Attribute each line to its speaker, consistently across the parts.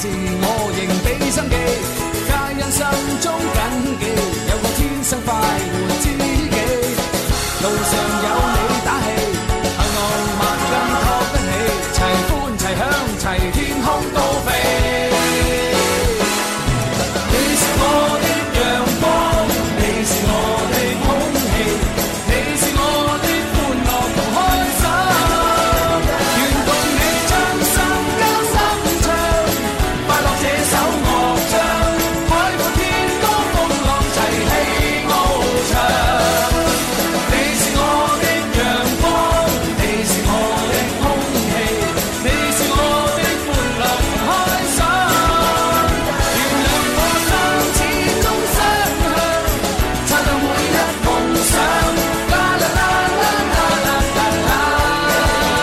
Speaker 1: 是我仍俾心機，皆因心中緊記，有個天生快活知己，路上有你打氣，幸運萬金托得起，齊歡齊享齊天空都飛。你是我的陽光，你是我的空氣，你是我的歡樂同開心。願共你將心交心唱，快樂這首樂章，海闊天高風浪齊起翱翔。你是我的陽光，你是我的空氣，你是我的歡樂同開心。原諒我心始終相向，擦亮每一夢想。啦啦啦啦啦啦啦啦！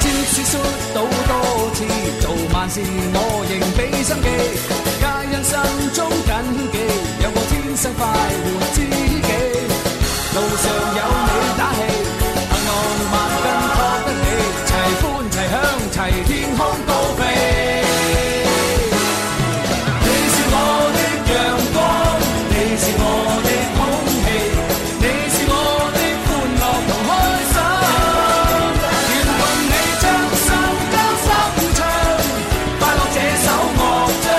Speaker 1: 招式摔倒多次，做萬事我仍俾心機，皆因心中緊記，有個天生快活知己。路上有你打氣，幸運萬斤托得起，齊歡齊享齊天空高飛。你是我的陽光，你是我的空氣，你是我的歡樂同開心。願共你將心交心唱，快樂這首樂章，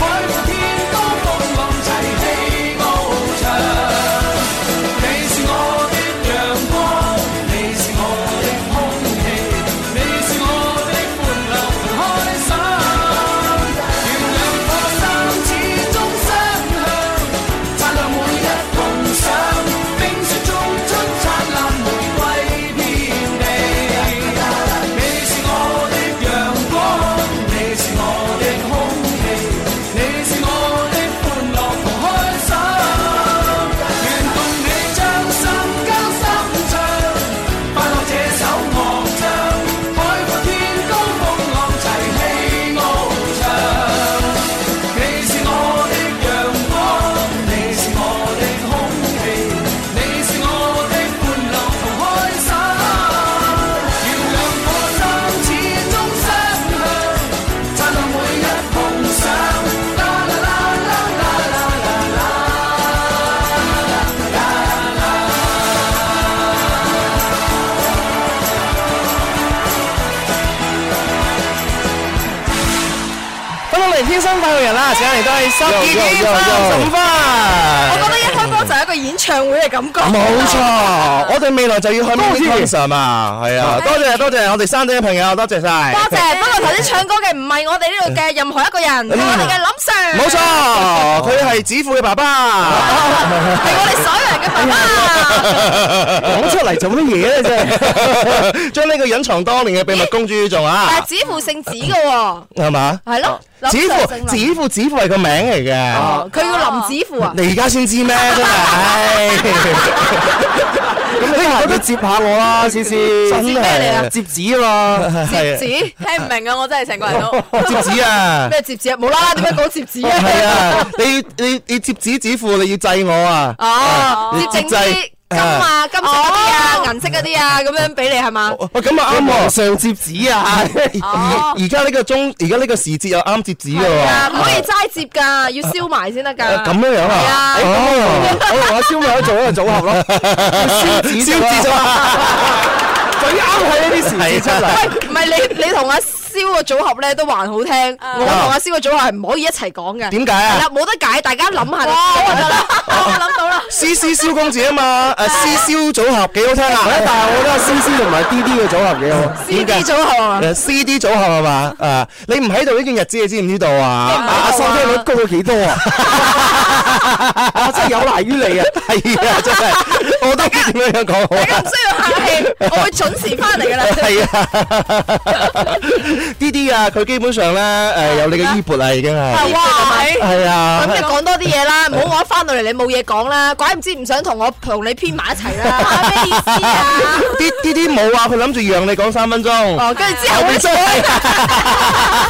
Speaker 1: 海闊天高風浪齊起翱翔。你是我的陽光，你是我的空氣，你是我的歡樂同開心。願兩顆心始終相向，擦亮每一夢想，冰雪中出燦爛玫瑰遍地。你是我的陽光，你是我的空氣，你是我的歡樂同開心。願共你將心交心唱，快樂這首樂章，海闊天高風浪齊起翱翔。你是我的陽光，你是我的空氣，你是我的歡樂同開心。要兩顆心始終相向，擦亮每一夢想。啦啦啦啦啦啦啦啦！
Speaker 2: 咁我哋天 生快活人啦，時間嚟到係十二點三十
Speaker 3: 我
Speaker 2: 五
Speaker 3: 覺
Speaker 2: 分。
Speaker 3: 得一開波就係一個演唱會嘅感覺。
Speaker 2: 啊冇錯，我哋未來就要去 mini concert 啊，係啊，多謝多謝我哋山頂嘅朋友，多謝晒。
Speaker 3: 多謝，不過頭先唱歌嘅唔係我哋呢度嘅任何一個人，係我哋嘅林 Sir，
Speaker 2: 冇錯，佢係子父嘅爸爸。
Speaker 3: 係我哋所有人嘅爸爸。
Speaker 2: 講出嚟做乜嘢咧？真係 將呢個隱藏多年嘅秘密公諸於眾
Speaker 3: 但
Speaker 2: 啊
Speaker 3: 係，子父姓子嘅喎，
Speaker 2: 係嘛？
Speaker 3: 係咯，
Speaker 2: 子
Speaker 3: 林 Sir 姓
Speaker 2: 父
Speaker 3: 林，哦
Speaker 2: 子父子父係個名嚟嘅，
Speaker 3: 佢叫林子父啊。
Speaker 2: 你而家 先知咩？真係。咁你都接下我啦，思思。真
Speaker 3: 接咩嚟啊
Speaker 2: 係接紙啊 嘛，
Speaker 3: 折
Speaker 2: 係
Speaker 3: 紙聽唔明啊！我真係成個人都
Speaker 2: 接紙 啊。
Speaker 3: 咩折紙啊？無啦啦點解講折紙啊？
Speaker 2: 係啊，你要你你接紙指父，你要制我啊。
Speaker 3: Ờ, 哦，
Speaker 2: 你
Speaker 3: 要整
Speaker 2: 節
Speaker 3: 啲
Speaker 2: 制
Speaker 3: 金啊、金色嗰啲啊、銀色嗰啲啊，咁樣俾你係嘛？
Speaker 2: 喂，咁啊啱喎，上接紙啊！而而家呢個鐘，而家呢個時節又啱接紙嘅
Speaker 3: 哦係
Speaker 2: 喎
Speaker 3: 啊，。唔可以齋接㗎，要燒埋先得㗎。
Speaker 2: 咁樣樣
Speaker 3: 係啊
Speaker 2: 啊？哦，我同阿蕭咪做一個組合咯， 燒紙燒紙組合， 就啱喺呢啲時節出嚟。
Speaker 3: 喂，唔係你你同阿蕭個組合咧都還好聽，我同阿蕭個組合係唔可以一齊講嘅。
Speaker 2: 點解
Speaker 3: 係
Speaker 2: 啊
Speaker 3: 啦，？冇得解，大家諗 下就得啦。我諗到啦，
Speaker 2: 思思蕭公子啊嘛，誒思蕭組合幾好聽啊！但係我覺得思思同埋 D D 嘅組合幾好。
Speaker 3: 呢啲組合啊，
Speaker 2: 誒 C D 組合係嘛？誒你唔喺度呢段日子，你知唔知道啊？
Speaker 3: 阿收聽率
Speaker 2: 高 咗幾多啊？真係有賴於你啊！係啊，真係我我都唔知點樣講好
Speaker 3: 大
Speaker 2: 啊。
Speaker 3: 家唔需要客氣，我會準時翻嚟噶啦。
Speaker 2: 係啊，呢啲啊，佢基本上咧，誒有你嘅衣缽啦，已經係。
Speaker 3: 哇！
Speaker 2: 係啊
Speaker 3: 咁，就講多啲嘢啦，唔好我一翻到嚟你冇嘢講啦，怪唔知唔想同我同你編埋一 齊啦，咩意思啊？
Speaker 2: 啲啲啲冇啊，佢諗住讓你講三分鐘。
Speaker 3: 哦，跟住之後咧，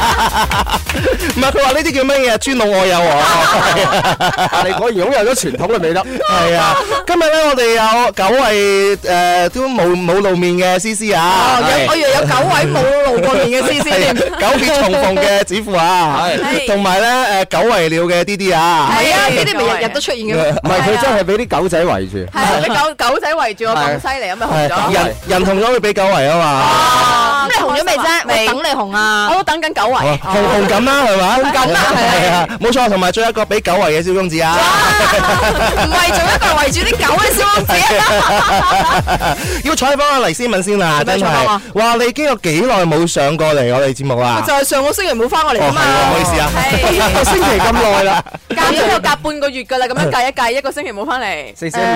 Speaker 2: 唔係佢話呢啲叫乜嘢？尊老愛幼啊！
Speaker 4: 你果然擁有咗傳統嘅美德。
Speaker 2: 係啊，今日咧我哋有九位誒都冇冇露面嘅 C C 啊，
Speaker 3: 哦，有我以為有九位冇露過面嘅思思
Speaker 2: 係啊
Speaker 3: 添。
Speaker 2: 久別重逢嘅指父啊，
Speaker 4: 係
Speaker 2: 同埋咧誒久違了嘅 D D 啊，
Speaker 3: 係啊，呢啲咪日日都出
Speaker 2: Dạ.
Speaker 3: 現嘅咩？
Speaker 4: 唔係佢真係俾啲狗仔圍住。
Speaker 5: 係啲啊狗狗仔圍住我咁犀利，咁咪紅
Speaker 2: 啊係啊
Speaker 5: 咗。
Speaker 2: 人人紅咗會俾久違啊嘛。
Speaker 5: 啊
Speaker 3: 咁你紅咗未啫？
Speaker 5: 未
Speaker 3: 我等你紅啊！
Speaker 5: 我都等緊九
Speaker 2: 哦
Speaker 5: 圍。
Speaker 2: 紅紅感啦，係嘛？紅
Speaker 3: 感啦係
Speaker 2: 係啊，冇錯，同埋最後一個俾久違嘅小公子啊。
Speaker 3: 唔係做一個圍住啲狗嘅小公子
Speaker 2: 要採訪阿黎思敏先啦，真
Speaker 3: 點樣採訪
Speaker 2: 係
Speaker 3: 啊。
Speaker 2: 哇，你經過幾耐冇上過嚟我哋節目啊？
Speaker 3: 就係上個星期冇翻我嚟
Speaker 2: 哦，
Speaker 3: 啊
Speaker 2: 係喎，唔好意
Speaker 3: 嘛。
Speaker 2: 思啊。
Speaker 5: 係
Speaker 4: 個星期咁耐啦，
Speaker 5: 隔咗有隔半個月㗎啦，咁
Speaker 2: 嗯
Speaker 5: 樣計一計，一個星期冇翻嚟。
Speaker 4: 四星期。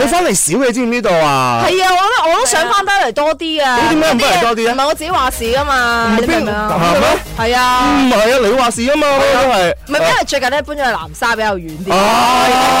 Speaker 2: 你翻嚟少，你知唔知道啊？
Speaker 3: 係啊，我都我都想翻翻嚟多啲啊。
Speaker 2: 你點解唔翻嚟多啲啊
Speaker 3: 唔係我自己話事噶嘛，你明唔明啊？
Speaker 2: 係咩？
Speaker 3: 係啊。
Speaker 2: 唔係啊，你話事啊嘛，都係。
Speaker 3: 唔係，因為最近咧搬咗去南沙比較遠啲。
Speaker 2: 哦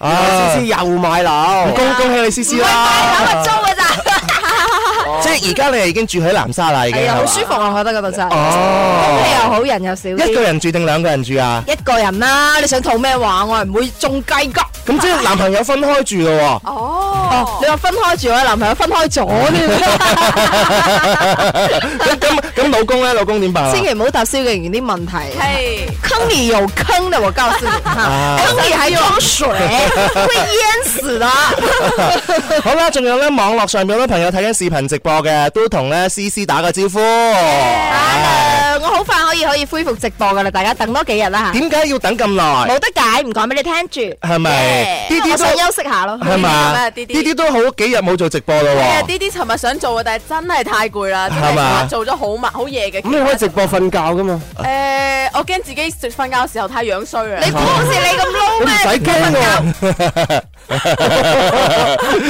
Speaker 5: 係
Speaker 2: 啊
Speaker 4: 思思又買樓，
Speaker 2: 恭恭喜你思思啦！
Speaker 3: 我租㗎 咋，
Speaker 2: 即係而家你係已經住喺南沙啦，已經
Speaker 3: 係啊，好
Speaker 2: 係嘛
Speaker 3: 舒服啊，我覺得嗰度真係。
Speaker 2: 哦
Speaker 3: 空氣又好，人又少
Speaker 2: 一個
Speaker 3: 啲。
Speaker 2: 人住定兩個人住啊？
Speaker 3: 一個人啦，你想套咩話？我係唔會中計㗎。
Speaker 2: 咁即係男朋友分開住咯
Speaker 5: 哦，
Speaker 3: 你話分開住我男朋友分開咗添，
Speaker 2: 喎。咁咁咁老公咧，老公點辦啊？
Speaker 3: 千祈唔好答蕭敬元啲問題。啊
Speaker 5: 係
Speaker 3: 坑你有 坑的，我告訴你哈，
Speaker 2: 啊
Speaker 3: 坑里還裝水， 會淹死的。
Speaker 2: 好啦，仲有咧，網絡上面好多朋友睇緊視頻直播嘅，都同咧 C C 打個招呼。
Speaker 3: 誒，我好快可以可以恢復直播㗎啦，大家等多幾日啦嚇，
Speaker 2: 點解要等咁耐？
Speaker 3: 冇得解，唔講俾你聽住，
Speaker 2: 係咪？
Speaker 5: Yeah
Speaker 2: 啲
Speaker 3: 我
Speaker 2: 啲
Speaker 3: 想
Speaker 2: 都
Speaker 3: 休息下咯。
Speaker 2: 係嘛？
Speaker 5: 呢
Speaker 2: 啲
Speaker 5: 啲
Speaker 2: 啲都好幾日冇做直播咯
Speaker 5: 係啊！
Speaker 2: 喎。
Speaker 5: 啲啲尋日想做啊，但係真係太攰啦，真
Speaker 2: 係嘛
Speaker 5: 係做咗好晚好夜嘅。
Speaker 4: 咁你可以直播瞓覺噶嘛？
Speaker 5: 誒，呃我驚自己食瞓覺嘅時候太樣衰啊！
Speaker 3: 你估好似你咁撈
Speaker 4: 唔使
Speaker 3: 咩？
Speaker 4: 驚喎，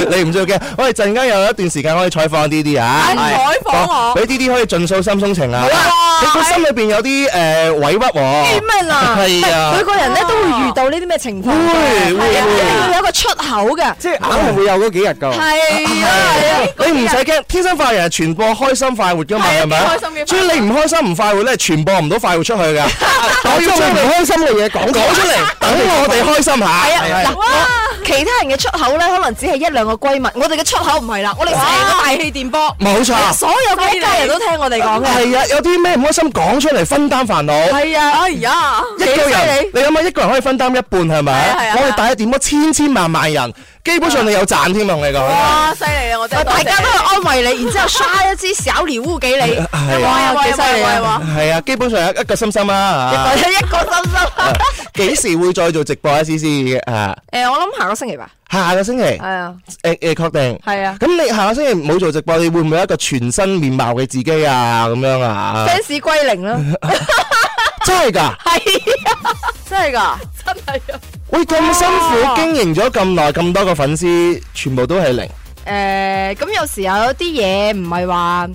Speaker 2: 你唔需要驚，我哋陣間有一段時間可以採訪 D D 啊，
Speaker 3: 哎
Speaker 5: 係採訪我
Speaker 2: 俾 D D 可以盡訴心中情啊。
Speaker 5: 啊
Speaker 2: 佢個心裏邊有啲誒委屈喎，
Speaker 3: 點啦？
Speaker 2: 哦係啊
Speaker 3: 每個人咧都會遇到呢啲咩情況嘅，
Speaker 2: 會會
Speaker 3: 係啊，
Speaker 2: 會
Speaker 3: 一定要有一個出口嘅。
Speaker 4: 即係硬
Speaker 2: 啊
Speaker 4: 係會有嗰幾日㗎。
Speaker 3: 係啊，係
Speaker 5: 哎
Speaker 3: 啊。
Speaker 2: 你唔使驚，天生快活人係傳播開心快活噶嘛，
Speaker 5: 係啊
Speaker 2: 係咪
Speaker 5: 幾
Speaker 2: 啊
Speaker 5: 開心幾？快
Speaker 2: 所以你唔開心唔快活咧，傳播唔到快活出 去㗎。
Speaker 4: 我
Speaker 2: 我要
Speaker 4: 要將
Speaker 2: 將
Speaker 4: 唔
Speaker 2: 你
Speaker 4: 開心嘅嘢講
Speaker 2: 講出嚟，等我哋開心下。
Speaker 3: 係啊，嗱，我其他人嘅出口咧，可能只係一兩個閨蜜，我哋嘅出口唔係啦，我哋成個大氣電波，
Speaker 2: 冇錯。
Speaker 3: 所有嘅一家人都聽我哋講嘅，
Speaker 2: 係啊，有啲咩唔開心講出嚟，分擔煩惱。
Speaker 3: 係啊，
Speaker 5: 哎呀，
Speaker 2: 一個人，你諗下一個人可以分擔一半係
Speaker 5: 係啊係
Speaker 2: 咪
Speaker 5: 啊？
Speaker 2: 我哋大一點咗千千萬萬人，基本上你有賺添啊！我同你講，
Speaker 5: 哇，犀利啊！我真係多
Speaker 3: 大
Speaker 5: 謝
Speaker 3: 家都去安慰你，然之後刷一支小禮物俾你，
Speaker 2: 係啊啊
Speaker 3: 哇，幾犀利
Speaker 5: 哇哇
Speaker 3: 啊！
Speaker 5: 哇
Speaker 2: 係啊，基本上一一個心心啦
Speaker 3: 或者 一個心心，
Speaker 2: 嚇。幾時會再做直播啊？思思啊，
Speaker 3: 誒，我諗下個星期吧，
Speaker 2: 下個星期誒
Speaker 3: 係啊，
Speaker 2: 誒確定。
Speaker 3: 係啊
Speaker 2: 咁你下個星期冇做直播，你會唔會有一個全新面貌嘅自己啊？咁樣啊？
Speaker 3: ，fans 歸零啦，
Speaker 2: 真係㗎！
Speaker 5: 真係㗎，
Speaker 2: 喂，咁辛苦經營咗咁耐，咁多個粉絲，全部都係零。
Speaker 3: 誒，咁有時候有啲嘢唔係話。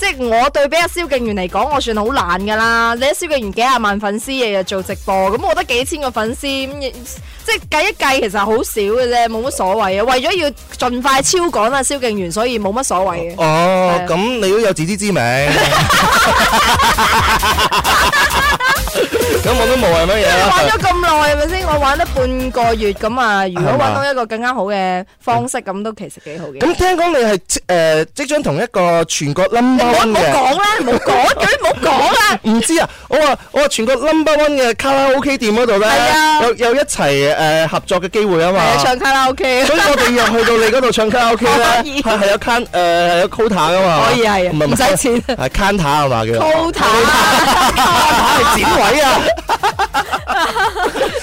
Speaker 3: 即係我對比阿蕭敬元嚟講，我算好懶㗎啦。你阿蕭敬元幾廿萬粉絲，日日做直播，咁我得幾千個粉絲，咁亦即係計一計，其實好少嘅啫，冇乜所謂嘅。為咗要盡快超趕阿蕭敬元，所以冇乜所謂嘅。
Speaker 2: 哦，
Speaker 3: 係啊
Speaker 2: 咁你都有自知之 明。咁我都冇係乜嘢
Speaker 3: 玩
Speaker 2: 啦。
Speaker 3: 咗咁耐係咪先？我玩咗半個月咁啊，如果
Speaker 2: 係嘛
Speaker 3: 揾到一個更加好嘅方式，咁都其實幾好嘅。
Speaker 2: 咁聽講你係即誒即將同一個全國 number
Speaker 3: 我唔
Speaker 2: one
Speaker 3: 好
Speaker 2: 嘅，
Speaker 3: 講啦，唔好 講，咁唔好講啦。
Speaker 2: 唔知啊，我話我話全國 number one 嘅卡拉 OK 店嗰度咧
Speaker 3: 係，啊
Speaker 2: 有有一齊誒合作嘅機會啊嘛。
Speaker 3: 係啊唱卡拉 OK
Speaker 2: 所以我哋又去到你嗰度唱卡拉 OK
Speaker 3: 可
Speaker 2: 咧，
Speaker 3: 以
Speaker 2: 係係有 can 誒係有 quota 噶嘛。
Speaker 3: 可以係啊
Speaker 2: 唔係
Speaker 3: 唔使錢
Speaker 2: 係 can 塔係嘛叫做。
Speaker 3: quota，
Speaker 2: 係剪位啊！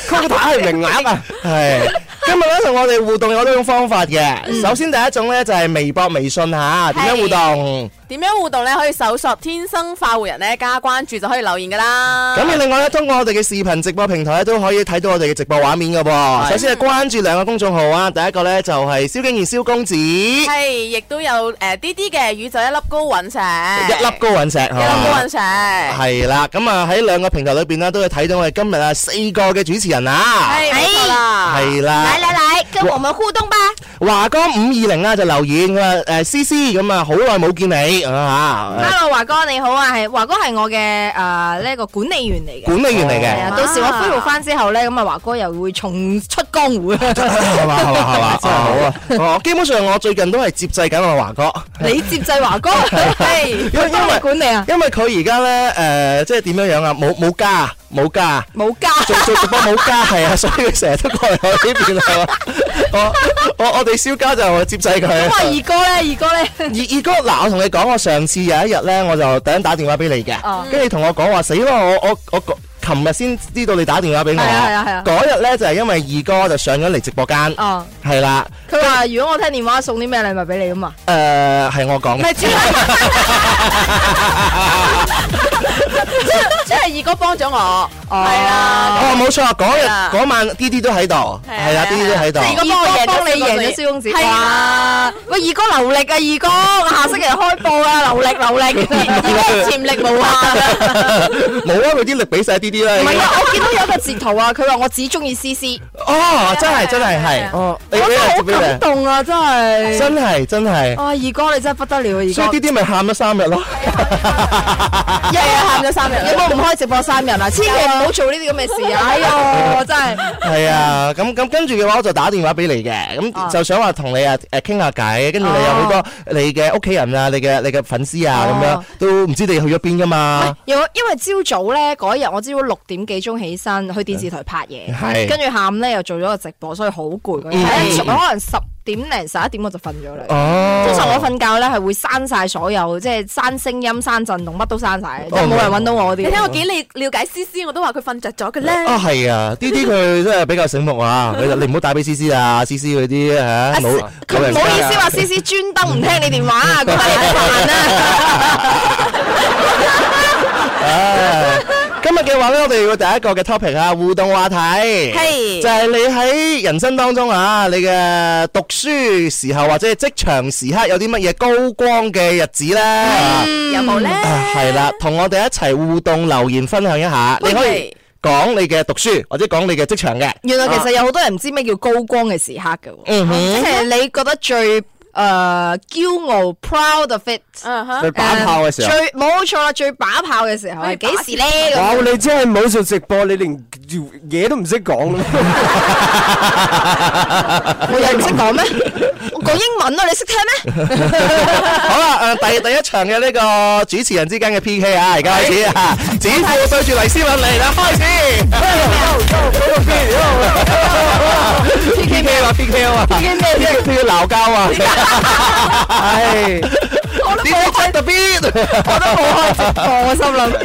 Speaker 4: quota 係名額啊，
Speaker 2: 係。今日咧同我
Speaker 3: 嗯
Speaker 2: 哋互動有好多種方法嘅，首先第一種咧就係微博、微信吓，點樣互動？
Speaker 5: 點樣互動咧？可以搜索天生快活人咧，加關注就可以留言噶啦。
Speaker 2: 咁你啊另外咧，通過我哋嘅視頻直播平台咧，都可以睇到我哋嘅直播畫面嘅喎。首先係關注兩個公眾號啊，第一個咧就係蕭敬仁蕭公子，一
Speaker 5: 係，亦都有誒啲啲嘅宇宙一粒高隕石，一
Speaker 2: 粒高隕石，係
Speaker 5: 一粒高
Speaker 2: 嘛
Speaker 5: 隕石。
Speaker 2: 係啦，咁啊喺兩個平台裏邊咧，都會睇到我哋今日啊四個嘅主持人啊，
Speaker 3: 哎
Speaker 5: 係冇錯啦，
Speaker 2: 係啦
Speaker 3: 来。来来，跟我们互动吧！
Speaker 2: 華哥五二零啊啦就留言佢話誒思思咁啊，好耐冇見你啊嚇，
Speaker 3: Hello，華哥你好啊，係華哥係我嘅诶呢一個管理員嚟嘅。
Speaker 2: 管理員嚟
Speaker 3: 係啊
Speaker 2: 嘅，
Speaker 3: 到時我恢復翻之後咧，咁啊華哥又會重出江湖。
Speaker 2: 係嘛係嘛係嘛，真係好啊！我基本上我最近都係接濟緊我華哥，
Speaker 3: 你接濟華哥，係
Speaker 2: 因為
Speaker 3: 幫你管理啊，
Speaker 2: 因為佢而家咧誒即係點樣樣啊，冇冇家啊冇家啊。
Speaker 3: 冇加。
Speaker 2: 做做直播冇 家係啊，所以佢成日都過嚟我呢邊係嘛？我我我哋燒家就接濟佢。
Speaker 3: 咁啊二哥咧，二哥咧，
Speaker 2: 二二哥，嗱，我同你講，我上次有一日咧，我就突然打電話俾你嘅，
Speaker 3: 哦
Speaker 2: 跟住同我講話死啦，我我我琴日先知道你打電話俾我，
Speaker 3: 係啊係啊係啊
Speaker 2: 嗰日咧就係因為二哥就上咗嚟直播間，
Speaker 3: 哦，
Speaker 2: 係啦，
Speaker 3: 佢話如果我聽電話送啲咩禮物俾你咁嘛？
Speaker 2: 誒係我講
Speaker 3: 唔
Speaker 2: 嘅，
Speaker 3: 係主要
Speaker 5: 即係二哥幫咗
Speaker 3: 哦
Speaker 5: 我，係啦。
Speaker 2: 哦冇錯，嗰日
Speaker 5: 係啦
Speaker 2: 嗰晚 D D 都喺度，
Speaker 5: 係啊
Speaker 2: 係
Speaker 5: 係
Speaker 2: 啦
Speaker 5: 啊
Speaker 2: ，D D 都喺度
Speaker 5: 即。係
Speaker 3: 二哥幫你贏咗蕭公子，
Speaker 5: 係啊！
Speaker 3: 喂，二哥流力啊，二哥，下星期開播啊，流力流力，
Speaker 5: 二哥潛力無限，
Speaker 2: 冇啊，佢啲力俾晒 D D 啦。已
Speaker 3: 唔
Speaker 2: 經
Speaker 3: 係啊，我見到有一個截圖啊，佢話我只中意思思，
Speaker 2: 哦，真係真係
Speaker 5: 係啊
Speaker 2: 係，
Speaker 6: 哦，
Speaker 2: 你俾人
Speaker 3: 好
Speaker 2: 接俾你
Speaker 3: 感動啊，真係。
Speaker 2: 真係真係，
Speaker 3: 哇，二哥你真係不得了啊，
Speaker 2: 所以
Speaker 3: 二哥。
Speaker 2: D D 咪喊咗三日咯。
Speaker 3: 日日
Speaker 5: 啊
Speaker 3: 喊咗三日，有冇唔開直播三日啊？千祈唔好做呢啲咁嘅事啊！哎呦，真係。
Speaker 2: 係啊，咁咁跟住嘅話，我就打電話俾你嘅，咁就想話同你啊誒傾下偈，跟住你有好多你嘅屋企人啊，你嘅你嘅粉絲啊咁樣
Speaker 3: 哦，
Speaker 2: 都唔知你去咗邊噶嘛？
Speaker 3: 因為因為朝早咧嗰日我朝早六點幾鐘起身去電視台拍嘢，
Speaker 2: 嗯係嗯
Speaker 3: 跟住下午咧又做咗個直播，所以好攰嗰日。係啊可能十點零十一點我就瞓咗啦。
Speaker 2: 哦，
Speaker 3: 通常我瞓覺咧係會閂晒所有，即係閂聲音、閂震動，乜都閂晒，即
Speaker 2: 哦
Speaker 3: 係冇人揾到我嗰
Speaker 5: 你
Speaker 3: 啲。
Speaker 5: 睇我幾了了解思思，我都話佢瞓着咗嘅咧。
Speaker 2: 啊係啊，啲啲佢真係比較醒目啊，佢就你唔好打俾思思啊，思思嗰啲嚇老老
Speaker 3: 佢
Speaker 2: 人
Speaker 3: 唔好意思
Speaker 2: 家。
Speaker 3: 話思思專登唔聽你電話啊，覺得你煩啊。
Speaker 2: 唉今日嘅話咧，我哋會第一個嘅 topic 啊，互動話題，
Speaker 5: 係
Speaker 2: 就係你喺人生當中啊，你嘅讀書時候或者係職場時刻有啲乜嘢高光嘅日子咧？
Speaker 3: 嗯
Speaker 5: 有冇咧？
Speaker 2: 啊係啦，同我哋一齊互動留言分享一下，你可以講你嘅讀書或者講你嘅職場嘅。啊
Speaker 3: 原來其實有好多人唔知咩叫高光嘅時刻嘅喎，
Speaker 2: 嗯哼
Speaker 3: 即係你覺得最誒驕傲 proud of it。
Speaker 5: 嗯哼
Speaker 6: 佢打炮嘅時候，
Speaker 3: 最冇錯啦，最把炮嘅時候係幾時咧？
Speaker 6: 哇！
Speaker 3: 咁
Speaker 6: 你真係冇做直播，你連嘢都唔識講咯。
Speaker 3: 我又唔識講咩？我講英文咯，你識聽 咩？
Speaker 2: 好啦，誒第第一場嘅呢個主持人之間嘅 P K 啊，而家開始啊，子富對住黎思韻嚟啦，開始。P K 咩話 P K 啊嘛？P K 咩啫？佢要鬧交啊！唉，點解真特別？
Speaker 3: 我都冇開直播，我心 諗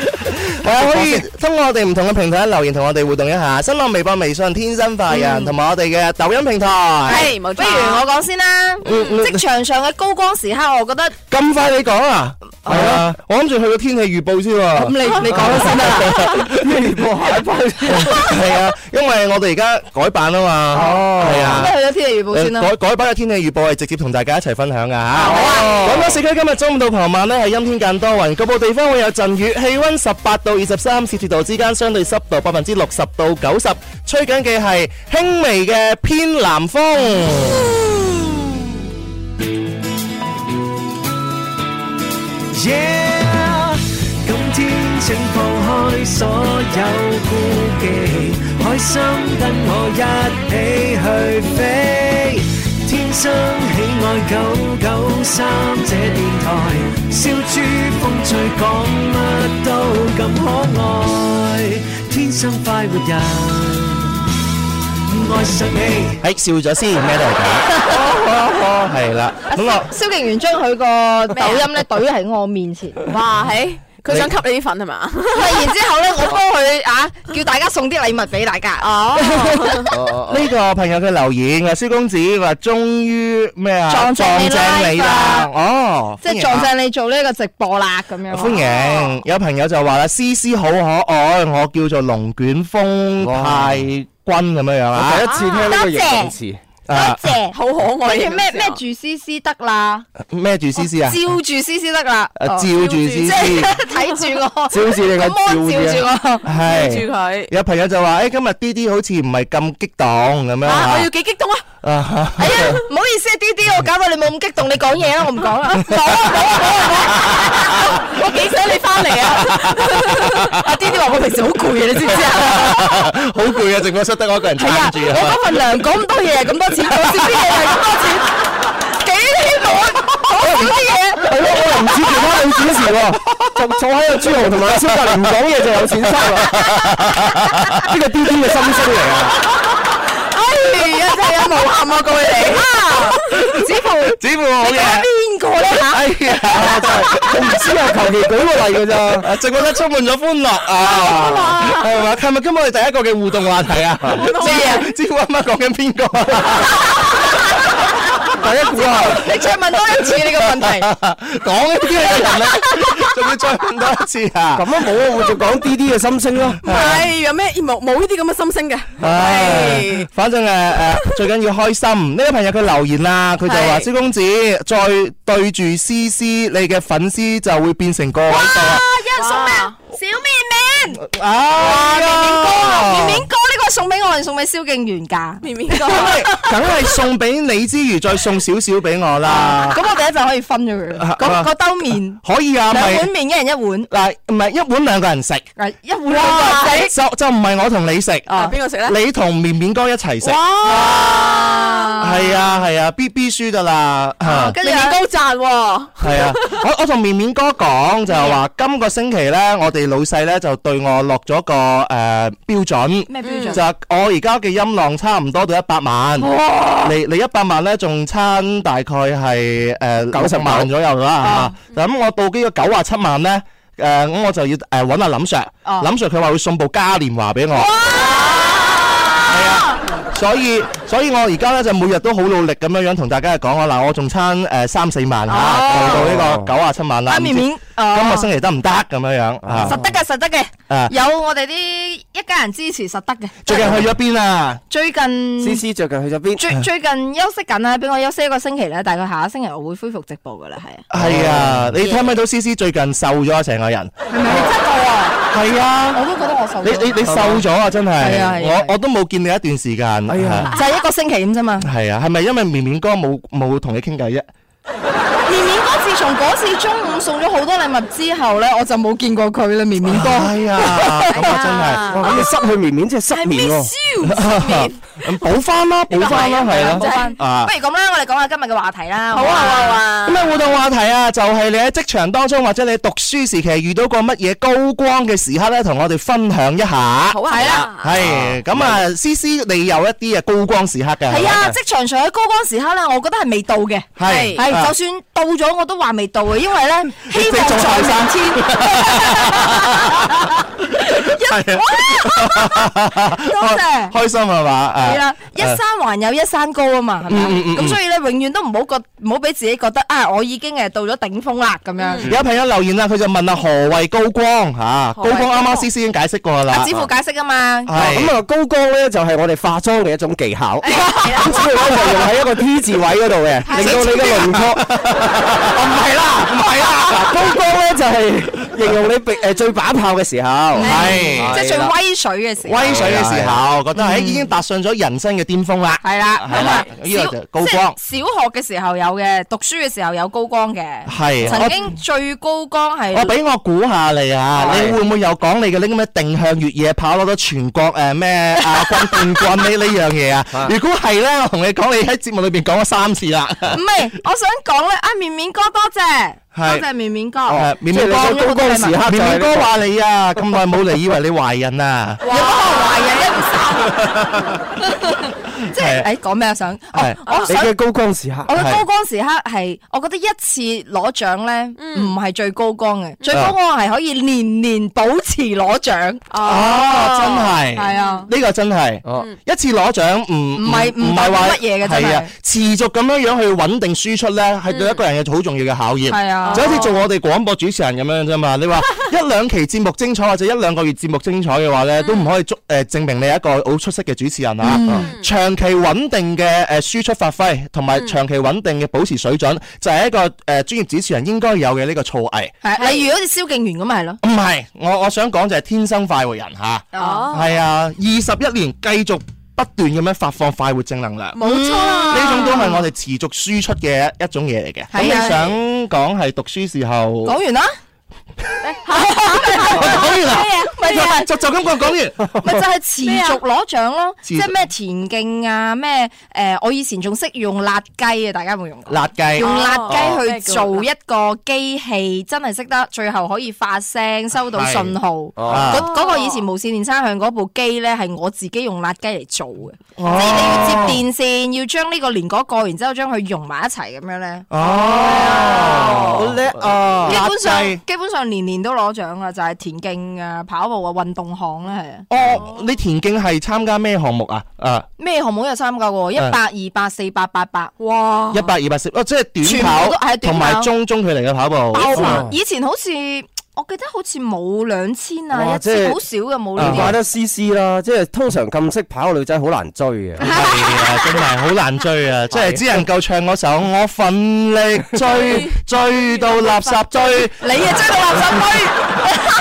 Speaker 2: 係啊，可以通過我哋唔同嘅平台留言同我哋互動一下，新浪微博、微信、天生快人，同埋我哋嘅抖音平台。
Speaker 5: 係冇錯。
Speaker 3: 不如我講先啦。職場上嘅高光時刻，我覺得
Speaker 2: 咁快你講啊？係啊，我諗住去個天氣預報先喎。
Speaker 3: 你你講咗先啦。
Speaker 2: 係啊，因為我哋而家改版啊嘛。哦，係啊
Speaker 3: 咁。去咗天氣預報先啦。啊
Speaker 2: 改改版嘅天氣預報係直接同大家一齊分享㗎嚇。廣州市區今日中午到傍晚呢係陰天間多雲，局部地方會有陣雨，氣温十八到二十三攝氏度之間，相對濕度百分之六十到九十，吹緊嘅係輕微嘅偏南 風。
Speaker 1: Yeah，今天請放開所有顧忌，開心跟我一起去飛。天生喜愛九九三這電台，笑豬風趣講乜都咁可愛，天生快活人，愛上你。
Speaker 2: 喺哎笑咗先，咩都 係假。係啦，咁我
Speaker 3: 蕭敬元將佢個抖音咧懟喺我面前，
Speaker 5: 哇，係佢想吸你啲粉係嘛？
Speaker 3: 然之後咧，我幫佢啊，叫大家送啲禮物俾大家。
Speaker 5: 哦，
Speaker 2: 呢個朋友嘅留言啊，蕭公子話終於咩啊
Speaker 3: 撞正你
Speaker 2: 正你
Speaker 3: live
Speaker 2: 啦
Speaker 3: 啊，
Speaker 2: 哦，
Speaker 3: 即係撞正你做呢個直播啦，咁樣。
Speaker 2: 歡迎有朋友就話啦，思思好可愛，我叫做龍捲風太君咁樣樣啊，
Speaker 6: 第一次聽呢個形容詞，
Speaker 3: 多
Speaker 2: 啊
Speaker 3: 謝。
Speaker 5: 好可
Speaker 3: 跟
Speaker 5: 愛嘅
Speaker 3: 住咩
Speaker 5: 名字啊
Speaker 3: 咩住 C C 得啦，
Speaker 2: 咩住思思啊
Speaker 3: 照，住 C C 得啦，
Speaker 2: 啊照
Speaker 3: 哦
Speaker 2: 住思
Speaker 3: 即
Speaker 2: 思
Speaker 3: 係 睇住我，
Speaker 6: 照住你個
Speaker 3: 咁
Speaker 6: 照
Speaker 3: 我
Speaker 6: 字啊，
Speaker 3: 照住我。
Speaker 5: 記
Speaker 2: 係
Speaker 5: 住佢。
Speaker 2: 有朋友就話，誒哎今日 D D 好似唔係咁激動咁樣
Speaker 5: 啊！我要
Speaker 2: 啊
Speaker 5: 幾激動啊！
Speaker 2: 啊，
Speaker 3: 哎呀，唔好意思啊，D D，我搞到你冇咁激動，你講嘢啦，我唔講 啦，講啊講啊講啊講啊，我幾想你翻嚟啊！阿 D D 話我平時好攰啊，你知唔知啊？
Speaker 2: 好攰啊，直播室得我一個人
Speaker 3: 係啊
Speaker 2: 撐，住啊
Speaker 3: 我。嗰份糧講咁多嘢係咁多 錢，我少啲嘢係咁多錢，幾希望講少啲
Speaker 6: 係
Speaker 3: 嘢。
Speaker 6: 咯，我又唔似其他女主持喎，就坐喺個朱紅同埋阿蕭隔離唔講嘢就有錢收啦，呢個 D D 嘅心聲嚟啊！
Speaker 3: 哎呀，真係有無憾啊，各位你啊，子富
Speaker 2: 子父好嘢。
Speaker 3: 邊個咧嚇？
Speaker 2: 哎呀，真係
Speaker 6: 我唔知啊，求其舉個例㗎咋。
Speaker 2: 啊直播室充滿咗歡樂啊，係嘛？係咪今日我哋第一個嘅互動話題啊？知啊，知我啱啱講緊邊個 啊？
Speaker 6: 大家估下，
Speaker 3: 你再問多一次你個問題，
Speaker 2: 講呢啲嘅人咧，仲要再問多一次啊！
Speaker 6: 咁啊冇啊，我就講 D D 嘅心聲咯。
Speaker 5: 唔係有咩冇冇呢啲咁嘅心聲嘅？
Speaker 2: 唉
Speaker 5: 係，
Speaker 2: 反正誒誒，呃最緊要開心。呢位朋友佢留言啦，佢就話：
Speaker 5: 係
Speaker 2: 蕭公子再對住詩詩，你嘅粉絲就會變成個位數啊！
Speaker 3: 有人送咩啊？小面面。
Speaker 2: 啊，
Speaker 3: 面面哥呢個送俾我，定送俾蕭敬元㗎？
Speaker 5: 面面哥，
Speaker 2: 梗係送俾你之餘，再送少少俾我啦。
Speaker 3: 咁我哋一陣可以分咗佢啦，嗰嗰兜面
Speaker 2: 可以啊，
Speaker 3: 兩碗
Speaker 2: 咪
Speaker 3: 面一人一碗，
Speaker 2: 嗱，唔係一碗兩個人食。
Speaker 3: 誒一碗兩個人食
Speaker 2: 就就唔係我同你食，
Speaker 5: 啊邊個食咧？
Speaker 2: 你同面面哥一齊食，
Speaker 5: 哇！
Speaker 2: 係啊係啊，B B 輸噶啦，係
Speaker 3: 跟住
Speaker 5: 面面
Speaker 3: 啊
Speaker 5: 高賺喎，
Speaker 2: 啊， 我我同面面哥講就係話，今個星期咧，我哋老細咧就對我落咗個誒標準。
Speaker 3: 咩標
Speaker 2: 就
Speaker 3: 準？
Speaker 2: 係我而家嘅音浪差唔多到一百萬，你你一百萬咧仲差大概係誒九十萬左右啦嚇。咁我到呢個九啊七萬咧，誒咁我就要誒揾阿林 Sir，
Speaker 3: 哦
Speaker 2: 林 Sir 佢話會送部嘉年華俾我。係啊，所以所以我而家咧就每日都好努力咁樣樣同大家講啊，嗱，我仲差誒三四萬嚇，去到呢個九啊七萬啦。
Speaker 3: 阿
Speaker 2: 唔知
Speaker 3: 哦面面，
Speaker 2: 今個
Speaker 3: 哦
Speaker 2: 星期得唔得咁樣樣啊？
Speaker 3: 實得嘅，實得嘅
Speaker 2: 啊，
Speaker 3: 有我哋啲一家人支持，實得嘅。
Speaker 2: 最近去咗邊啊？
Speaker 6: C
Speaker 3: 最近
Speaker 6: C 最近去咗邊？
Speaker 3: 嗯最最近休息緊啦，俾我休息一個星期咧，大概下個星期我會恢復直播㗎啦，係啊。
Speaker 2: 係
Speaker 6: 哦
Speaker 2: 啊，你聽唔聽到 C C 最近瘦咗啊成個人？
Speaker 3: 係咪你真係啊？
Speaker 2: 係啊，
Speaker 3: 我都覺得我瘦
Speaker 2: 你你
Speaker 3: 咗，
Speaker 2: 你瘦咗啊！真係
Speaker 3: 係啊，係啊
Speaker 2: 我我都冇見你一段時間。啊
Speaker 6: 哎呀
Speaker 3: 就係一個星期 咁啫嘛。
Speaker 2: 係啊，係咪因為綿綿哥冇冇同你傾偈啫？
Speaker 3: 綿綿哥自從嗰次中午送咗好多禮物之後咧，我就冇見過佢啦，綿綿哥。
Speaker 2: 哎呀，咁啊
Speaker 6: 哇！你失去綿綿，即係失眠喎。
Speaker 2: 真係補翻啦，補翻啦，係
Speaker 3: 好
Speaker 2: 啦。
Speaker 3: 翻
Speaker 2: 啊
Speaker 3: 不如咁啦，我哋講下今日嘅話題啦。
Speaker 5: 好啊好啊！
Speaker 2: 咁啊，互動話題啊，就係你喺職場當中或者你讀書時期遇到過乜嘢高光嘅時刻咧，同我哋分享一下。
Speaker 5: 好啊，係啦，
Speaker 2: 係咁啊，C
Speaker 6: 嗯
Speaker 2: C 你有一啲嘅高光時刻嘅。
Speaker 3: 係啊，
Speaker 2: 咪
Speaker 3: 職場上嘅高光時刻咧，我覺得係未到嘅。
Speaker 2: 係
Speaker 3: 係，
Speaker 2: 啊
Speaker 3: 就算到咗我都話未到嘅，因為咧希望
Speaker 2: 仲
Speaker 3: 在
Speaker 2: 後生
Speaker 3: 明天。一哇多謝。
Speaker 2: 開心係嘛？
Speaker 3: 係
Speaker 2: 係
Speaker 3: 啦，一山還有一山高啊嘛，係咪啊咁所以咧，永遠都唔好覺，唔好俾自己覺得啊，我已經誒到咗頂峰啦咁
Speaker 6: 嗯
Speaker 3: 樣。
Speaker 2: 有朋友留言啦，佢就問啊，何謂高光嚇？高
Speaker 5: 何謂
Speaker 2: 光啱啱
Speaker 5: 高光
Speaker 2: C C 已經解釋過啦
Speaker 3: 阿。子富解釋啊嘛，
Speaker 2: 係
Speaker 6: 咁啊，高光咧就係我哋化妝嘅一種技巧， 咁所以咧就用喺一個 T 字位嗰度嘅，令到你嘅輪廓。哦唔係啦，唔係啦，高光咧就係形容你被誒最把炮嘅時候，
Speaker 2: 係
Speaker 3: 即係最威水嘅時候。
Speaker 2: 威水嘅時候，覺得誒
Speaker 6: 嗯
Speaker 2: 已經踏上咗人生嘅巔峰啦。
Speaker 3: 係啦，
Speaker 2: 係
Speaker 3: 咁
Speaker 2: 啦
Speaker 3: 啊，
Speaker 2: 呢個
Speaker 3: 小
Speaker 2: 就高
Speaker 3: 即係
Speaker 2: 光
Speaker 3: 小學嘅時候有嘅，讀書嘅時候有高光嘅。
Speaker 2: 係
Speaker 3: 曾經最高光係
Speaker 2: 我俾我估下你啊，
Speaker 6: 係
Speaker 2: 你會唔會又講你嘅呢啲咩定向越野跑攞到全國誒咩亞軍冠軍呢呢樣 嘢啊？如果係咧，我同你講，你喺節目裏邊講咗三次啦。
Speaker 3: 唔係，我想講咧，阿綿綿哥多謝，多
Speaker 2: 係
Speaker 3: 謝綿綿哥。
Speaker 2: 誒綿
Speaker 6: 即係
Speaker 2: 綿
Speaker 6: 你個
Speaker 2: 哥
Speaker 6: 高光時 刻就係
Speaker 2: 綿綿
Speaker 6: 呢個
Speaker 2: 哥話你啊，咁耐冇嚟，以為你懷孕啊？
Speaker 3: 有乜話懷孕一唔生？即係誒
Speaker 2: 係
Speaker 3: 講咩啊？想
Speaker 2: 係
Speaker 3: 哦我
Speaker 6: 你
Speaker 3: 想
Speaker 6: 嘅高光時刻
Speaker 3: 我嘅
Speaker 2: 係
Speaker 3: 高光時刻係，我覺得一次攞獎咧唔係最高光嘅，最高光係可以年年保持攞獎。
Speaker 2: 哦，真係，
Speaker 3: 係啊，
Speaker 2: 呢個真係
Speaker 6: 哦，
Speaker 2: 一次攞獎唔
Speaker 3: 唔係唔
Speaker 2: 係話
Speaker 3: 代表乜嘢嘅真係嗯
Speaker 2: 係啊，持續咁樣樣去穩定輸出咧，係對一個人嘅好重要嘅考驗。
Speaker 3: 係啊
Speaker 2: 就好似做我哋廣播主持人咁樣啫嘛。你話一兩期節目精彩或者一兩個月節目精彩嘅話咧，
Speaker 3: 嗯
Speaker 2: 都唔可以足誒證明你係一個好出色嘅主持人啊。長期穩定嘅誒輸出發揮，同
Speaker 3: 嗯
Speaker 2: 埋長期穩定嘅保持水準，就係一個誒呃專業主持人應該有嘅呢個造詣。
Speaker 3: 係例如好似蕭敬元咁咪係咯。
Speaker 2: 唔係，我我想講就係天生快活人嚇。
Speaker 5: 哦，
Speaker 2: 係啊，二十一年繼續不斷咁樣發放快活正能量，呢
Speaker 5: 冇錯啦，
Speaker 2: 種都係我哋持續輸出嘅一種嘢嚟嘅。咁
Speaker 3: 啊係啊
Speaker 2: 你想講係讀書時候？
Speaker 3: 講 完啦，
Speaker 2: 我講完啦，
Speaker 3: 咪就係
Speaker 2: 就就咁 講講完。
Speaker 3: 咪就係持續攞獎咯，
Speaker 2: 持續
Speaker 3: 即係咩田徑啊，咩誒，我以前仲識用辣雞啊，大家有冇用過？
Speaker 2: 辣雞
Speaker 3: 用辣
Speaker 5: 哦
Speaker 3: 雞
Speaker 5: 咩
Speaker 3: 去
Speaker 5: 叫辣
Speaker 3: 做一個機器，真係識得最後可以發聲，收到信號。嗰
Speaker 2: 啊
Speaker 3: 嗰個以前無線電三向嗰部機呢，係我自己用辣雞嚟做嘅，即
Speaker 2: 哦
Speaker 3: 係你要接電線，要將呢個連嗰個，然之後將佢融埋一齊咁樣呢。
Speaker 2: 哦，好叻啊！
Speaker 3: 基本
Speaker 2: 辣
Speaker 3: 上
Speaker 2: 雞
Speaker 3: 基本上年年都攞獎啦，就係田徑啊、跑步啊、運動項啦，係啊。
Speaker 2: 哦，你田徑係參加咩項目啊？啊，
Speaker 3: 咩項目都有參加過，一百、二百、四百、八百。
Speaker 5: 哇，
Speaker 2: 一百、二百、四，哦，即係
Speaker 3: 全
Speaker 2: 短
Speaker 3: 部都
Speaker 2: 跑
Speaker 3: 係短跑
Speaker 2: 同埋中中距離嘅跑步。
Speaker 3: 包
Speaker 2: 哦
Speaker 3: 埋以前好似我記得好似冇兩千啊，
Speaker 6: 哇
Speaker 3: 一
Speaker 6: 即
Speaker 3: 千
Speaker 6: 係
Speaker 3: 好少嘅冇呢
Speaker 2: 啊
Speaker 6: 唔怪
Speaker 3: 啲。
Speaker 6: 得 C C 啦，即係通常咁識跑嘅女仔好難追嘅。
Speaker 2: 係啊，真係好難追啊！即係只能夠唱嗰首《我奮力 追，追到垃圾追》。
Speaker 3: 你啊追到垃圾 堆。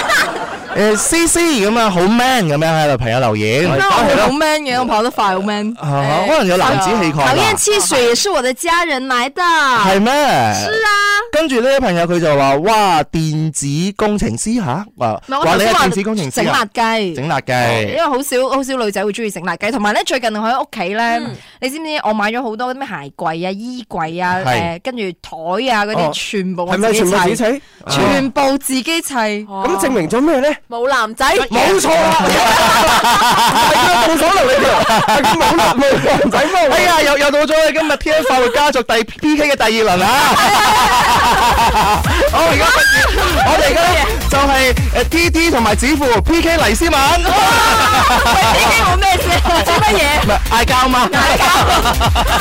Speaker 2: 誒，C C 咁啊，好 man 咁樣喺度朋友留言。
Speaker 3: 那我好 man 嘅，我跑得快好 man。
Speaker 2: 啊可能有男子氣
Speaker 3: 討
Speaker 2: 概吧
Speaker 3: 厭。汽水也是我的家人來的。
Speaker 2: 係咩？
Speaker 3: 是啊，
Speaker 2: 跟住呢位朋友佢就話：哇，電子工程師嚇，話
Speaker 3: 唔係我
Speaker 2: 話
Speaker 3: 頭
Speaker 2: 你係
Speaker 3: 先
Speaker 2: 電子工程
Speaker 3: 整
Speaker 2: 師
Speaker 3: 辣
Speaker 2: 啊，
Speaker 3: 雞。
Speaker 2: 整辣
Speaker 3: 因
Speaker 2: 嘅。
Speaker 3: 為好少好少女仔會中意整辣雞，同埋咧最近我喺屋企咧，你知唔知我買咗好多咩鞋櫃啊、衣櫃啊、誒
Speaker 2: 係
Speaker 3: 跟住台啊嗰啲，
Speaker 6: 哦
Speaker 3: 全部我
Speaker 6: 係咪
Speaker 3: 自己
Speaker 6: 全部自己砌
Speaker 3: 砌，？全部自己砌。
Speaker 6: 咁證明咗咩咧？
Speaker 5: 冇男仔，
Speaker 6: 冇錯啦，係啊冇可能你哋係咁冇 啦，冇男仔 幫
Speaker 2: 哎呀，又又到咗你今日 T F 快活家族第 P K 嘅第二輪 啦！我而家不如我哋而家咧就係誒 T T 同埋子父 P K 黎思敏，
Speaker 3: 呢啲冇咩事，做乜嘢？
Speaker 2: 唔係嗌交嘛？嗌交！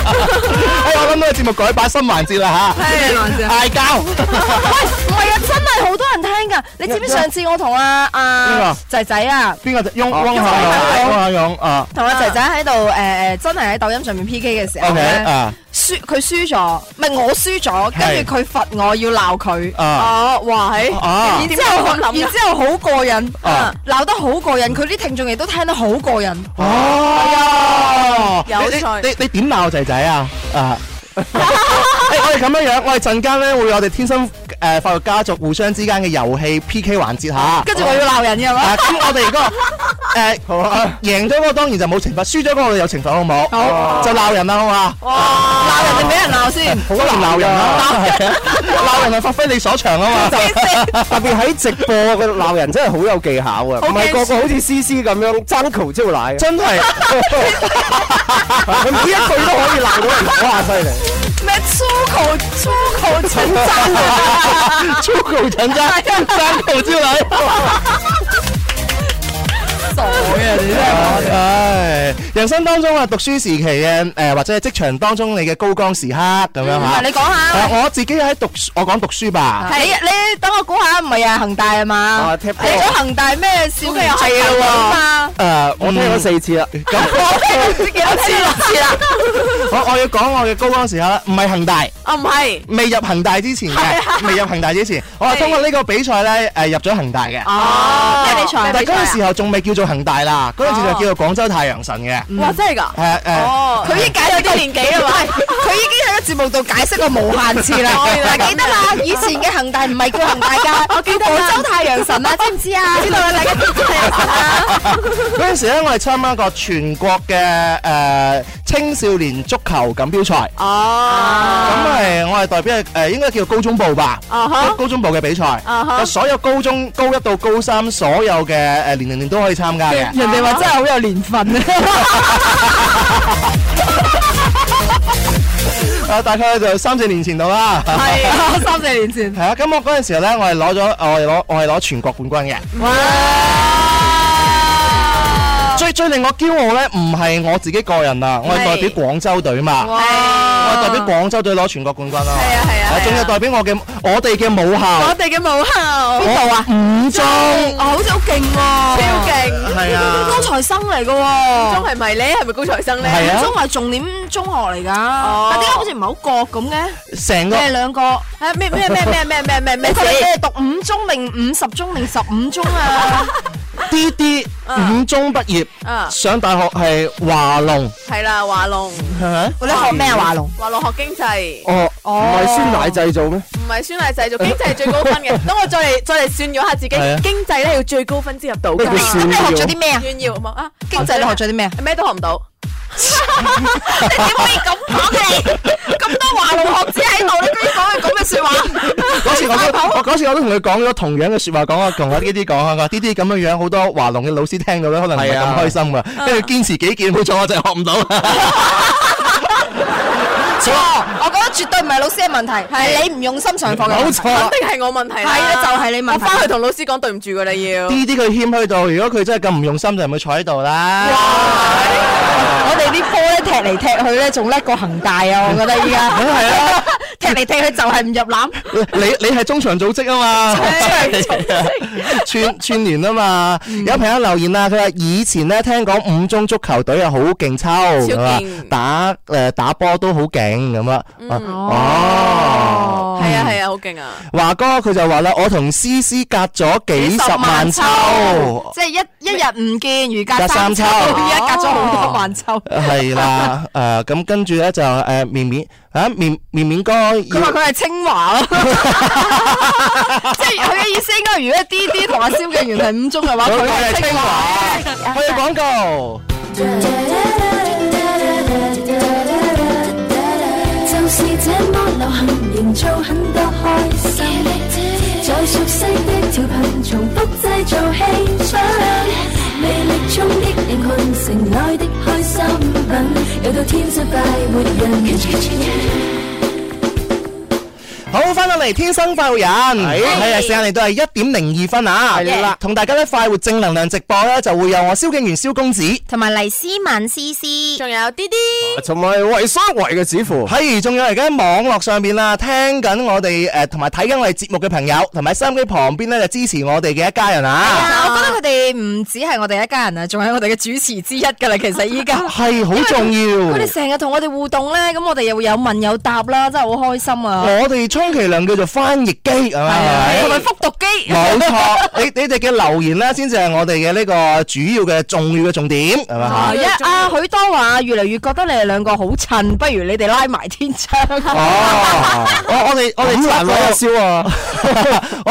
Speaker 2: 我諗到個節目改版新環節啦嚇，
Speaker 3: 係玩笑。
Speaker 2: 嗌交！
Speaker 3: 喂，唔係啊，真係好多人聽噶。你知唔知上次我同阿
Speaker 2: 邊
Speaker 3: 阿
Speaker 2: 個
Speaker 3: 仔仔啊？
Speaker 2: 邊個？翁翁下勇，翁下勇啊
Speaker 3: 同阿仔仔喺度誒誒，真係喺抖音上面 P K 嘅時候
Speaker 2: ！OK
Speaker 3: 咧，
Speaker 2: 啊！
Speaker 3: 輸佢輸咗，唔係我輸咗，跟住佢罰我要鬧佢。
Speaker 2: 啊
Speaker 3: 哦，哇係
Speaker 2: 啊
Speaker 3: 然之後
Speaker 5: 點解會咁諗
Speaker 3: 然
Speaker 5: 㗎
Speaker 3: 之後好過癮
Speaker 2: 啊，
Speaker 3: 鬧得好過癮，佢啲聽眾亦都聽得好過癮。啊
Speaker 2: 哦，
Speaker 5: 有
Speaker 2: 你
Speaker 5: 趣
Speaker 2: 你你你點鬧仔仔啊？啊！ 誒我哋咁樣樣，我哋陣間咧會有我哋天生誒法律家族互相之間嘅遊戲 PK 環節嚇。
Speaker 3: 跟住我要鬧人嘅係嘛？
Speaker 2: 啊，咁我哋 嗰個誒贏咗嗰個當然就冇懲罰，輸咗嗰個我哋有懲罰，好唔好？就鬧人啦，好嘛？
Speaker 3: 鬧人定俾人鬧先？
Speaker 2: 好難鬧人啊！ 鬧人係發揮你所長啊嘛。
Speaker 6: 特別喺直播嘅鬧人真係好有技巧啊！唔係個個好似 C C 咁樣爭嘈招奶，
Speaker 2: 真係，
Speaker 6: 佢唔知一句都可以鬧到人，哇犀利！
Speaker 3: 咩粗口粗口成真啊！
Speaker 2: 粗口人家三口招來，
Speaker 3: 傻嘅你真
Speaker 2: 唉，人生當中啊，讀書時期嘅誒，或者係職場當中你嘅高光時刻咁樣
Speaker 3: 唔
Speaker 2: 嚇。
Speaker 3: 嗯係你講下。
Speaker 2: 誒我自己喺讀書，我講讀書吧。
Speaker 3: 你你等我估下，唔係啊恒大啊嘛？
Speaker 6: 啊
Speaker 3: 你
Speaker 6: 踢波
Speaker 3: 講恒大咩少年足球隊嘛？
Speaker 2: 誒，我
Speaker 6: 我聽咗四次啦，
Speaker 2: 啊咁，
Speaker 3: 啊 我聽唔知幾啊多次六次啦。
Speaker 2: 我我要講我嘅高光時刻啦，唔係恒大。
Speaker 3: 哦
Speaker 5: 啊唔係，
Speaker 2: 未入恒大之前
Speaker 3: 啊
Speaker 2: 嘅，未入恒大之前，我係通過呢個比賽咧，誒入咗恒大嘅。啊
Speaker 3: 哦，咩比賽？哦
Speaker 2: 但係嗰陣時候仲未叫做恒大啦，嗰陣時就叫做廣州太陽神嘅。
Speaker 3: 嗯
Speaker 5: 哇真係㗎，
Speaker 2: 係啊誒，
Speaker 5: 哦，
Speaker 3: 佢已經解咗啲年紀啊嘛？佢已經係咗自節目度解釋過無限 次啦。嗱，記得啦，以前嘅恒大唔係叫恒大㗎，我記得廣州太陽 神啊，知唔知啊？知道啦，大家知唔知太陽神啊？
Speaker 2: 嗰陣時咧，我係參加過全國嘅誒、呃青少年足球錦標賽。
Speaker 1: 啊
Speaker 5: 哦，
Speaker 2: 咁係我係代表誒、呃，應該叫高中部吧
Speaker 5: 啊
Speaker 4: Uh-huh
Speaker 5: 哈
Speaker 2: 高中部嘅比賽
Speaker 5: 啊哈
Speaker 2: 就所有高中高一到高三所有嘅誒、呃年齡段都可以參加
Speaker 3: 啊
Speaker 2: 嘅。
Speaker 4: 人哋話真係好有年份啊！
Speaker 2: 啊，大概就三四年前度啦。
Speaker 4: 係三四年前，
Speaker 2: 係啊，咁我嗰陣時候咧，我係攞咗，我係攞，我係攞全國冠軍嘅。最最令我驕傲咧，唔係我自己個人啊，我係代表廣州隊嘛，我係代表廣州隊攞全國冠軍啦。係啊係啊，仲要代表我嘅我哋嘅母校
Speaker 5: 我哋嘅母校
Speaker 2: 邊度啊？五中
Speaker 5: 哦
Speaker 3: 好似好勁
Speaker 5: 超
Speaker 3: 喎，
Speaker 5: 勁，
Speaker 2: 係啊
Speaker 3: 高，材生嚟㗎喎。
Speaker 5: 中係咪咧？係咪高材生咧？
Speaker 2: 係啊
Speaker 3: 中，係重點中學嚟㗎，但點解好似唔係好覺咁嘅？
Speaker 2: 成
Speaker 3: 你
Speaker 2: 個
Speaker 3: 哋兩個，
Speaker 5: 啊咩咩咩咩咩咩咩
Speaker 3: 你
Speaker 5: 咩
Speaker 3: 哋你
Speaker 5: 事？
Speaker 3: 哋讀五中定五十中定十五中 啊？
Speaker 2: D D 五中畢業，
Speaker 5: 啊
Speaker 2: 上大學係華農，
Speaker 5: 係啦，華龍，
Speaker 2: 係咪？
Speaker 3: 你學咩啊？華龍
Speaker 5: 華龍學經濟，
Speaker 6: 哦，唔係酸奶製造咩？
Speaker 5: 唔係孫麗製造經濟係最高分 嘅。等我再嚟再嚟算咗下自己
Speaker 2: 係啊
Speaker 5: 經濟咧，要最高分先入到
Speaker 6: 咩叫
Speaker 5: 㗎。
Speaker 3: 咁
Speaker 6: 酸
Speaker 3: 你學咗
Speaker 6: 尿？
Speaker 3: 啲咩啊？
Speaker 5: 炫耀啊！
Speaker 3: 經濟你學咗啲咩啊？
Speaker 5: 咩都學 唔到。
Speaker 3: 你點可以咁講嘅？咁多華龍學子喺度，你居然講佢咁嘅説話？
Speaker 2: 嗰次我 都我嗰次我都同佢講咗同樣嘅説話，講啊同阿 D D 講啊，我話 D D 咁樣樣好多華農嘅老師聽到咧，可能唔係
Speaker 6: 係
Speaker 2: 咁
Speaker 6: 啊
Speaker 2: 開心噶，跟住堅持己見，冇錯我就係學唔到。
Speaker 3: 錯，我覺得絕對唔係老師嘅問題，係你唔用心上課嘅問題。
Speaker 2: 冇錯
Speaker 5: 肯定係我問題啦。
Speaker 3: 係啊就係你問題
Speaker 5: 我翻去同老師講對唔住噶啦，要。
Speaker 2: D D 佢謙虛到，如果佢真係咁唔用心，就唔會坐喺度啦。
Speaker 3: 我哋啲波咧踢嚟踢去咧，仲叻過恒大啊！我覺得依家係啊，踢嚟踢去就係唔入籃。
Speaker 2: 你你係中場組織啊嘛， 串串聯啊嘛。有朋友留言啦，佢話以前咧聽講五中足球隊啊好勁抽，咁啊
Speaker 5: 勁
Speaker 2: 打誒打波都好勁咁啊。哦，
Speaker 5: 係啊係啊，好勁啊！
Speaker 2: 華哥佢就話啦，我同思思隔咗幾十萬抽，
Speaker 3: 即係一一日唔見如隔
Speaker 2: 隔
Speaker 3: 三
Speaker 2: 三
Speaker 3: 秋，
Speaker 2: 秋
Speaker 3: 而家隔咗好多萬秋。
Speaker 2: 係啦誒咁跟住咧就誒綿綿啊綿綿綿哥
Speaker 3: 佢話
Speaker 2: 要。
Speaker 3: 佢係清華咯，即係佢嘅意思應該，如果 D D 同阿蕭敬元係五中嘅話，佢係清華。
Speaker 2: 去廣告。
Speaker 7: 就是這麼流行，營造很多開心。在熟悉的調頻，重複製造氣氛，魅力衝擊人群，城內的開心品，有到天生快活人。
Speaker 2: 好，翻到嚟《天生快活人》，係啊，時間嚟到係一點零二分啊，係啦，同大家咧快活正能量直播咧，就會有我蕭敬元、蕭公子，
Speaker 3: 同埋黎思敏思思，
Speaker 5: 仲有啲啲，
Speaker 6: 啊同埋衛生圍嘅指符。
Speaker 2: 係，仲有而家喺網絡上邊啦，聽緊我哋誒，同埋睇緊我哋節目嘅朋友，同埋收音機旁邊咧就支持我哋嘅一家人啊，
Speaker 3: 我覺得佢哋唔止係我哋一家人啊，仲係我哋嘅主持之一㗎啦。其實依家。
Speaker 2: 係好重
Speaker 3: 佢哋
Speaker 2: 要。
Speaker 3: 成日同我哋互動咧，咁我哋又會有問有答啦，真係好開心啊！
Speaker 2: 我哋充其量叫做翻譯機，係咪
Speaker 3: 同？埋復讀機，
Speaker 2: 冇錯，你你哋嘅留言咧，先至係我哋嘅呢個主要嘅重要嘅重點，係咪嚇？
Speaker 3: 啊一啊許多話越嚟越覺得你哋兩個好襯，不如你哋拉埋天窗。
Speaker 2: 哦，我我哋我哋
Speaker 6: 咁難為阿
Speaker 2: 七個，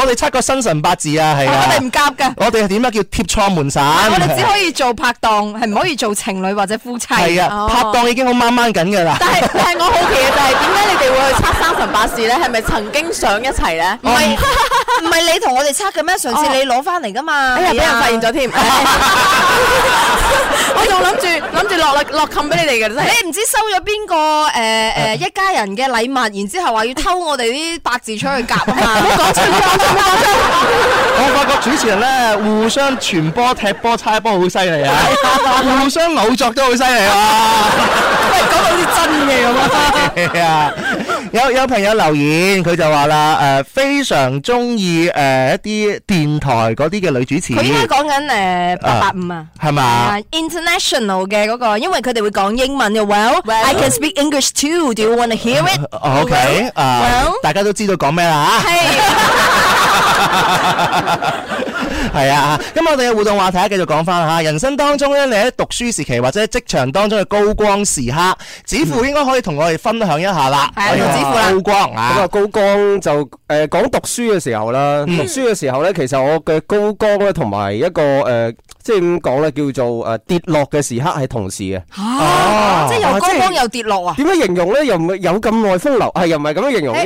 Speaker 2: 我哋七個生辰八字 啊，係
Speaker 3: 啊我哋
Speaker 2: 啊
Speaker 3: 唔，夾㗎，
Speaker 2: 我哋係點啊叫貼錯門散，
Speaker 3: 我哋只可以做拍檔，係唔可以做情侶或者夫妻。哦
Speaker 2: 係啊，拍檔已經好掹掹緊 㗎啦。
Speaker 5: 但係但係我好奇嘅就係點解你哋會去測三神八士咧？係咪曾經想一齊咧？
Speaker 3: 唔係 唔係你同我哋測嘅咩？上次你攞翻嚟㗎嘛？啊
Speaker 5: 哦哎呀，俾人發現咗添！ 我仲諗住諗住落落冚俾你哋嘅真係。啊
Speaker 3: 你唔知收咗邊個誒誒一家人嘅禮物，然之後話要偷我哋啲八字出去夾 啊嘛！唔好講出嚟，
Speaker 2: 我發覺主持人咧互相傳波、踢波、猜波好犀 利啊，互相老作都好犀利啊。
Speaker 3: 喂，講到好似 真嘅咁啊！
Speaker 2: 係啊，有有朋友留言，佢就話啦，誒、呃非常中意誒一啲電台嗰啲嘅女主持，
Speaker 3: 佢依家講緊誒八八五啊。
Speaker 2: 係
Speaker 3: 啊
Speaker 2: 嘛？
Speaker 3: ，international 嘅嗰個，因為佢哋會講英文嘅。Well, I can speak English too. Do you want to hear it?
Speaker 5: Oh,
Speaker 2: O K，啊
Speaker 3: Well，
Speaker 2: 大家都知道講咩啦嚇。
Speaker 3: 係
Speaker 2: 係啊，咁我哋嘅互動話題啊繼續講翻吓，人生當中咧，你喺讀書時期或者喺職場當中嘅高光時刻，指父應該可以同我哋分享一下啦。
Speaker 5: 係啊同子父啦
Speaker 2: 高光
Speaker 4: 咁啊，
Speaker 2: 啊，
Speaker 4: 高光就誒、呃、講讀書嘅時候啦，讀書嘅時候咧，其實我嘅高光咧，同埋一個誒、呃即係點講咧，叫做誒、呃跌落嘅時刻係同時嘅。
Speaker 5: Oh，
Speaker 3: 啊即係又高光又跌落啊！
Speaker 4: 點樣形容咧？又唔係有咁耐風流，係又唔係咁樣形容，應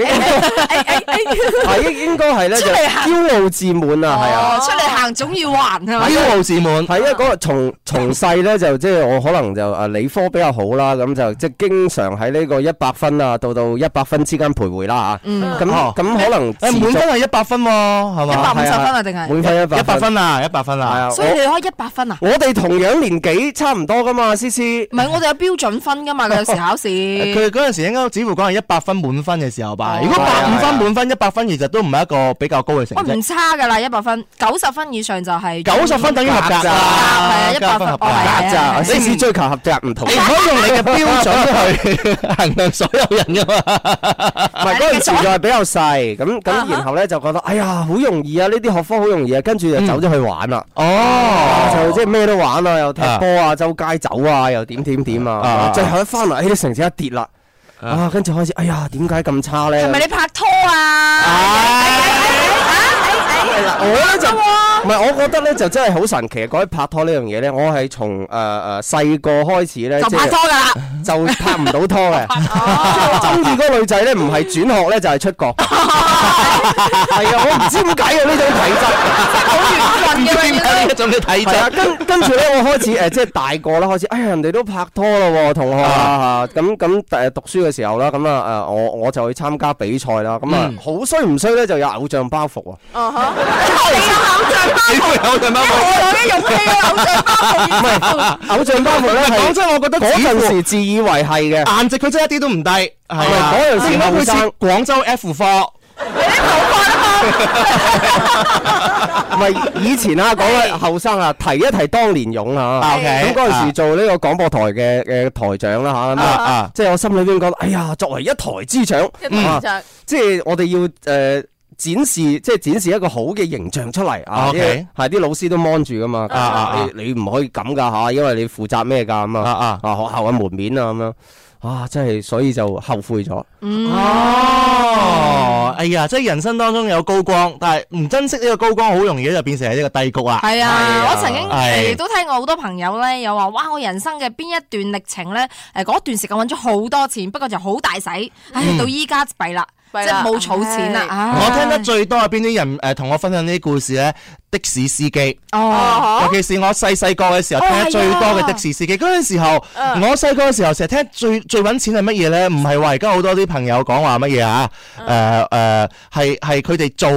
Speaker 4: 係應應該係咧就
Speaker 3: 出嚟行
Speaker 4: 驕傲自滿啊，係啊。
Speaker 3: 哦，出嚟行總要還係
Speaker 5: 哎
Speaker 3: 嘛？
Speaker 2: 驕傲自滿。
Speaker 4: 係因為啊嗰個從從細咧就即係我可能就啊理科比較好啦，咁就即係經常喺呢個一百分啊到到一百分之間徘徊啦嚇。咁咁可能
Speaker 2: 哦誒
Speaker 4: 持
Speaker 2: 滿
Speaker 4: 續
Speaker 2: 分係一百分喎，係
Speaker 3: 嗯一百
Speaker 2: 嘛？
Speaker 3: 五十
Speaker 4: 係啊
Speaker 3: 分啊，定係？
Speaker 4: 滿分一百
Speaker 2: 一百分啊，一百分
Speaker 4: 係
Speaker 2: 啊
Speaker 4: 啊，。
Speaker 3: 所以你可以一百分啊？
Speaker 4: 我哋同樣年紀差唔多噶嘛，思思。
Speaker 3: 唔係，我哋有標準分噶 嘛，佢有時考試。
Speaker 2: 佢嗰陣時應該指乎講係一百分滿分嘅時候吧。
Speaker 3: 哦
Speaker 2: 如果
Speaker 4: 係
Speaker 2: 百
Speaker 4: 啊
Speaker 2: 五
Speaker 4: 係啊
Speaker 2: 分滿分一百分，其實都唔係一個比較高嘅成
Speaker 3: 我唔
Speaker 2: 績。
Speaker 3: 差噶啦，一百分，九十分以上就係
Speaker 2: 九十分等於合格
Speaker 4: 合格
Speaker 3: 啊係啊
Speaker 2: 啦，
Speaker 3: 100
Speaker 2: 加分合格
Speaker 3: 分哦係啊
Speaker 4: 合咋？
Speaker 3: 係
Speaker 4: 思思追求合咋唔同。
Speaker 2: 你唔可以用你嘅標準去衡量所有人噶嘛。
Speaker 4: 唔係嗰陣時就係比較細，咁
Speaker 3: 啊
Speaker 4: 咁然後咧就覺得，哎呀，好容易啊！呢啲學科好容易啊，跟住就走咗去玩啦。啊
Speaker 2: 嗯哦，
Speaker 4: 就即係咩都玩啊，又踢波啊，周街走啊，又點點點啊
Speaker 2: 啊，
Speaker 4: 最後一翻嚟，哎啲成績一跌啦，啊，跟住開始，哎呀，點解咁差 咧？
Speaker 3: 係咪你拍拖啊？
Speaker 4: 我咧就
Speaker 3: 啊
Speaker 4: 唔係，我覺得咧就真係好神奇。講起拍拖呢樣嘢咧，我係從誒誒細個開始咧，
Speaker 3: 就
Speaker 4: 即
Speaker 3: 拍
Speaker 4: 係
Speaker 3: 拖噶啦，哦
Speaker 4: 就拍唔到 拖嘅。中意嗰個女仔咧，唔係轉學咧，就係出國。 係啊，我唔知點解有呢種體 質。
Speaker 3: 好緣分嘅
Speaker 2: 點
Speaker 3: 嘛
Speaker 2: 解呢一種嘅體
Speaker 4: 係啊，
Speaker 2: 質？
Speaker 4: 跟跟住咧，我開始誒，即係大個啦，開始，哎呀，人哋都拍拖啦喎，同學啊，咁咁誒讀書嘅時候啦，咁啊誒，我我就去參加比賽啦，咁
Speaker 3: 嗯
Speaker 4: 啊好衰唔衰咧，就有偶像包袱喎。
Speaker 2: 你會有咁樣冇？
Speaker 3: 我嘅勇氣啊，偶像包袱。
Speaker 4: 偶像包袱咧
Speaker 2: 講
Speaker 4: 係
Speaker 2: 真，我覺得
Speaker 4: 嗰陣
Speaker 2: 時
Speaker 4: 時自以為係嘅，
Speaker 2: 顏值佢真係一啲都唔低，係啊，
Speaker 4: 嗰陣時
Speaker 2: 點解會似
Speaker 4: 後生
Speaker 2: 廣州 F 科？
Speaker 4: 唔係以前啊，講嘅後生啊，提一提當年勇啊。
Speaker 2: 啊，OK，
Speaker 4: 咁嗰陣時做呢個廣播台嘅嘅台長啦嚇，咁
Speaker 2: 啊
Speaker 4: 啊
Speaker 2: 啊，
Speaker 4: 即係我心裏邊覺得，哎呀，作為一台之長，啊
Speaker 5: 就
Speaker 4: 即係我哋要誒。展示即係展示一個好嘅形象出嚟啊！啲
Speaker 2: OK
Speaker 4: 係啲老師都 mon 住噶嘛，
Speaker 2: 啊啊
Speaker 4: 你你唔可以咁噶嚇，因為你負責咩㗎咁
Speaker 2: 啊
Speaker 4: 啊
Speaker 2: 啊，
Speaker 4: 啊學校嘅門面啊咁樣啊，真係所以就後悔咗。
Speaker 2: 哦，哎呀，即係人生當中有高光，但係唔珍惜呢個高光，好容易就變成係一個低谷啦。
Speaker 3: 係啊，我曾經
Speaker 2: 係
Speaker 3: 誒都聽過好多朋友咧，有話哇，我人生嘅邊一段歷程咧，誒嗰段時間揾咗好多錢，不過就好大使，唉，到依家弊啦，即
Speaker 5: 弊啦
Speaker 3: 係冇儲錢啦。唉
Speaker 2: 嗯我聽得最多係邊啲人誒同我分享呢啲故事咧？的士司機，
Speaker 3: 哦，
Speaker 2: 啊尤其是我細細個嘅時候
Speaker 3: 哦
Speaker 2: 聽得最多
Speaker 3: 係
Speaker 2: 嘅
Speaker 3: 啊嗯
Speaker 2: 的士司機。嗰陣時候，我細個嘅時候成日聽最最揾錢係乜嘢咧？唔係話而家好多啲朋友講話乜嘢啊？
Speaker 3: 嗯
Speaker 2: 誒誒，係係佢哋做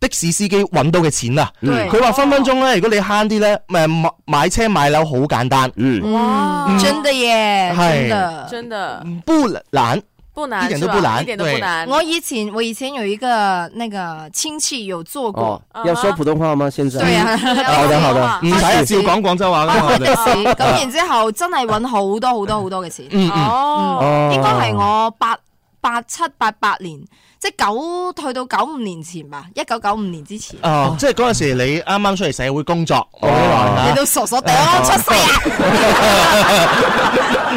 Speaker 2: 的士司機揾到嘅錢啊！
Speaker 3: 對
Speaker 2: 佢話分分鐘咧，如果你慳啲咧，誒買買車買樓好簡單，
Speaker 4: 嗯，
Speaker 5: 哇，
Speaker 3: 真的耶，
Speaker 2: 係
Speaker 3: 真的。
Speaker 5: 真的
Speaker 2: 不懶。
Speaker 5: 不难，
Speaker 2: 一点都
Speaker 5: 是吧
Speaker 2: 不难
Speaker 5: 一点都不
Speaker 2: 对
Speaker 5: 难。
Speaker 3: 我以前我以前有一個那個親戚有做過
Speaker 4: 哦，，要說普通話嗎？現在
Speaker 3: 對啊，
Speaker 4: 好的好嗯的
Speaker 2: 唔使啊，照講廣州話㗎嘛我
Speaker 3: 的士
Speaker 2: 哋。
Speaker 3: 哦咁
Speaker 4: 啊
Speaker 3: 然之後真係揾好多好多好多嘅錢，
Speaker 2: 啊嗯嗯，
Speaker 5: 哦，
Speaker 4: 哦
Speaker 3: 應該係我八八七八八年，即係九去到九五年前吧，一九九五年之前，
Speaker 2: 哦，即係嗰陣時你啱啱出嚟社會工作，我啊
Speaker 3: 你
Speaker 2: 呢
Speaker 3: 都傻傻地我出世啊，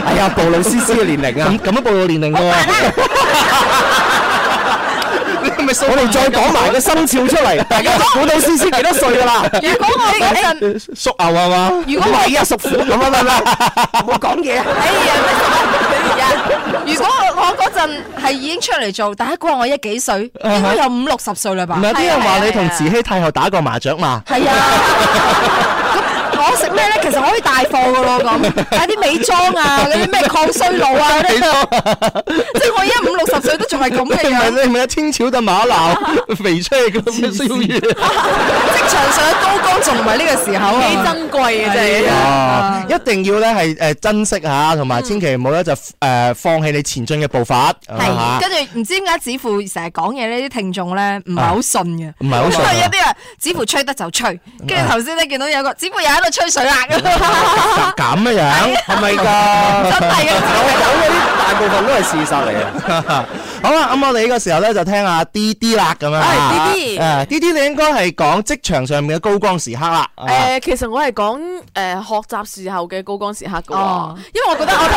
Speaker 4: 哎呀，暴露思思嘅年齡啊
Speaker 2: 咁！咁樣暴露年齡㗎
Speaker 3: 啊
Speaker 2: 喎。你係咪數
Speaker 4: 我哋再講埋個生肖出 嚟，大家就估到思思幾多歲噶啦？
Speaker 3: 如果我嗰陣，
Speaker 2: 屬牛係嘛？
Speaker 3: 如
Speaker 4: 唔
Speaker 3: 果我
Speaker 4: 係啊，屬虎咁啊，唔係唔係，唔好講嘢啊！
Speaker 3: 哎呀，咪傻如果我我嗰陣係已經出嚟做，但係估下我一幾歲，
Speaker 2: Ờ, Uh-huh
Speaker 3: 應該有五六十歲啦吧
Speaker 2: 唔。係有啲
Speaker 5: 係
Speaker 2: 人
Speaker 5: 啊
Speaker 2: 話
Speaker 5: 係
Speaker 2: 你
Speaker 5: 啊
Speaker 2: 同慈禧太后打過麻雀嘛？
Speaker 3: 係啊，咁我食咩咧？其實可以大貨噶咯， 咁買啲美妝啊，嗰啲咩抗衰老啊，嗰啲，即係我依家五六十歲都仲係咁嘅
Speaker 2: 你咪
Speaker 3: 樣，
Speaker 2: 你咪有清朝嘅馬騮肥出嚟咁嘅歲月。
Speaker 3: 職場上嘅高光仲唔係呢個時候
Speaker 5: 幾
Speaker 3: 啊？
Speaker 5: 珍貴啊，真係。
Speaker 2: Ờ. 哦，一定要咧係誒珍惜下，同埋千祈唔好咧就誒放棄你前進嘅步伐，
Speaker 3: 係，
Speaker 2: 嚇
Speaker 3: 跟住唔知點解子父成日講嘢呢啲聽眾咧唔係好信嘅，
Speaker 2: 唔係好
Speaker 3: 因為
Speaker 2: 順
Speaker 3: 有。啲人子父吹得就吹，跟住頭先咧見到有個子父又喺度吹水啦，咁真
Speaker 2: 咁嘅樣係咪㗎？
Speaker 4: 啊
Speaker 3: 係嘅。
Speaker 4: 我講嗰啲大部分都係事實嚟嘅。
Speaker 2: 好啦，咁我哋呢個時候咧就聽下 D D 啦，咁樣啊。
Speaker 5: 係，D D
Speaker 2: 誒，D D 你應該係講職場上面嘅高光時刻啦。啊
Speaker 5: 诶、其實我係講诶学习時候嘅高光時刻噶，
Speaker 3: 哦
Speaker 5: 因為我覺得我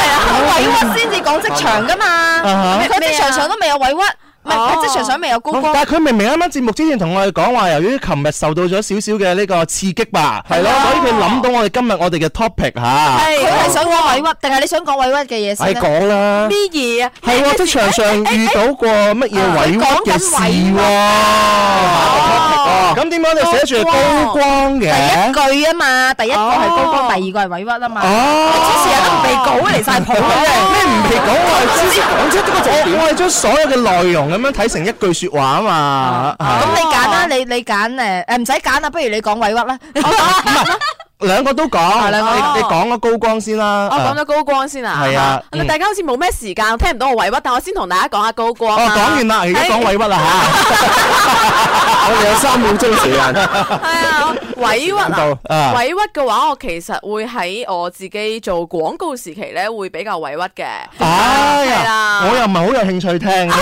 Speaker 5: 頭先係啊，
Speaker 3: 委屈先至講職場噶嘛，佢職場上都未有委屈，唔係
Speaker 5: 哦
Speaker 3: 佢職場上未有高
Speaker 2: 哦
Speaker 3: 光。
Speaker 2: 但係佢明明啱啱節目之前同我哋講話，由於琴日受到咗少少嘅呢個刺激吧，係咯，所以佢諗到我哋今日我哋嘅 topic 吓。
Speaker 5: 係
Speaker 3: 佢係想講委屈，定係你想講委屈嘅嘢
Speaker 2: 係
Speaker 3: 先咧？
Speaker 2: 講啦。
Speaker 5: 咩嘢啊？
Speaker 2: 係喎，職場上遇到過乜嘢委屈嘅事喎？
Speaker 5: 哦
Speaker 2: 咁點解你寫住係高光
Speaker 3: 第
Speaker 2: 嘅？哦
Speaker 3: 一句啊嘛，第一個係高光，第二個係委屈啊嘛。主持人都唔被稿嚟晒譜嘅，
Speaker 2: 咩唔係講我係先講出呢個重點，我啊係將所有嘅內容咁樣睇成一句説話啊嘛。
Speaker 3: 咁
Speaker 2: 係
Speaker 3: 你揀啦，你你揀誒誒唔使揀啦，不如你講委屈啦。
Speaker 2: 兩個都講，你你講個高光先啦。
Speaker 5: 我講咗高光先啊，
Speaker 2: 啊係啊
Speaker 5: 係嘛
Speaker 2: 嗯
Speaker 5: 大家好似冇咩時間，聽唔到我委屈，但我先同大家講下高光
Speaker 2: 哦，
Speaker 5: 啊。
Speaker 2: 講完啦，而家講委屈啦嚇。
Speaker 4: 我哋有三秒鐘時間。
Speaker 5: 係啊，委屈
Speaker 2: 到啊
Speaker 5: 啊，委屈嘅話，我其實會喺我自己做廣告時期咧，會比較委屈 嘅。
Speaker 2: 哎
Speaker 5: 係
Speaker 2: 呀，
Speaker 5: 啦
Speaker 2: 我又唔係好有興趣 聽。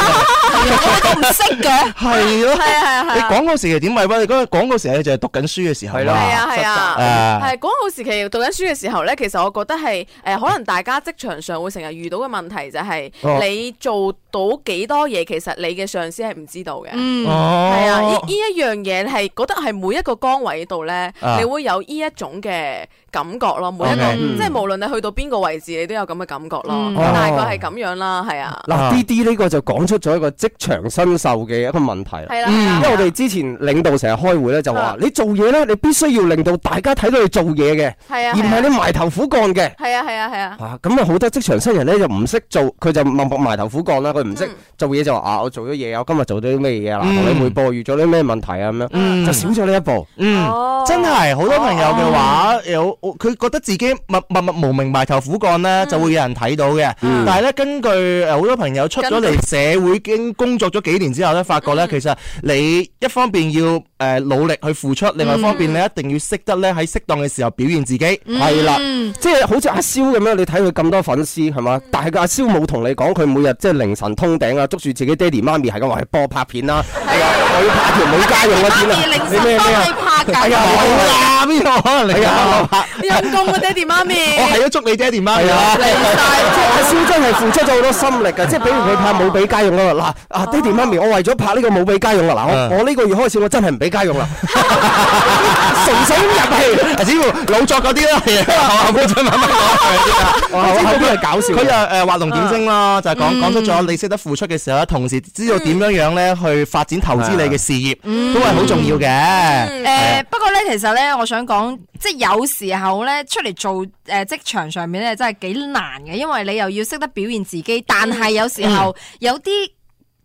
Speaker 3: 我都唔識嘅，
Speaker 2: 係咯，
Speaker 5: 係啊係啊
Speaker 2: 你
Speaker 5: 係啊
Speaker 2: 廣告時期點委屈？你嗰個廣告時期你就係讀緊書嘅時候。係
Speaker 5: 係啊係啊，
Speaker 2: 啊
Speaker 5: 係廣告時期讀緊書嘅時候咧，其實我覺得係誒、可能大家職場上會成日遇到嘅問題就係、
Speaker 2: 哦
Speaker 5: 你做到幾多嘢，其實你嘅上司係唔知道嘅。
Speaker 3: 嗯
Speaker 2: 哦，
Speaker 5: 係啊，呢呢一樣嘢係覺得係每一個崗位度咧，
Speaker 2: 啊
Speaker 5: 你會有呢一種嘅感覺咯。每一個
Speaker 2: OK
Speaker 5: 即係無論你去到邊個位置，你都有咁嘅感覺咯。
Speaker 3: 嗯
Speaker 5: 大概係咁樣啦，係啊，
Speaker 4: 嗱，D D 呢個就講出咗一個職場新秀嘅一個問題啦。嗯
Speaker 5: 係啦，
Speaker 2: 嗯
Speaker 4: 因
Speaker 5: 係啦
Speaker 4: 為我哋之前領導成日開會咧，就話
Speaker 5: 啊
Speaker 4: 你做嘢咧，你必須要令到大家睇到你做嘢嘅，
Speaker 5: 係
Speaker 4: 而
Speaker 5: 啊，
Speaker 4: 唔係
Speaker 5: 係
Speaker 4: 你埋頭苦幹嘅。
Speaker 5: 啊，係啊，係啊，
Speaker 4: 啊，咁啊好多職場新人咧就唔識做，佢就默默埋頭苦幹啦，佢唔識
Speaker 5: 嗯
Speaker 4: 做嘢就話啊，我做咗嘢啊，我今日做咗啲咩嘢啊，嗱
Speaker 2: 嗯
Speaker 4: 同你匯報遇咗啲咩問題啊咁樣，就少咗呢一步。
Speaker 2: 嗯。
Speaker 5: 哦
Speaker 2: 真係好多朋友嘅話，有佢覺得自己默默默無名埋頭苦幹咧，就會有人睇到嘅。但係咧，根據誒好多朋友出咗嚟社會經工作咗幾年之後咧，發覺咧，其實你一方面要誒努力去付出，另外一方面你一定要識得咧喺適當嘅時候表現自己。
Speaker 1: 嗯
Speaker 2: 係啦，
Speaker 3: 嗯
Speaker 2: 嗯
Speaker 4: 即係好似阿蕭咁樣，你睇佢咁多粉絲係嘛？但係阿蕭冇同你講，佢每日即係凌晨通頂啊，捉住自己爹哋媽咪係咁話去幫我拍片啦，係啊，我要拍條冇家用嘅
Speaker 3: 媽
Speaker 4: 片
Speaker 3: 咪
Speaker 4: 啊，
Speaker 3: 凌
Speaker 4: 你
Speaker 3: 晨
Speaker 4: 咩咩
Speaker 3: 幫你
Speaker 4: 啊？
Speaker 3: 拍緊。
Speaker 4: 係啊，冇啦。
Speaker 2: 啊邊個可能你啊？
Speaker 5: 陰公啊，爹哋媽咪，
Speaker 2: 我係都祝你爹哋媽咪啊！
Speaker 4: 即係阿蕭真係付出咗好多心力㗎，即係比如佢拍冇俾家用嗰個嗱，啊爹哋媽咪，我為咗拍呢個冇俾家用啦，
Speaker 2: 啊
Speaker 4: 嗱我我呢個月開始我真係唔俾家 用啦，啊純粹咁入戲，
Speaker 2: 啊只要老作嗰啲啦，係啊，我真慢慢講
Speaker 4: 哇後邊係搞笑
Speaker 2: 佢又誒畫龍點睛啦，就係講講出咗你識得付出嘅時候咧，同時知道點樣樣咧去發展投資你嘅事業，都係好重要
Speaker 3: 嗯
Speaker 2: 嘅。
Speaker 3: 誒不過咧，其實咧，我想講，即係有時候咧，出嚟做誒職場上面咧，真係幾難嘅，因為你又要識得表現自己，但係有時
Speaker 2: 嗯
Speaker 3: 候有啲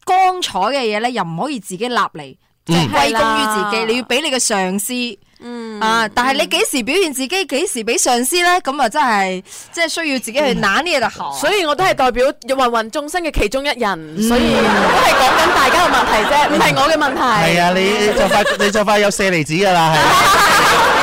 Speaker 3: 光彩嘅嘢咧，又唔可以自己立嚟，即
Speaker 2: 嗯
Speaker 3: 係歸功於自
Speaker 2: 啊
Speaker 5: 係
Speaker 3: 己，
Speaker 5: 啦
Speaker 3: 你要俾你嘅上司。
Speaker 5: 嗯
Speaker 3: 啊！但係你幾時表現自己，幾時俾上司咧？咁啊，真係即係需要自己去揦呢嘢就行。
Speaker 5: 所以我都係代表芸芸眾生嘅其中一人，所以嗯都係講緊大家嘅問題啫，唔係我嘅問題。
Speaker 2: 係啊，你就快你就快有舍離子㗎啦，係啊。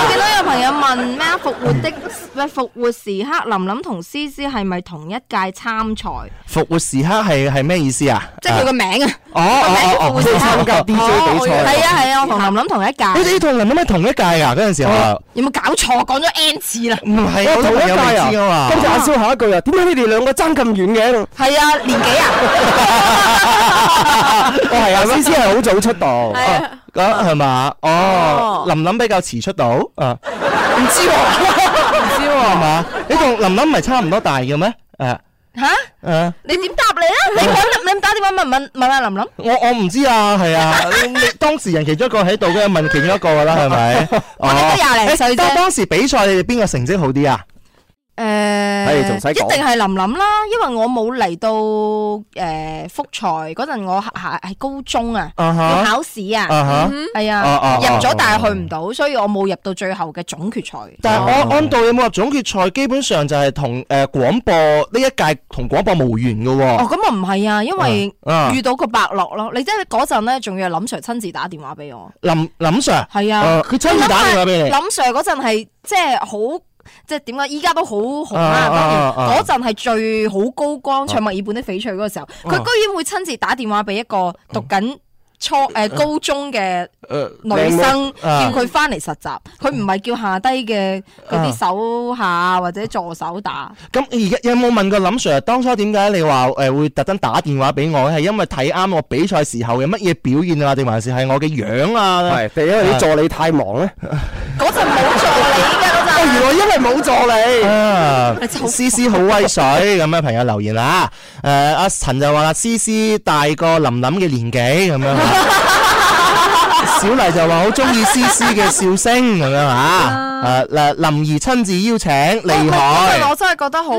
Speaker 3: 我見到有朋友問咩啊復活的咩復活時刻，林琳同思思係咪同一屆參賽？
Speaker 2: 復活時刻係係咩意思啊？
Speaker 3: 即係佢個名啊！
Speaker 2: 哦哦哦，
Speaker 3: 即係參
Speaker 2: 加 DJ 比
Speaker 3: 係啊係啊，我同林琳同一
Speaker 2: 你
Speaker 3: 屆，
Speaker 2: 哋同林林咪同一屆啊㗎嗰陣時候，
Speaker 3: 有冇搞錯？講咗 N 次啦，
Speaker 2: 唔係
Speaker 4: 我
Speaker 2: 我
Speaker 4: 同
Speaker 2: 同
Speaker 4: 一
Speaker 2: 一屆
Speaker 4: 屆
Speaker 2: 啊
Speaker 4: 啊，
Speaker 2: 嘛
Speaker 4: 跟。住阿蕭下一句啊，點解你哋兩個爭咁遠嘅？
Speaker 3: 係啊，年 紀啊，
Speaker 4: 我係啊， 思思係好早出道。
Speaker 2: 咁哦係嘛？哦
Speaker 5: 哦，
Speaker 2: 林林比較遲出道啊，
Speaker 4: 唔知喎，
Speaker 2: 唔知喎係嘛？你同林林唔係差唔多大嘅咩？啊誒
Speaker 3: 吓？
Speaker 2: 誒，
Speaker 3: 你點答你啊？ 你揾你唔打電話問問問啊下林琳，
Speaker 2: 我我唔知啊，係 啊，你當事人其中一個喺度嘅，問其中一個㗎啦，係咪？ 我
Speaker 3: 哋都廿零歲啫
Speaker 2: 當當時比賽，你哋邊個成績好啲啊？
Speaker 4: 係仲使
Speaker 3: 誒，
Speaker 4: 講
Speaker 3: 一定係林琳啦，因為我冇嚟到誒復賽嗰陣，我係係高中啊，
Speaker 2: 啊
Speaker 3: 要
Speaker 2: 哈
Speaker 3: 考試啊，
Speaker 2: 啊哈！
Speaker 3: 係
Speaker 2: 哦
Speaker 3: 啊
Speaker 2: 哦，
Speaker 3: 入
Speaker 2: 哦
Speaker 3: 咗但係
Speaker 2: 哦
Speaker 3: 去唔到，所以我冇入到最後嘅總決賽。
Speaker 2: 但係
Speaker 3: 哦
Speaker 2: 安安道有冇入總決賽？基本上就係同誒廣播呢一屆同廣播無緣嘅
Speaker 3: 哦，
Speaker 2: 喎。
Speaker 3: 咁啊唔係啊，因為
Speaker 2: 啊
Speaker 3: 遇到個伯樂咯。你即係嗰陣咧，仲要係林 Sir 親自打電話俾我。
Speaker 2: 林林 Sir
Speaker 3: 係啊，
Speaker 2: 哦佢親自打電話俾你
Speaker 3: 林 Sir 嗰陣係即係好即係點解依家都好紅啦
Speaker 2: 啊。
Speaker 3: 當然
Speaker 2: 啊啊
Speaker 3: 嗰陣係最好高光唱墨爾本的翡翠嗰個時候，佢居然會親自打電話俾一個讀緊初誒高中嘅女生，
Speaker 2: 嗯呃啊
Speaker 3: 叫佢翻嚟實習。佢唔係叫下低嘅嗰啲手下或者助手打。
Speaker 2: 咁而家有冇問過林 Sir 當初點解你話誒會特登打電話俾我咧？係因為睇啱我比賽時候嘅乜嘢表現啊，定還是係我嘅樣啊？
Speaker 4: 係，因為啲助理太忙啊咧。
Speaker 3: 嗰陣冇助理
Speaker 2: 哎
Speaker 3: 嘅嗰陣。
Speaker 2: 哦
Speaker 4: 原來因為冇助理。
Speaker 2: 啊
Speaker 3: 真係好
Speaker 2: 思思好威水咁啊！朋友留言啦，誒阿陳就話啦，思思大過林林嘅年紀咁樣啊。 小麗就話好中意思思嘅笑聲咁樣啊！誒嗱，林兒親自邀請，厲
Speaker 3: 嗰陣
Speaker 2: 害
Speaker 3: 我真係覺得好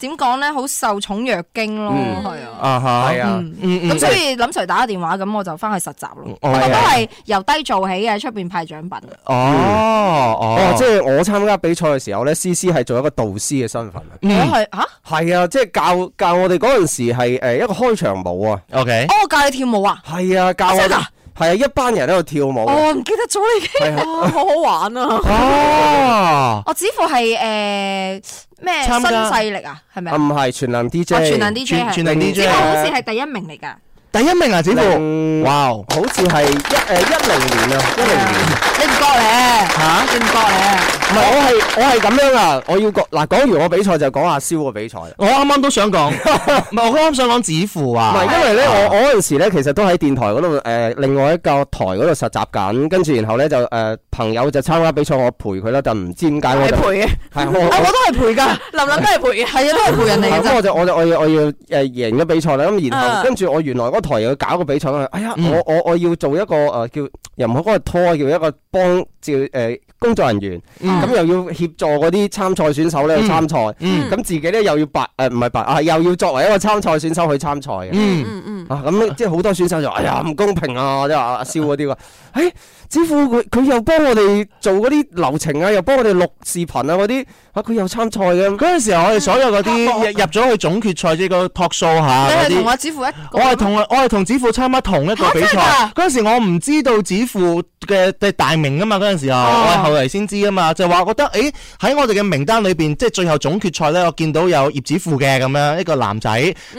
Speaker 3: 點講咧，好受寵若驚咯，係啊。
Speaker 2: 啊哈！
Speaker 4: 係啊，
Speaker 2: 嗯嗯
Speaker 3: 咁所以林 Sir 打個電話，咁我就翻去實習咯。
Speaker 2: 哦
Speaker 3: 不過都係由低做起嘅，出邊派獎品。
Speaker 2: 哦哦
Speaker 4: 哦，，即係我參加比賽嘅時候咧，思思係做一個導師嘅身份。啊
Speaker 2: 嗯
Speaker 3: 我係吓，
Speaker 4: 係啊，即係教教我哋嗰陣時係誒一個開場舞啊。
Speaker 2: OK。
Speaker 3: 哦教你跳舞啊！
Speaker 4: 係啊，教我
Speaker 3: 真
Speaker 4: 哋
Speaker 3: 㗎
Speaker 4: 係啊，一班人喺度跳舞。
Speaker 3: 哦，唔記得咗你嘅。
Speaker 5: 哇好好玩啊！
Speaker 2: 哦，
Speaker 3: 我似乎係诶咩新
Speaker 2: 參加
Speaker 3: 勢力啊，係咪
Speaker 4: 啊，
Speaker 3: 啊？
Speaker 4: 唔係全能 DJ，
Speaker 3: 哦全能 DJ
Speaker 2: 全全
Speaker 3: 係。
Speaker 2: 能 DJ，
Speaker 3: 呢個好似係第一名嚟㗎。
Speaker 2: 第一名啊，子
Speaker 4: 零
Speaker 2: 富，哇哦，
Speaker 4: 好似係一誒一零年啊，一零年。
Speaker 3: 你唔覺咧？
Speaker 2: 吓
Speaker 3: 你唔覺咧？
Speaker 4: 唔係，我係我係咁樣啊！我要講嗱，講完我比賽就講阿蕭個比賽啦。
Speaker 2: 我啱啱都 想講，唔係我啱啱想講子富
Speaker 4: 唔
Speaker 2: 啊，
Speaker 4: 係，因為咧，我我嗰陣時咧，其實都喺電台嗰度誒，另外一個台嗰度實習緊，跟住然後咧就誒、呃朋友就參加比賽，我陪佢啦，就唔知點解我
Speaker 5: 係
Speaker 4: 就
Speaker 5: 陪嘅，
Speaker 4: 係我我
Speaker 3: 都係陪㗎，
Speaker 5: 林林 都係陪嘅，
Speaker 3: 係啊，都係陪人哋嘅
Speaker 4: 咁
Speaker 3: 啫。
Speaker 4: 我就我就我要我要誒贏咗比賽啦，咁然後
Speaker 5: 啊
Speaker 4: 跟住我原來嗰台又要搞個比賽，我話哎呀，
Speaker 2: 嗯
Speaker 4: 我我我要做一個誒、呃叫又唔好講係拖，叫一個幫照誒工作人員，
Speaker 2: 嗯
Speaker 4: 咁又要協助嗰啲參賽選手咧去
Speaker 2: 嗯
Speaker 4: 參賽，咁自己咧又要白誒唔係白啊，又要作為一個參賽選手去參賽嘅。
Speaker 2: 嗯，
Speaker 5: 嗯嗯，
Speaker 4: 啊，咁即係好多選手就哎呀唔公平啊！即係話阿蕭嗰啲話，誒子富佢佢又幫我哋做嗰啲流程啊，又幫我哋錄視頻啊嗰啲，啊佢又參賽嘅。
Speaker 2: 嗰陣時候我哋所有嗰啲入入咗去總決賽呢個托數下
Speaker 3: 你
Speaker 2: 啊嗰
Speaker 3: 係同
Speaker 2: 啲。
Speaker 3: 我子乎一個
Speaker 2: 我係同我係同子富參加同一個比賽，
Speaker 3: 嚇
Speaker 2: 嗰陣時我唔知道子富嘅嘅大名噶嘛，嗰陣時候我係後嚟先知噶嘛，就話覺得誒喺我哋嘅名單裏邊，即係最後總決賽咧，我見到有葉子富嘅咁樣一個男仔，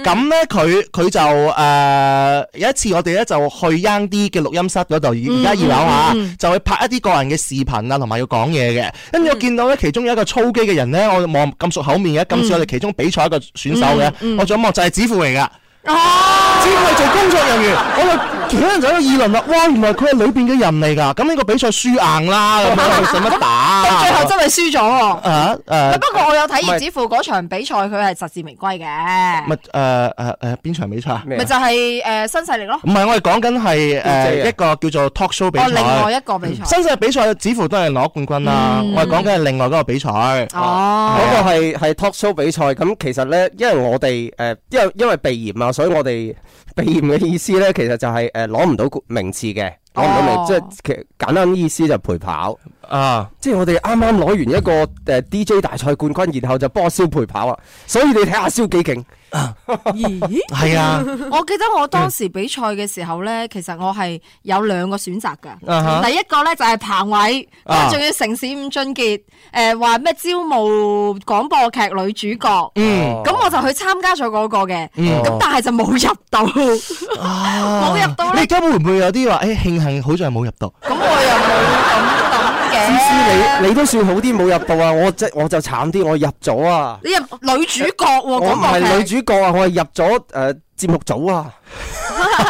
Speaker 2: 咁咧佢佢就誒、呃有一次我哋咧就去 Young D 嘅錄音室嗰度，而家二樓啊，就去拍一啲個人嘅視頻啊，同埋要講嘢嘅，跟住我見到咧其中有一個操機嘅人咧，我望咁熟口面嘅，今次我哋其中比賽一個選手嘅，我仲望就係子富嚟噶。只係做工作人員，我就其他人就喺度議論啦。哇，原來佢係裏邊嘅人嚟㗎，咁呢個比賽輸硬啦，咁樣使乜打啊？
Speaker 3: 最後真係輸咗喎。
Speaker 2: 啊誒，
Speaker 3: 不過我有睇葉子富嗰場比賽，佢係實至名歸嘅，
Speaker 2: 咪誒誒誒邊場比賽啊？
Speaker 4: 咩
Speaker 3: 咪就係誒新勢力咯。
Speaker 2: 唔係，我哋講緊係
Speaker 4: DJ
Speaker 2: 誒
Speaker 4: 啊
Speaker 2: 一個叫做 talk show 比
Speaker 3: 哦，另外
Speaker 2: 賽。
Speaker 3: 一個嗯比賽。
Speaker 2: 新世比賽似乎都係攞冠軍啦，我哋講緊係另外嗰個比賽。
Speaker 3: 哦，
Speaker 4: 嗰個係啊係 talk show 比賽，咁其實咧，因為我哋誒、呃因為因為鼻炎啊，所以我哋 鼻炎嘅意思咧，其實就係誒攞唔到名次嘅，攞唔到名，
Speaker 3: 哦
Speaker 4: 即係其實簡單意思就陪跑。
Speaker 2: 啊，
Speaker 4: 即係我哋啱啱攞完一個誒 DJ 大賽冠軍，然後就幫阿蕭陪跑啊！所以你睇下蕭幾 勁，
Speaker 5: 咦？
Speaker 2: 係啊，
Speaker 3: 我記得我當時比賽嘅時候咧，其實我係有兩個選擇
Speaker 2: 啊哈
Speaker 3: 㗎。第一個咧就係彭偉，
Speaker 2: 啊
Speaker 3: 仲要城市五俊傑，誒話咩招募廣播劇女主角。
Speaker 2: 嗯，
Speaker 3: 咁我就去參加咗嗰個嘅，
Speaker 2: 嗯哦
Speaker 3: 咁但係就冇入到，咁
Speaker 2: 冇
Speaker 3: 冇入到呢
Speaker 2: 你而家會唔會有啲話誒慶幸好在冇入到？
Speaker 3: 我又冇咁諗嘅。
Speaker 4: 思思你你都算好啲冇入到啊！我即我就慘啲，我入咗啊！
Speaker 3: 你入女主角喎，
Speaker 4: 我唔
Speaker 3: 廣播
Speaker 4: 係
Speaker 3: 劇
Speaker 4: 女。主角啊，我係入咗誒節目組啊！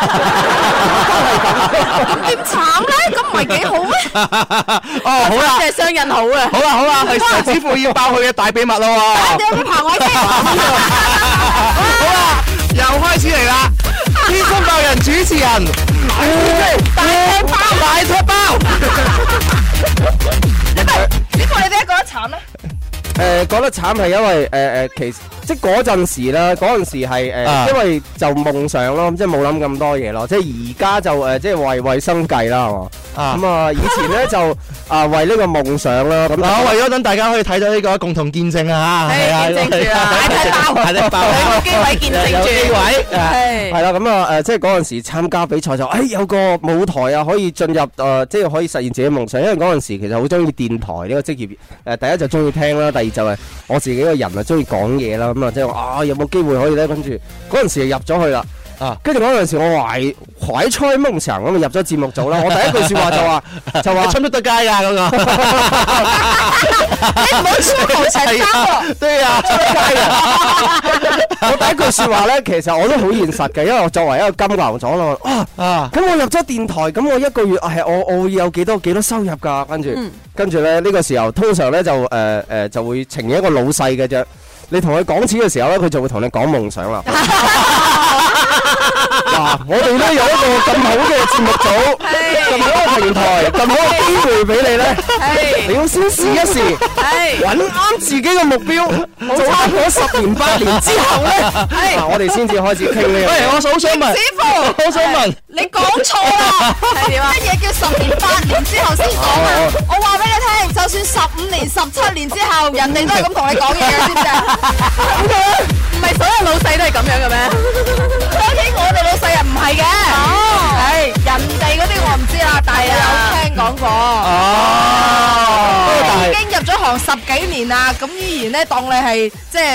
Speaker 2: 哎
Speaker 3: 咁點慘咧？咁唔係幾好咩？
Speaker 2: 哦，好啦
Speaker 5: 即。係雙引好啊！
Speaker 2: 好啦好啦，係陳子富要爆佢嘅大秘密咯喎！
Speaker 3: 你有冇彭偉先？
Speaker 2: 好啦，又開始嚟啦！天生爆人主持人，大踢包，大踢包，
Speaker 3: 點解你哋覺得慘咧？啊
Speaker 4: 呃誒、講得慘係因為誒誒、其即係嗰陣時咧，嗰陣時係誒
Speaker 2: 啊
Speaker 4: 因為就夢想咯，即係冇諗咁多嘢咯。即係而家就誒、即係為為生計啦，係嘛？
Speaker 2: 啊
Speaker 4: 咁啊，以前咧 就啊為呢個夢想啦，咁啊
Speaker 2: 嗱，我為咗等大家可以睇到呢個共同見證啊，係啊，
Speaker 5: 係見證住啊
Speaker 2: 係
Speaker 5: 大
Speaker 2: 大隻包，
Speaker 5: 兩個機位見證
Speaker 2: 有機
Speaker 5: 住，
Speaker 2: 位啊
Speaker 5: 係
Speaker 4: 係啦，咁啊誒，即係嗰陣時參加比賽就誒、哎有個舞台啊，可以進入誒、呃即係可以實現自己嘅夢想。因為嗰陣時其實好中意電台呢個職業，誒、第一就中意聽啦，第二就係我自己個人啊中意講嘢啦，咁啊即係話啊有冇機會可以咧？跟住嗰陣時就入咗去啦。
Speaker 2: 啊
Speaker 4: 跟住嗰陣時我懷懷揣夢想咁啊入咗節目組啦。我第一句説話就 話就
Speaker 2: 你
Speaker 4: 話
Speaker 2: 出。唔出得街㗎嗰個？
Speaker 3: 你唔好出頭成
Speaker 2: 係
Speaker 3: 三喎。
Speaker 2: 啊，對啊，出得街㗎。
Speaker 4: 我第一句説話咧，其實我都好現實嘅，因為我作為一個金牛座啦，哇！
Speaker 2: 啊，
Speaker 4: 咁我入咗電台，咁我一個月係我我會有幾多幾多收入㗎？跟住、
Speaker 2: 嗯
Speaker 4: 跟住咧呢、呢個時候，通常咧就誒誒、呃呃就會呈現一個老細嘅啫。你同佢講錢嘅時候咧，佢就會同你講夢想 啦。
Speaker 1: À,
Speaker 4: 嗱，我哋都有一個咁好嘅節目組，咁好嘅平台，咁好嘅機會俾你咧，你要先試一試，揾啱自己嘅目標，做啱咗十年八年之後 咧，嗱，我哋先至開始傾呢樣嘢
Speaker 2: 喂，我好想 問，
Speaker 3: 子父，
Speaker 2: 我想問，
Speaker 3: 你講錯啦！
Speaker 2: 啊
Speaker 3: 乜嘢叫十年八年之後先講
Speaker 2: 哦
Speaker 3: 啊？我話俾你聽，就算十五年、十七年之後，人哋都係咁同你講嘢 嘅，知唔知啊？
Speaker 5: 唔係所有老細都係咁 樣嘅咩？
Speaker 3: 當然我哋老細又唔係嘅，
Speaker 2: 哦
Speaker 3: 係人哋嗰啲我唔知啦，但係
Speaker 2: 啊
Speaker 3: 有聽講過。
Speaker 2: 哦，
Speaker 3: 已經入咗行十幾年啦，咁依然咧當你係即係誒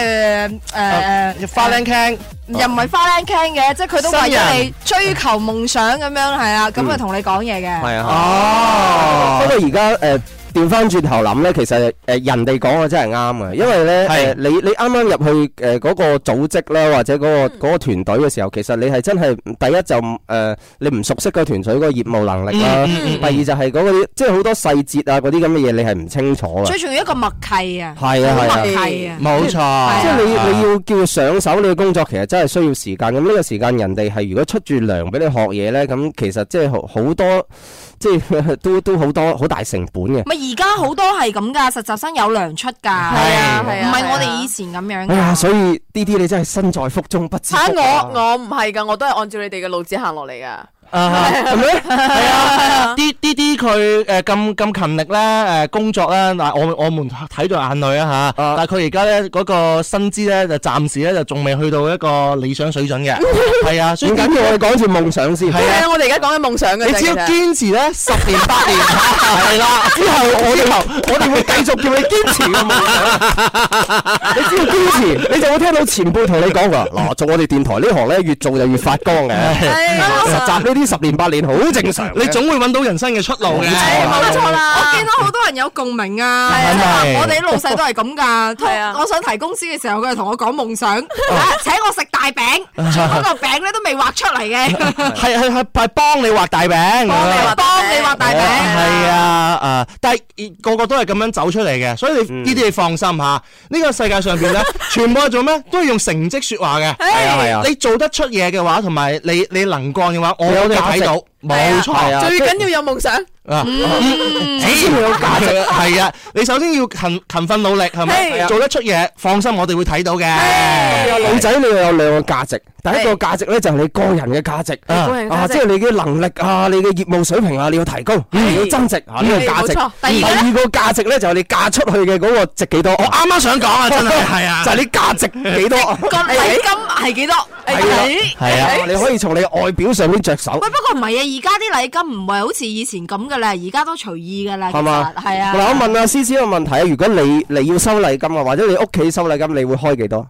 Speaker 3: 誒
Speaker 2: 啊花靚傾，
Speaker 3: 又唔係花靚傾嘅，即係佢都為
Speaker 2: 新
Speaker 3: 咗
Speaker 2: 人嗯
Speaker 3: 你追求夢想咁樣係啊，咁啊同你講嘢嘅。
Speaker 4: 係啊，不過而家誒調翻轉頭諗咧，其實誒、呃人哋講嘅真係啱嘅，啊因為咧誒、
Speaker 2: 係
Speaker 4: 呃你你啱啱入去誒嗰個組織啦，或者嗰、個嗰、個團隊嘅時候，其實你係真係嗯第一就誒、呃你唔熟悉個團隊嗰個業務能力啦，第二就係嗰啲即係好多細節啊嗰啲咁嘅嘢，你係唔清楚嘅。
Speaker 3: 最重要一個默契啊，
Speaker 4: 啊係啊係
Speaker 3: 默
Speaker 4: 啊，
Speaker 3: 契啊。
Speaker 2: 冇錯，
Speaker 4: 即係你你要叫上手你嘅工作，其實真係需要時間。咁呢個時間人哋係如果出住糧俾你學嘢咧，咁其實即係好好多，即係 都都好多好大成本嘅。
Speaker 3: 咪而家好多係咁噶，實習生有糧出㗎，
Speaker 5: 係啊係
Speaker 3: 唔
Speaker 5: 啊
Speaker 3: 係我
Speaker 5: 係啊
Speaker 3: 哋以前咁樣㗎。
Speaker 4: 哎呀，所以呢啲你真係身在福中不知福
Speaker 5: 嚇
Speaker 4: 啊
Speaker 5: 我我唔係㗎，我都係按照你哋嘅路子行落嚟㗎。
Speaker 2: 啊，係咪？係啊，啲啲啲佢誒咁咁勤力咧，誒工作咧，嗱我我們睇到眼淚啊嚇，但係佢而家咧嗰個薪資咧就暫時咧就仲未去到一個理想水準 嘅，係啊，所以
Speaker 4: 唔緊要，我哋講住夢想先。
Speaker 2: 係啊
Speaker 5: 係啊，我哋而家講緊夢想嘅
Speaker 2: 你
Speaker 5: 啫。
Speaker 2: 只要
Speaker 5: 其實
Speaker 2: 堅持咧十 年八年係啦，之後我之後
Speaker 4: 我哋會繼續叫你堅持嘅夢想， 你只要堅持，你就會聽到前輩同你講㗎。嗱，做我哋電台呢行咧，越做就越發光嘅。實習啊呢啲十年八年好正常啊嘅。
Speaker 2: 啊你總會揾到人生嘅出路嘅，
Speaker 3: 冇錯啦，我見到好多人有共鳴啊，即係話我哋啲老細都係咁㗎。
Speaker 5: 係啊
Speaker 3: 通我想提公司嘅時候，佢就同我講夢 想，啊請我食大餅，嗰個餅咧都未畫出嚟嘅，
Speaker 4: 啊
Speaker 2: 係係係係幫你畫大餅，
Speaker 3: 幫你畫幫你畫大餅。
Speaker 2: 係啊，啊！但係個個都係咁樣走出嚟嘅，所以
Speaker 4: 嗯
Speaker 2: 你呢啲你放心嚇。呢個世界上 邊咧，全部係做咩？都係用成績説話嘅。
Speaker 4: 係啊係啊
Speaker 2: 你做得出嘢嘅話，同埋你你能幹嘅話，我
Speaker 4: 你有
Speaker 2: 哋
Speaker 4: 價值
Speaker 2: 睇到，冇錯
Speaker 4: 係啊嗯
Speaker 5: 最緊要有夢想，
Speaker 2: 啊。 只要有價值係啊！你首先要勤勤奮努力係咪？
Speaker 4: 啊
Speaker 5: 係
Speaker 2: 做得出嘢，放心，我哋會睇到嘅。
Speaker 4: 有哎女仔你又有兩個價值，第一個價值咧就係你個人嘅價值啊
Speaker 5: 個人，
Speaker 4: 啊
Speaker 5: 價值
Speaker 4: 即係你嘅能力啊，你嘅業務水平啊，你要提高，你要增值啊，呢個
Speaker 5: 係
Speaker 4: 價值
Speaker 5: 冇錯。
Speaker 4: 第
Speaker 3: 第二個
Speaker 4: 二個價值咧就係你嫁出去嘅嗰個值幾多，我
Speaker 2: 我啱啱想講 啊，真係係啊
Speaker 4: 就，係你價值 幾多，
Speaker 3: 個禮金係幾多？係
Speaker 2: 係啊。
Speaker 4: 啊啊你可以從你外表上面着手
Speaker 3: 喂，。不過唔係啊，而家啲禮金唔係好似以前咁㗎啦，而家都隨意㗎啦，其
Speaker 4: 係嘛
Speaker 3: 實？係啊。
Speaker 4: 嗱，我問阿思思一個問題啊，如果你你要收禮金啊，或者你屋企收禮金，你會開幾 多？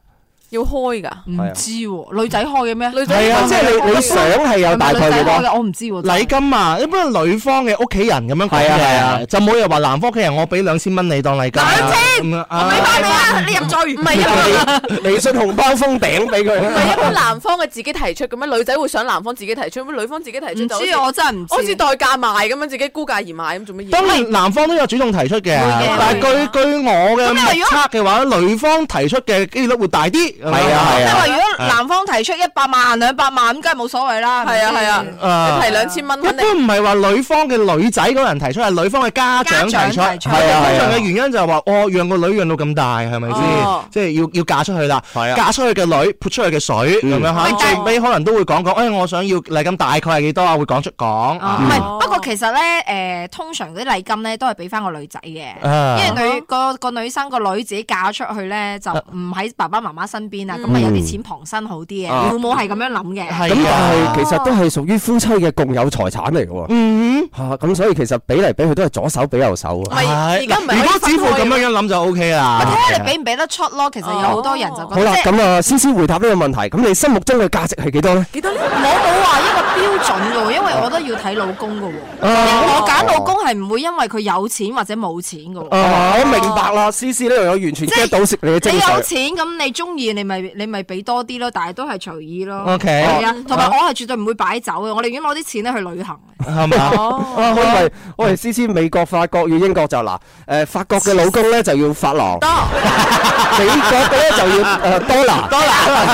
Speaker 5: 要開㗎。
Speaker 3: 唔知喎，女仔開嘅咩？女
Speaker 2: 係啊
Speaker 4: 即係你你想係有大概幾
Speaker 3: 女仔開
Speaker 4: 多？
Speaker 3: 嘅，我唔知喎。真係
Speaker 2: 禮金啊，一般係女方嘅屋企人咁樣講
Speaker 4: 係啊係啊
Speaker 2: 嘅，就冇人話男方屋企人我俾兩千蚊你當禮金啊。
Speaker 3: 兩千
Speaker 2: 咁樣啊
Speaker 3: 俾翻你啊！你入罪唔係
Speaker 4: 微信紅包封頂俾佢。
Speaker 5: 唔係
Speaker 2: 啊
Speaker 5: 一般男方嘅自己提出嘅咩？女仔會想男方自己提出，咁女方自己提出
Speaker 3: 唔
Speaker 5: 就好
Speaker 3: 知
Speaker 5: 似
Speaker 3: 啊我真係唔知。
Speaker 5: 好似代價賣咁樣，自己高價而賣咁做乜嘢？
Speaker 2: 當然男方都有主動提出嘅
Speaker 3: 嘅，
Speaker 2: 但係據據我嘅
Speaker 3: 咁你話如果
Speaker 2: 目測嘅話，女方提出嘅機率會大啲。係啊係
Speaker 3: 因
Speaker 2: 啊
Speaker 3: 為如果男方提出一百萬、兩百萬，咁梗係冇所謂啦。
Speaker 5: 係啊係啊，
Speaker 2: 啊
Speaker 5: 你提兩千蚊
Speaker 2: 一
Speaker 5: 肯定
Speaker 2: 般唔係話女方嘅女仔嗰個人提出，係女方嘅家長提出。
Speaker 3: 家長提出
Speaker 2: 係啊，通
Speaker 4: 係啊
Speaker 2: 常嘅原因就係話，哦，讓個女讓到咁大，係咪
Speaker 5: 哦
Speaker 2: 先？即係要要嫁出去啦，
Speaker 4: 係啊
Speaker 2: 嫁出去嘅女潑出去嘅水咁樣
Speaker 3: 喂
Speaker 2: 嚇，
Speaker 3: 但
Speaker 2: 最尾可能都會講講，誒，我想要禮金大概係幾多啊？會講出講。
Speaker 3: 哦唔
Speaker 2: 嗯
Speaker 4: 啊
Speaker 3: 係，不過其實咧，誒通常嗰啲禮金咧都係俾翻個女仔嘅，
Speaker 2: 啊
Speaker 3: 因為女個個女生個女自己嫁出去咧
Speaker 4: 啊
Speaker 3: 就唔喺爸爸媽媽身邊啊，咁咪有啲錢旁身好啲嘅，
Speaker 4: 啊
Speaker 3: 父母係咁樣諗嘅。
Speaker 4: 咁
Speaker 2: 係啊
Speaker 4: 但係其實都係屬於夫妻嘅共有財產嚟嘅喎。
Speaker 2: 嗯，
Speaker 4: 嚇咁所以其實比嚟比去都係左手比右手啊。
Speaker 5: 咪
Speaker 2: 係
Speaker 5: 而家唔係可以
Speaker 2: 如果
Speaker 5: 分
Speaker 2: 只乎
Speaker 5: 開
Speaker 2: 咁
Speaker 5: 嘅
Speaker 2: 樣樣諗就 O K 啦。
Speaker 3: 我睇下你俾唔俾得出咯，其實有好多人就
Speaker 5: 哦
Speaker 3: 覺
Speaker 4: 好
Speaker 3: 得
Speaker 4: 啦，
Speaker 3: 即係
Speaker 4: 咁啊，先先回答呢個問題。咁你心目中嘅價值係幾 多咧？
Speaker 5: 幾多呢？
Speaker 3: 我冇話一個標準嘅喎，因為
Speaker 2: 哦
Speaker 3: 我都要睇老公嘅喎，因為我揀老公係唔會因為佢有錢或者冇錢嘅喎。
Speaker 2: 哦
Speaker 4: 啊，我明白啦，思思呢樣嘢完全
Speaker 3: 即係
Speaker 4: get 到食你嘅精
Speaker 3: 你有
Speaker 4: 髓。
Speaker 3: 錢咁你中意你咪你咪俾多啲咯，但係都係隨意咯。
Speaker 2: OK 哦
Speaker 3: 係啊，同埋我係絕對唔會擺酒嘅，我寧願攞啲錢咧去旅行。
Speaker 2: 係嘛？
Speaker 4: 啊，我以為我哋思思美國、法國與英國就嗱，誒法國嘅老公咧就要法郎，美國嘅咧就要誒多拿， 多拿。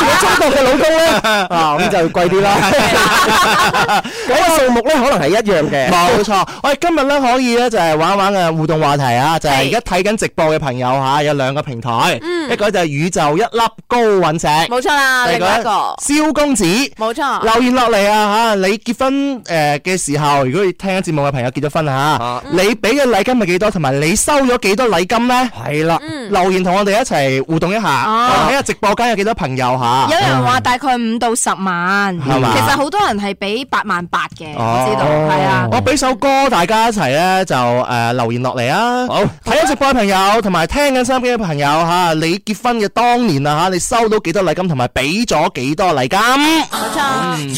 Speaker 4: 如果中國嘅老公咧啊咁就貴啲啦。 咁個數目咧可能係一樣嘅。
Speaker 2: 冇錯，我哋今日咧可以咧就係玩一玩嘅互動話題啊，就係而家睇緊直播嘅朋友嚇，有兩個平台，
Speaker 4: 嗯
Speaker 2: 一個就係宇宙一粒高隕石，
Speaker 5: 冇錯啦，另外一個
Speaker 2: 蕭公子。
Speaker 5: 冇錯，
Speaker 2: 留言落嚟啊嚇！你結婚誒嘅時候，如果你聽緊節目嘅朋友結咗婚啊
Speaker 4: 啊
Speaker 2: 嚇，你俾嘅禮金係幾多，同埋你收咗幾多禮金呢？
Speaker 4: 係啦，哦
Speaker 2: 留言同我哋一齊互動一下，睇下直播間有幾多朋友嚇嗯
Speaker 3: 有。人話大概五到十萬，其
Speaker 2: 啊係嘛
Speaker 3: 實好多人係俾八萬八嘅，
Speaker 2: 哦
Speaker 3: 我知道係啊。
Speaker 2: 我俾首歌大家一齊咧就誒、呃留言落嚟啊！好，睇緊直播嘅朋友同埋聽緊收音機嘅朋友嚇、你結婚嘅當年啊嚇，你收到幾多禮金同埋俾咗幾多禮金？
Speaker 5: 冇錯，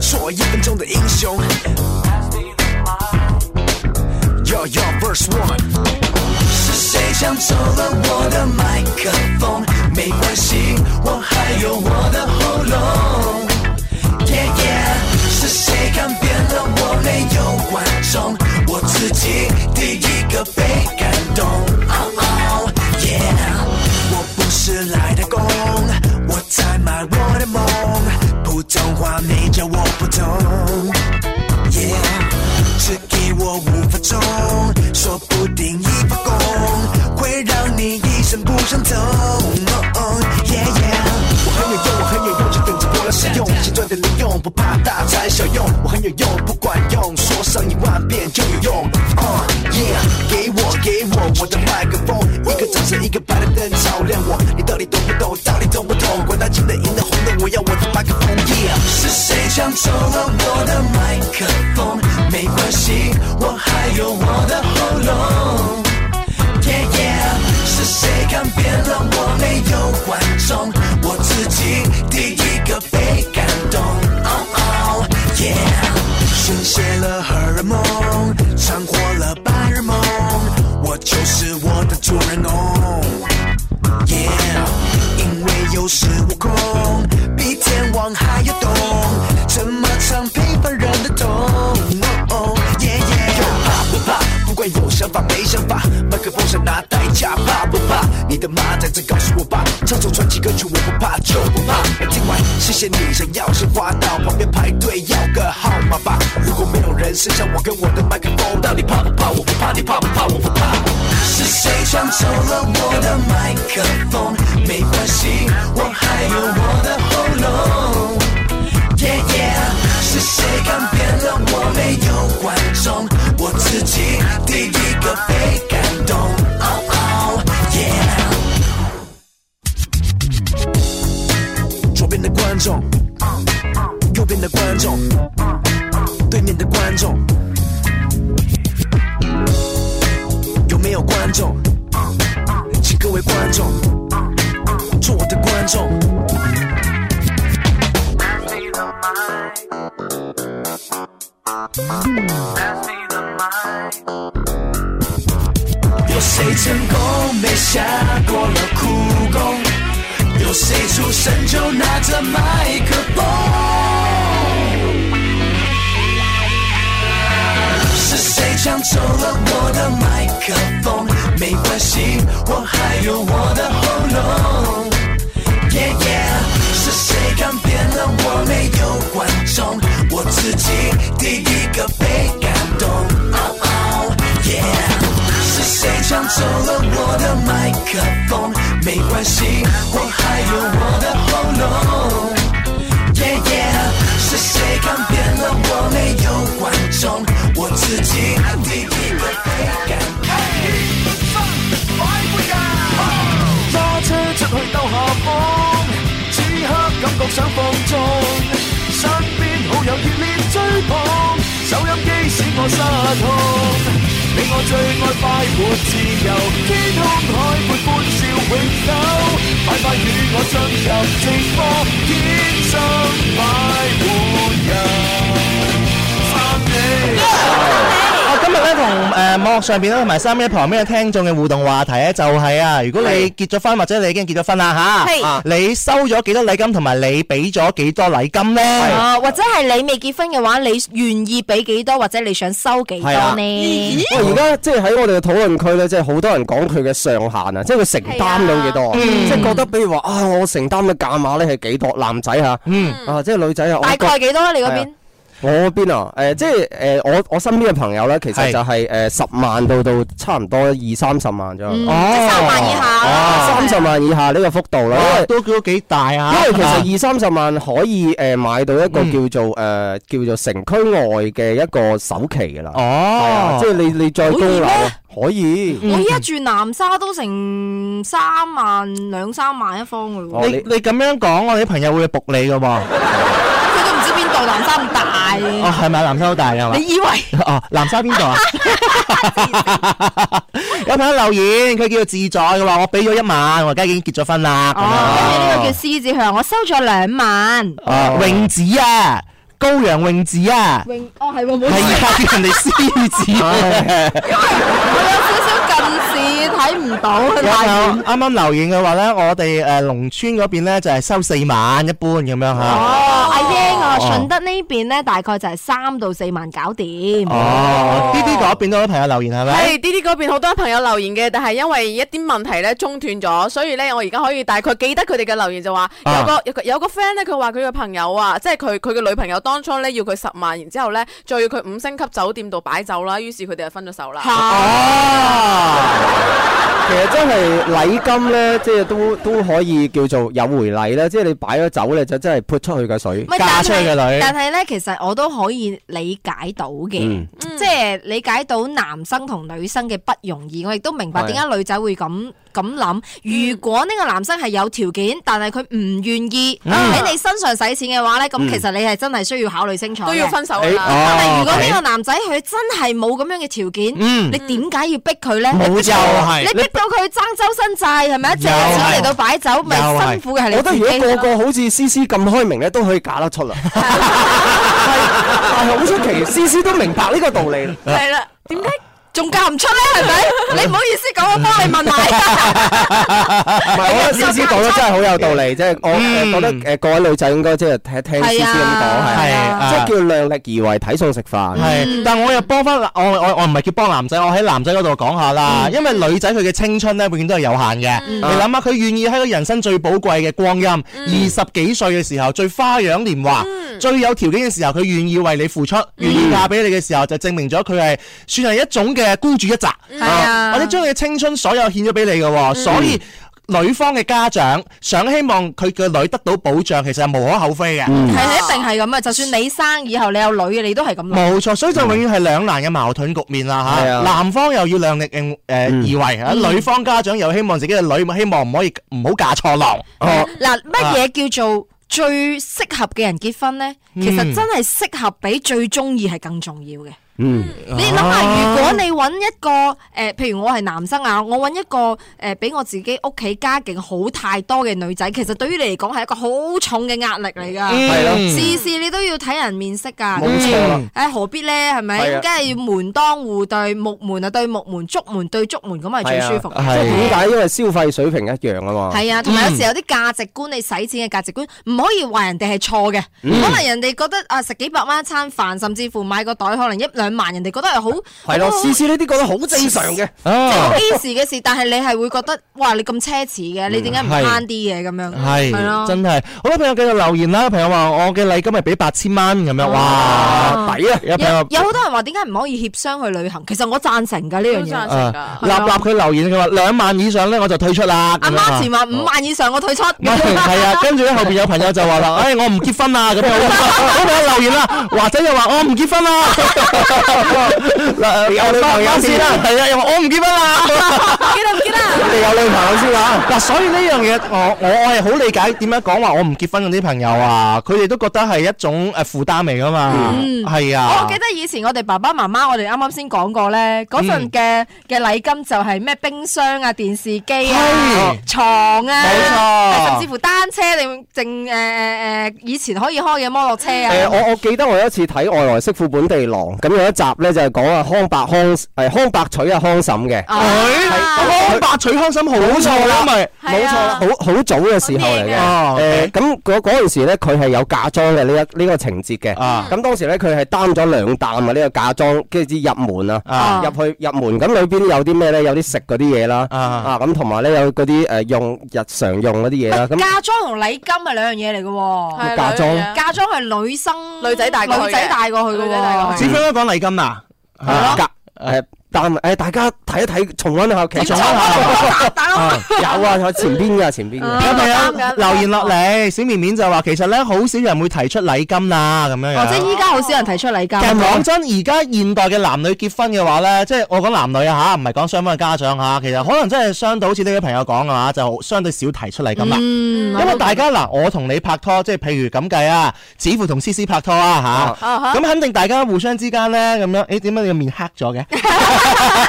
Speaker 8: 做一分钟的英雄。Yo yo verse one，是谁抢走了我的麦克风？没关系，我还有我的喉咙。Yeah yeah，是谁看扁了我没有观众？我自己第一个被感动。Oh oh yeah，我不是来的工，我在卖我的梦，普通话你叫我不懂。Yeah，只给我五分钟，说不定一发功会让你一声不响痛。Oh, oh, yeah, yeah，我很有用，我很有用，就等着我来使用。先赚点零用，不怕大材小用。我很有用，不管用，说上一万遍就有用。Uh, yeah，给我给我我的麦克风，一个掌声，一个白的灯照亮我。你到底懂不懂？到底懂不懂？管他金的、银的、红的，我要我的麦克风。Yeah，是谁抢走了我的麦克风？没关系，我还有我的喉咙。Yeah yeah，是谁看扁了我没有观众？我自己第一个被感动。Oh oh yeah，宣泄了荷尔蒙，transported 了白日梦，我就是我的主人翁。Yeah，因为有恃无恐，比天王还要懂怎么唱平凡人的痛。Oh, yeah, yeah 又怕不怕？不管有想法没想法，麦克风想拿代价，怕不怕？你的妈在这告诉我吧，唱首传奇歌曲我不怕就不怕。听完谢谢你，想要先花到旁边排队要个号码吧。如果没有人剩下我跟我的麦克风，到底怕不怕？我不怕，你怕不怕？我不怕。是谁抢走了我的麦克风？没关系，我还有我的喉咙。Yeah yeah，是谁看扁了我没有观众？我自己第一个被感动。Oh oh yeah，左边的观众，右边的观众，对面的观众。有没有观众？请各位观众做我的观众。有谁成功没下过了苦功？有谁出生就拿着麦克风？
Speaker 1: 像抽了我的麦克风，没关系，我还有我的喉咙。Yeah yeah，是谁看扁了我？没有观众，我自己第一个被感动。Oh oh yeah，是谁抢走了我的麦克风？没关系，我还有我的喉咙。Yeah yeah，是谁看扁了我？没有观众，我自己第一个被感动。揸車出去兜下風，此刻感覺想放縱，身邊好友熱烈追捧，收音機使我失控。你我最愛快活自由，天空海闊歡笑永久，快快與我進入直播，天生快活人。翻你。
Speaker 2: 我今日咧同誒網絡上邊咧同埋三一旁邊嘅聽眾嘅互動話題咧，就係啊，如果你結咗婚或者你已經結咗婚啦
Speaker 3: 係
Speaker 2: 吓，啊你收咗幾多禮金同埋你俾咗幾多禮金咧？
Speaker 3: 啊，或者係你未結婚嘅話，你願意俾幾多，或者你想收幾多
Speaker 2: 係啊
Speaker 3: 呢？
Speaker 4: 喂，哦而家即係喺我哋嘅討論區咧，即係好多人講佢嘅上限啊，即係佢承擔到幾
Speaker 3: 嗯
Speaker 4: 多啊，即係覺得比如話啊，我承擔嘅價碼咧係幾多？男仔吓，啊，即係女仔啊，
Speaker 3: 嗯
Speaker 4: 我
Speaker 3: 大
Speaker 4: 覺啊
Speaker 3: 概幾多？你嗰邊
Speaker 4: 我嗰邊啊，誒、即係誒、我我身邊嘅朋友咧，其實
Speaker 2: 係
Speaker 4: 就係誒十萬到到差唔多二三十萬左右，
Speaker 3: 嗯即係三萬以下啦，
Speaker 4: 三十萬以下呢個幅度啦。因
Speaker 2: 哇
Speaker 4: 為
Speaker 2: 都都幾大啊！
Speaker 4: 因為其實二三十萬可以誒買到一個叫做誒、叫做城區外嘅一個首期㗎啦，係啊
Speaker 2: 哦，
Speaker 4: 即係你你再供樓
Speaker 3: 可以咩
Speaker 4: 可以，
Speaker 2: 嗯
Speaker 3: 我依家住南沙都成三萬兩三萬一方噶咯
Speaker 4: 哦
Speaker 3: 喎，
Speaker 2: 你你咁樣講，我哋啲朋友會仆你噶喎，哦
Speaker 3: 佢都唔知邊度南沙咁大，
Speaker 2: 係咪啊南沙好大㗎係嘛
Speaker 3: 你？以為？
Speaker 2: 哦，南沙邊度啊？ 有朋友留言，佢叫做自在嘅話，我俾咗一萬，我而家已經結咗婚啦。咁樣
Speaker 3: 哦，跟住呢個叫獅子向，我收咗兩萬。
Speaker 2: 啊，泳子啊，高陽泳 子啊，
Speaker 3: 永哦係喎，冇
Speaker 2: 係
Speaker 3: 事
Speaker 2: 而家叫人哋獅子。啊
Speaker 3: 我有少少近視睇唔到，
Speaker 2: 有
Speaker 3: 佢
Speaker 2: 朋
Speaker 3: 太遠
Speaker 2: 友啱啱留言嘅話咧，我哋誒農村嗰邊咧就係收四萬一般咁樣嚇。
Speaker 3: 哦，阿英啊，順德呢邊咧大概就係三到四萬搞掂。
Speaker 2: 哦，呢啲嗰邊都有朋友留言係咪？
Speaker 5: 係 D D 嗰邊好多朋友留言嘅，但係因為一啲問題咧中斷咗，所以咧我而家可以大概記得佢哋嘅留言就話
Speaker 2: 啊
Speaker 5: 有個有個有個 friend 咧，佢話佢嘅朋友啊，即係佢佢嘅女朋友當初咧要佢十萬，然之後咧再要佢五星級酒店度擺酒啦，於是佢哋就分咗手啦。啊
Speaker 4: 哦，其實真係禮金咧，即係都都可以叫做有回禮咧，即係你擺咗酒咧，就真係潑出去嘅水
Speaker 3: 唔。係
Speaker 2: 嫁出去嘅女
Speaker 3: 但係但係咧，其實我都可以理解到嘅，
Speaker 4: 嗯
Speaker 3: 即係理解到男生同女生嘅不容易。我亦都明白點解女仔會咁咁諗。如果呢個男生係有條件，但係佢唔願意喺你身上使錢嘅話咧，咁其實你係真係需要考慮清楚嘅
Speaker 5: 都要分手
Speaker 2: 誒
Speaker 5: 啦。
Speaker 3: 但係
Speaker 2: 哦
Speaker 3: 如果呢
Speaker 2: ，OK
Speaker 3: 個男仔佢真係冇咁樣嘅條件，
Speaker 2: 嗯
Speaker 3: 你點解要逼佢咧？
Speaker 2: 冇就係
Speaker 3: 你逼到佢爭周身債係咪？借錢嚟到擺酒，咪
Speaker 2: 又係
Speaker 3: 辛苦嘅係
Speaker 4: 我
Speaker 3: 你
Speaker 4: 覺得
Speaker 3: 自
Speaker 4: 如果個
Speaker 3: 己。
Speaker 4: 個好似 C C 咁開明咧，都可以嫁得出 啦。係但係好出奇，C C 都明白呢個道理。
Speaker 5: 係啦，點解？
Speaker 3: 仲嫁唔出咧，係咪？你唔好意思講，我幫你問埋。
Speaker 4: 唔係，我覺得 C C 講得真係好有道理，即係我
Speaker 2: 嗯
Speaker 4: 誒覺得誒呃各位女仔應該即係聽聽 C
Speaker 3: 係
Speaker 4: C 咁講
Speaker 3: 啊，
Speaker 4: 係，
Speaker 2: 係
Speaker 3: 啊
Speaker 2: 啊嗯
Speaker 4: 即係叫量力而為，睇餸食飯。
Speaker 3: 嗯
Speaker 4: 嗯
Speaker 2: 係，但我又幫翻我我我唔係叫幫男仔，我喺男仔嗰度講下啦。
Speaker 3: 嗯
Speaker 2: 因為女仔佢嘅青春咧，永遠都係有限嘅。你諗下，佢願意喺佢人生最寶貴嘅光陰，
Speaker 3: 嗯
Speaker 2: 二十幾歲嘅時候最花樣年華，最有條件嘅時候，佢願意為你付出，
Speaker 3: 嗯
Speaker 2: 願意嫁俾你嘅時候，就證明咗佢係算係一種嘅孤注一擲，
Speaker 3: 係啊嗯
Speaker 2: 或者將佢嘅青春所有獻咗俾你嘅喎，所以。女方嘅家長想希望佢嘅女得到保障，其實係無可厚非嘅。
Speaker 3: 係一定係咁啊！就算你生以後你有女嘅，你都係咁諗。
Speaker 2: 冇錯，所以就永遠係兩難嘅矛盾局面啦
Speaker 4: 係
Speaker 2: 嚇。
Speaker 4: 啊
Speaker 2: 男方又要量力應誒而為，啊女方家長又希望自己嘅女希望唔可以唔好嫁錯郎。哦，
Speaker 3: 嗱，乜嘢叫做最適合嘅人結婚咧？其實真係適合比最中意係更重要嘅。
Speaker 4: 嗯，
Speaker 3: 你諗
Speaker 1: 哦
Speaker 3: 下，如果你揾一個誒、呃譬如我係男生啊，我揾一個誒比、我自己屋企家境好太多嘅女仔，其實對於你嚟講係一個好重嘅壓力嚟㗎。
Speaker 4: 係咯
Speaker 3: 事事你都要睇人面色㗎，
Speaker 4: 冇錯啦
Speaker 3: 誒、何必呢？係咪？
Speaker 4: 係
Speaker 3: 咁
Speaker 4: 啊
Speaker 3: 梗係要門當戶對，木門啊對木門，竹門對竹門，咁係最舒服
Speaker 4: 係啊
Speaker 3: 嘅。
Speaker 4: 即係點解？因為消費水平一樣啊嘛。
Speaker 3: 係啊，同埋有時有啲價值觀，你使錢嘅價值觀唔可
Speaker 4: 嗯
Speaker 3: 以話人哋係錯嘅，可能人哋覺得啊食幾百蚊一餐飯，甚至乎買個袋可能一兩兩萬，人哋覺得係好
Speaker 4: 係咯，
Speaker 3: 好
Speaker 4: 試試呢啲覺得好正常嘅。
Speaker 3: 即
Speaker 2: 啊，
Speaker 3: 係 easy 嘅事，但係你係會覺得哇，你咁奢侈嘅，你點解唔
Speaker 2: 係
Speaker 3: 慳啲嘅咁樣？
Speaker 2: 係
Speaker 3: 係咯，
Speaker 2: 真係好多朋友繼續留言啦，朋友話我嘅禮金係俾八千蚊咁樣，哇，抵啊！有朋友
Speaker 3: 有有好多人話點解唔可以協商去旅行？其實我贊成㗎呢樣嘢。
Speaker 2: 啊
Speaker 5: 啊，
Speaker 2: 立立佢留言，佢話兩萬以上咧我就退出啦。
Speaker 3: 阿
Speaker 2: 咁樣啊
Speaker 3: 媽前話五萬以上我退出，
Speaker 2: 唔係係啊，跟住咧後邊有朋友就話 啦，哎唉，我唔結婚啊啦咁樣， 好朋友留言啦，華仔又話我唔結婚啦， 嗱，有女朋友先啦，係啊，又話我唔結婚啦，
Speaker 5: 記得唔記得？
Speaker 2: 你有女朋友先啦，嗱，所以呢樣嘢我我我係好理解點解講話我唔結婚嗰啲朋友啊，佢哋都覺得係一種誒負擔嚟噶嘛，
Speaker 3: 嗯哦
Speaker 2: 係
Speaker 3: 我
Speaker 2: 啊
Speaker 3: 記，得以前我哋爸爸媽媽，我哋啱啱先講過咧，嗰
Speaker 2: 嗯
Speaker 3: 份嘅嘅禮金就係咩冰箱啊、電視機啊、
Speaker 2: 係
Speaker 3: 床
Speaker 2: 冇錯
Speaker 3: 啊，甚至乎單車定定誒誒誒，以前可以開嘅摩托車
Speaker 4: 誒、
Speaker 3: 啊，
Speaker 4: 我我記得我有一次睇《外來媳婦本地郎》，咁有一集咧就係講啊康伯康誒康伯娶啊康嬸嘅，
Speaker 1: 哦
Speaker 2: 佢康伯娶康嬸好錯啦，咪
Speaker 4: 冇錯啦，好好早嘅時候嚟嘅。
Speaker 2: 哦
Speaker 4: 誒咁嗰嗰陣時咧，佢係有嫁妝嘅呢一呢個情節嘅。
Speaker 2: 啊
Speaker 4: 咁當時咧，佢係擔咗兩擔啊呢個嫁妝，跟住入門啊，
Speaker 2: 啊
Speaker 4: 入去入門。咁裏邊有啲咩咧？有啲食嗰啲嘢啦，
Speaker 2: 啊
Speaker 4: 啊咁同埋咧有嗰啲誒用日常用嗰啲嘢啦。啊咁
Speaker 3: 嫁妝同禮金係兩樣嘢嚟嘅喎。
Speaker 5: 係
Speaker 4: 嫁妝
Speaker 5: 兩樣嘢
Speaker 3: 嫁妝係女生
Speaker 5: 女仔帶過去嘅
Speaker 3: 女仔帶過去嘅
Speaker 5: 女仔帶過
Speaker 3: 喎
Speaker 5: 去。
Speaker 2: 只可以講禮金啦，
Speaker 4: 啊嫁誒擔誒大家睇一睇重温下劇情
Speaker 2: 重溫下
Speaker 3: 大佬
Speaker 2: 啊。
Speaker 4: 有 啊，有前邊嘅前邊
Speaker 3: 哦
Speaker 4: 嘅。
Speaker 2: 有朋
Speaker 5: 啱
Speaker 2: 友
Speaker 5: 嘅
Speaker 2: 留言落嚟，小綿綿就話其實咧好少人會提出禮金啦，咁樣
Speaker 3: 或者
Speaker 2: 樣。
Speaker 3: 依家好少人提出禮金。
Speaker 2: 其實講真，而家現代嘅男女結婚嘅話咧，即係我講男女啊嚇，唔係講雙方嘅家長啊嚇，其實可能真係相對好似呢位朋友講嘅話，就相對少提出禮金啦。
Speaker 3: 嗯
Speaker 2: 因為大家嗱，我同你拍拖，即係譬如咁計啊，子乎同思思拍拖啊嚇，
Speaker 5: 啊
Speaker 2: 咁肯定大家互相之間咧咁樣，誒點解你個面黑咗嘅？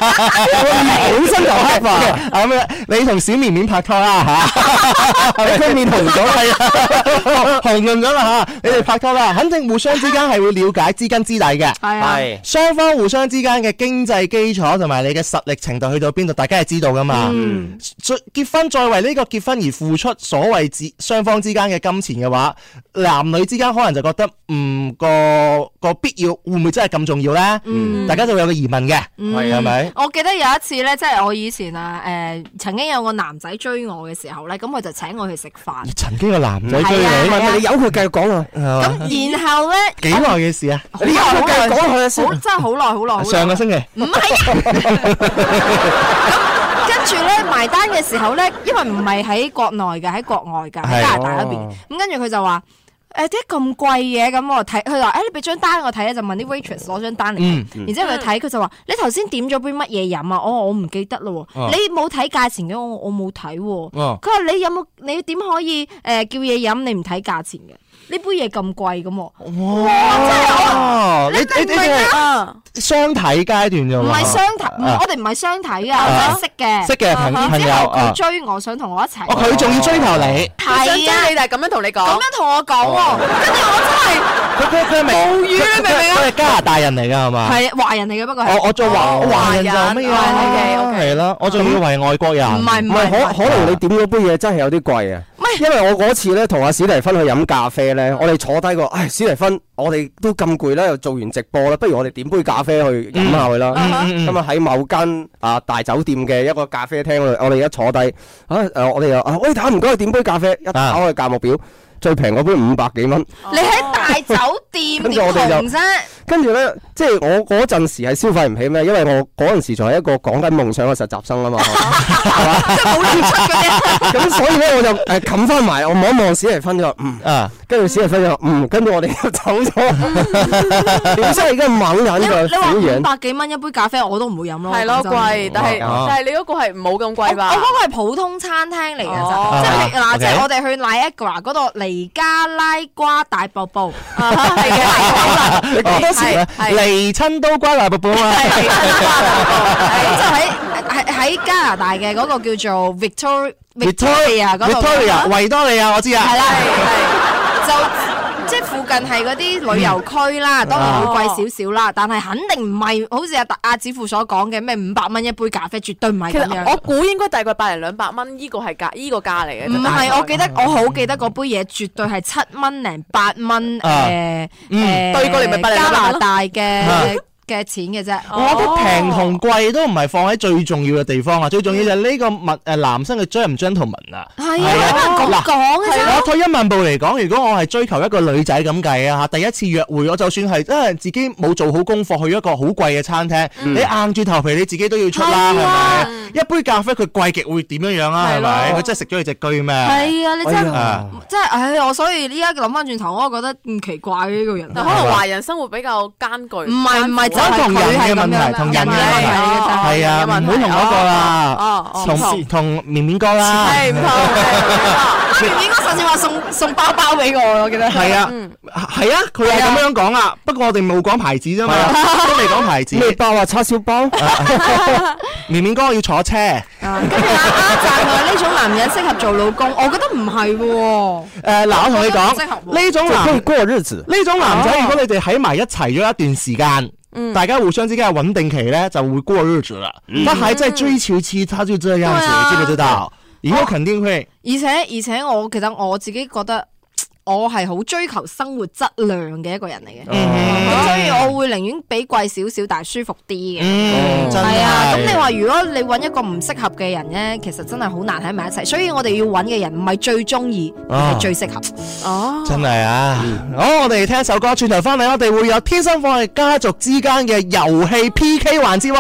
Speaker 4: 本身就黑化，
Speaker 2: 啊咁樣，你同小綿綿拍拖啦嚇。
Speaker 4: 佢面紅咗。
Speaker 2: 係啊，紅潤咗啦嚇，你哋拍拖啦，肯定互相之間係會了解知根知底嘅。
Speaker 3: 係啊，
Speaker 4: 係
Speaker 2: 雙方互相之間嘅經濟基礎同埋你嘅實力程度去到邊度，大家係知道噶嘛。再結婚再為呢個結婚而付出所謂之雙方之間嘅金錢嘅話，男女之間可能就覺得唔個個必要會唔會真係咁重要呢？大家就會有個疑問嘅，係係咪？
Speaker 3: 我記得有一次咧，即係我以前啊，誒、曾經有個男仔追我嘅時候咧，咁佢就請我去食 飯。
Speaker 2: 曾經個男仔追
Speaker 3: 係啊
Speaker 4: 唔係
Speaker 2: 你
Speaker 4: 唔係，你由佢繼續講啊，
Speaker 2: 係嘛，
Speaker 3: 咁然後咧，
Speaker 2: 幾耐嘅事啊？
Speaker 4: 你由佢繼續講佢先
Speaker 3: 好。真係好耐好耐好耐。
Speaker 2: 上個星期。
Speaker 3: 唔係啊！咁跟住咧埋單嘅時候咧，因為唔係喺國內嘅，喺國外㗎，喺
Speaker 2: 係
Speaker 3: 加拿大嗰邊。咁跟住佢就話：誒點解咁貴嘅？咁我睇佢話：誒你俾張單我睇咧，就問啲 waitress 攞張單嚟睇。然之後佢睇，佢就話：你頭先點咗杯乜嘢飲啊？我我唔記得咯喎，
Speaker 2: 哦
Speaker 3: 你冇睇價錢嘅，我我冇睇喎。
Speaker 2: 哦
Speaker 3: 佢話：你有冇？你點可以誒叫嘢飲？你唔睇價錢嘅？呢杯嘢咁貴咁喎，
Speaker 2: 哇！哦你你你係
Speaker 5: 啊，
Speaker 2: 相睇階段啫喎
Speaker 3: 唔係相睇，唔
Speaker 2: 啊
Speaker 3: 我哋唔係相睇啊，我真係識嘅。
Speaker 2: 識嘅朋朋
Speaker 3: 之
Speaker 2: 友
Speaker 3: 後佢
Speaker 2: 啊，
Speaker 3: 追我，想同我一齊。
Speaker 2: 哦佢仲要追求你，
Speaker 5: 佢想
Speaker 3: 係啊
Speaker 5: 追，你，但係咁樣同你
Speaker 3: 咁
Speaker 5: 講，
Speaker 3: 樣同我講喎，跟住我
Speaker 2: 佢佢佢係咪
Speaker 5: 暴雨
Speaker 2: 佢
Speaker 5: 你明唔明啊
Speaker 2: 佢係加拿大人嚟㗎係嘛？
Speaker 3: 真係啊係華人嚟嘅，不過係
Speaker 2: 我我做華
Speaker 5: 哦
Speaker 2: 華人就乜嘢
Speaker 5: 華人
Speaker 2: 啦？
Speaker 5: ，OK，OK
Speaker 2: 哦係啦，我仲以為外國人，
Speaker 3: 嗯唔係唔
Speaker 4: 唔係
Speaker 3: 係
Speaker 4: 可可能你點嗰杯嘢真係有啲貴啊，因為我嗰次咧同阿史提芬去飲咖啡咧，我哋坐低個，唉史提芬，我哋都咁攰啦，又做完直播啦，不如我哋點杯咖啡去飲下佢啦。
Speaker 2: 嗯
Speaker 4: 咁啊喺某間啊大酒店嘅一個咖啡廳，我哋我哋而家坐低啊誒，我哋又啊喂打唔該點杯咖啡，一打開價目表最平嗰杯五百幾蚊，
Speaker 3: 你喺大酒店點
Speaker 4: 跟住我哋就
Speaker 3: 紅啫？
Speaker 4: 跟住咧即係我嗰陣時係消費唔起咩，因為我嗰陣時仲係一個講緊夢想嘅實習生啊嘛。
Speaker 3: 即係冇論出嗰啲。
Speaker 4: 咁所以咧我就誒冚翻埋，我望一望史提芬就話嗯，
Speaker 2: 啊，
Speaker 4: 跟住史提芬就話嗯，跟住我哋就走咗。點知係一個猛
Speaker 2: 啊
Speaker 4: 人
Speaker 3: 你
Speaker 4: 嘅
Speaker 3: 你話
Speaker 4: 表
Speaker 3: 五
Speaker 4: 演，
Speaker 3: 百幾蚊一杯咖啡，我都唔會飲咯。
Speaker 5: 係咯
Speaker 3: 講真
Speaker 5: 貴，但係
Speaker 2: 哦
Speaker 5: 但係你嗰個係冇咁貴
Speaker 3: 我
Speaker 5: 吧
Speaker 3: 我？嗰個係普通餐廳嚟嘅
Speaker 5: 哦
Speaker 3: 咋，即係嗱，即
Speaker 2: 啊 OK
Speaker 3: 係我哋去 Niagara 嗰度尼加拉瓜大瀑布，
Speaker 5: 啊係嘅，係
Speaker 2: 你講多次
Speaker 3: 啊
Speaker 5: 係係
Speaker 2: 哦嚟親都關大瀑布啊！
Speaker 3: 咁就喺喺喺加拿大嘅嗰個叫做 Victoria Victoria 嗰度。
Speaker 2: Victoria 維多利亞，我知
Speaker 3: 係
Speaker 2: 啊，
Speaker 3: 啦，係就即係附近係嗰啲旅遊區
Speaker 2: 嗯
Speaker 3: 啦，當然會貴少少啦，但係肯定唔係好似阿達阿子富所講嘅咩五百蚊一杯咖啡，絕對唔係
Speaker 5: 其
Speaker 3: 咁
Speaker 5: 實我
Speaker 3: 樣。
Speaker 5: 估應該大概百零兩百蚊，依個係價，依個價嚟嘅。
Speaker 3: 唔係，我記得我好記得嗰杯嘢，絕對係七蚊零八蚊
Speaker 2: 啊
Speaker 3: 誒
Speaker 2: 嗯
Speaker 3: 誒，
Speaker 5: 對過嚟咪八零
Speaker 3: 加
Speaker 5: 八
Speaker 3: 拿
Speaker 5: 咯
Speaker 3: 大嘅
Speaker 2: 啊
Speaker 3: 嘅嘅錢嘅啫。
Speaker 2: 我覺得平同貴都唔係放喺最重要嘅地方啊，最重要就係呢個物誒男生嘅 g e n t l e m 啊。
Speaker 3: 係啊，
Speaker 2: 係
Speaker 3: 咁
Speaker 2: 啊
Speaker 3: 講嘅啫。
Speaker 2: 我退一萬步嚟講，如果我係追求一個女仔咁計啊嚇，第一次約會，我就算係真係自己冇做好功課，去一個好貴嘅餐廳，你硬住頭皮你自己都要出啦，係
Speaker 3: 嗯係啊
Speaker 2: 咪？一杯咖啡佢貴極會點樣樣啊？係咪？
Speaker 3: 係咯
Speaker 2: 佢真係食咗你只居咩？
Speaker 3: 係啊，你真係
Speaker 2: 啊
Speaker 3: 即係，唉，我所以依家諗翻轉頭，我都覺得唔奇怪呢個人。
Speaker 5: 但可能華人生活比較艱巨，
Speaker 3: 唔係唔係，就係
Speaker 2: 同人
Speaker 3: 佢係
Speaker 2: 嘅
Speaker 3: 咁
Speaker 2: 問題，
Speaker 3: 樣
Speaker 2: 同人嘅
Speaker 3: 係
Speaker 2: 問題。
Speaker 3: 係係
Speaker 2: 係啊，唔好同嗰個
Speaker 3: 哦
Speaker 2: 啦，同同綿綿哥啦，
Speaker 5: 係唔 同
Speaker 3: 啊，明明我上次話送送包包俾我，我記得。
Speaker 2: 係啊，係啊，佢係咁樣講啊，不過我哋冇講牌子啫嘛，
Speaker 3: 啊
Speaker 2: 都未講牌子。
Speaker 4: 咩包啊？叉燒包？
Speaker 2: 綿綿哥要坐 車，誒
Speaker 3: 啊跟住阿阿贊話呢種男人適合做老公，我覺得唔係喎。
Speaker 2: 嗱，我同你
Speaker 3: 我覺得唔適
Speaker 2: 講
Speaker 3: 合哦
Speaker 2: 呢種
Speaker 4: 可以
Speaker 2: 男
Speaker 4: 過日子。
Speaker 2: 呢種男仔，如果你哋喺埋一齊咗一段時間。
Speaker 3: 嗯
Speaker 2: 大家互相之間嘅穩定期咧，就會過日子啦。他還在追求期，他就這樣子，
Speaker 3: 對啊
Speaker 2: 知不知道？以後肯定會
Speaker 3: 而且而且我其實我自己覺得我係好追求生活質量嘅一個人嚟嘅，咁、
Speaker 2: 哦
Speaker 3: 所以我會寧願俾貴少少，但係舒服啲嘅。
Speaker 2: 嗯，真
Speaker 3: 係啊，咁你
Speaker 2: 係
Speaker 3: 話如果你揾一個唔適合嘅人呢，其實真係好難喺埋一齊。所以我哋要揾嘅人唔係最中意，而
Speaker 2: 啊
Speaker 3: 係最適合。
Speaker 5: 哦，
Speaker 2: 真係啊！好，我哋聽一首歌，轉頭翻嚟，我哋會有天生放喺家族之間嘅遊戲 P K 環節喎。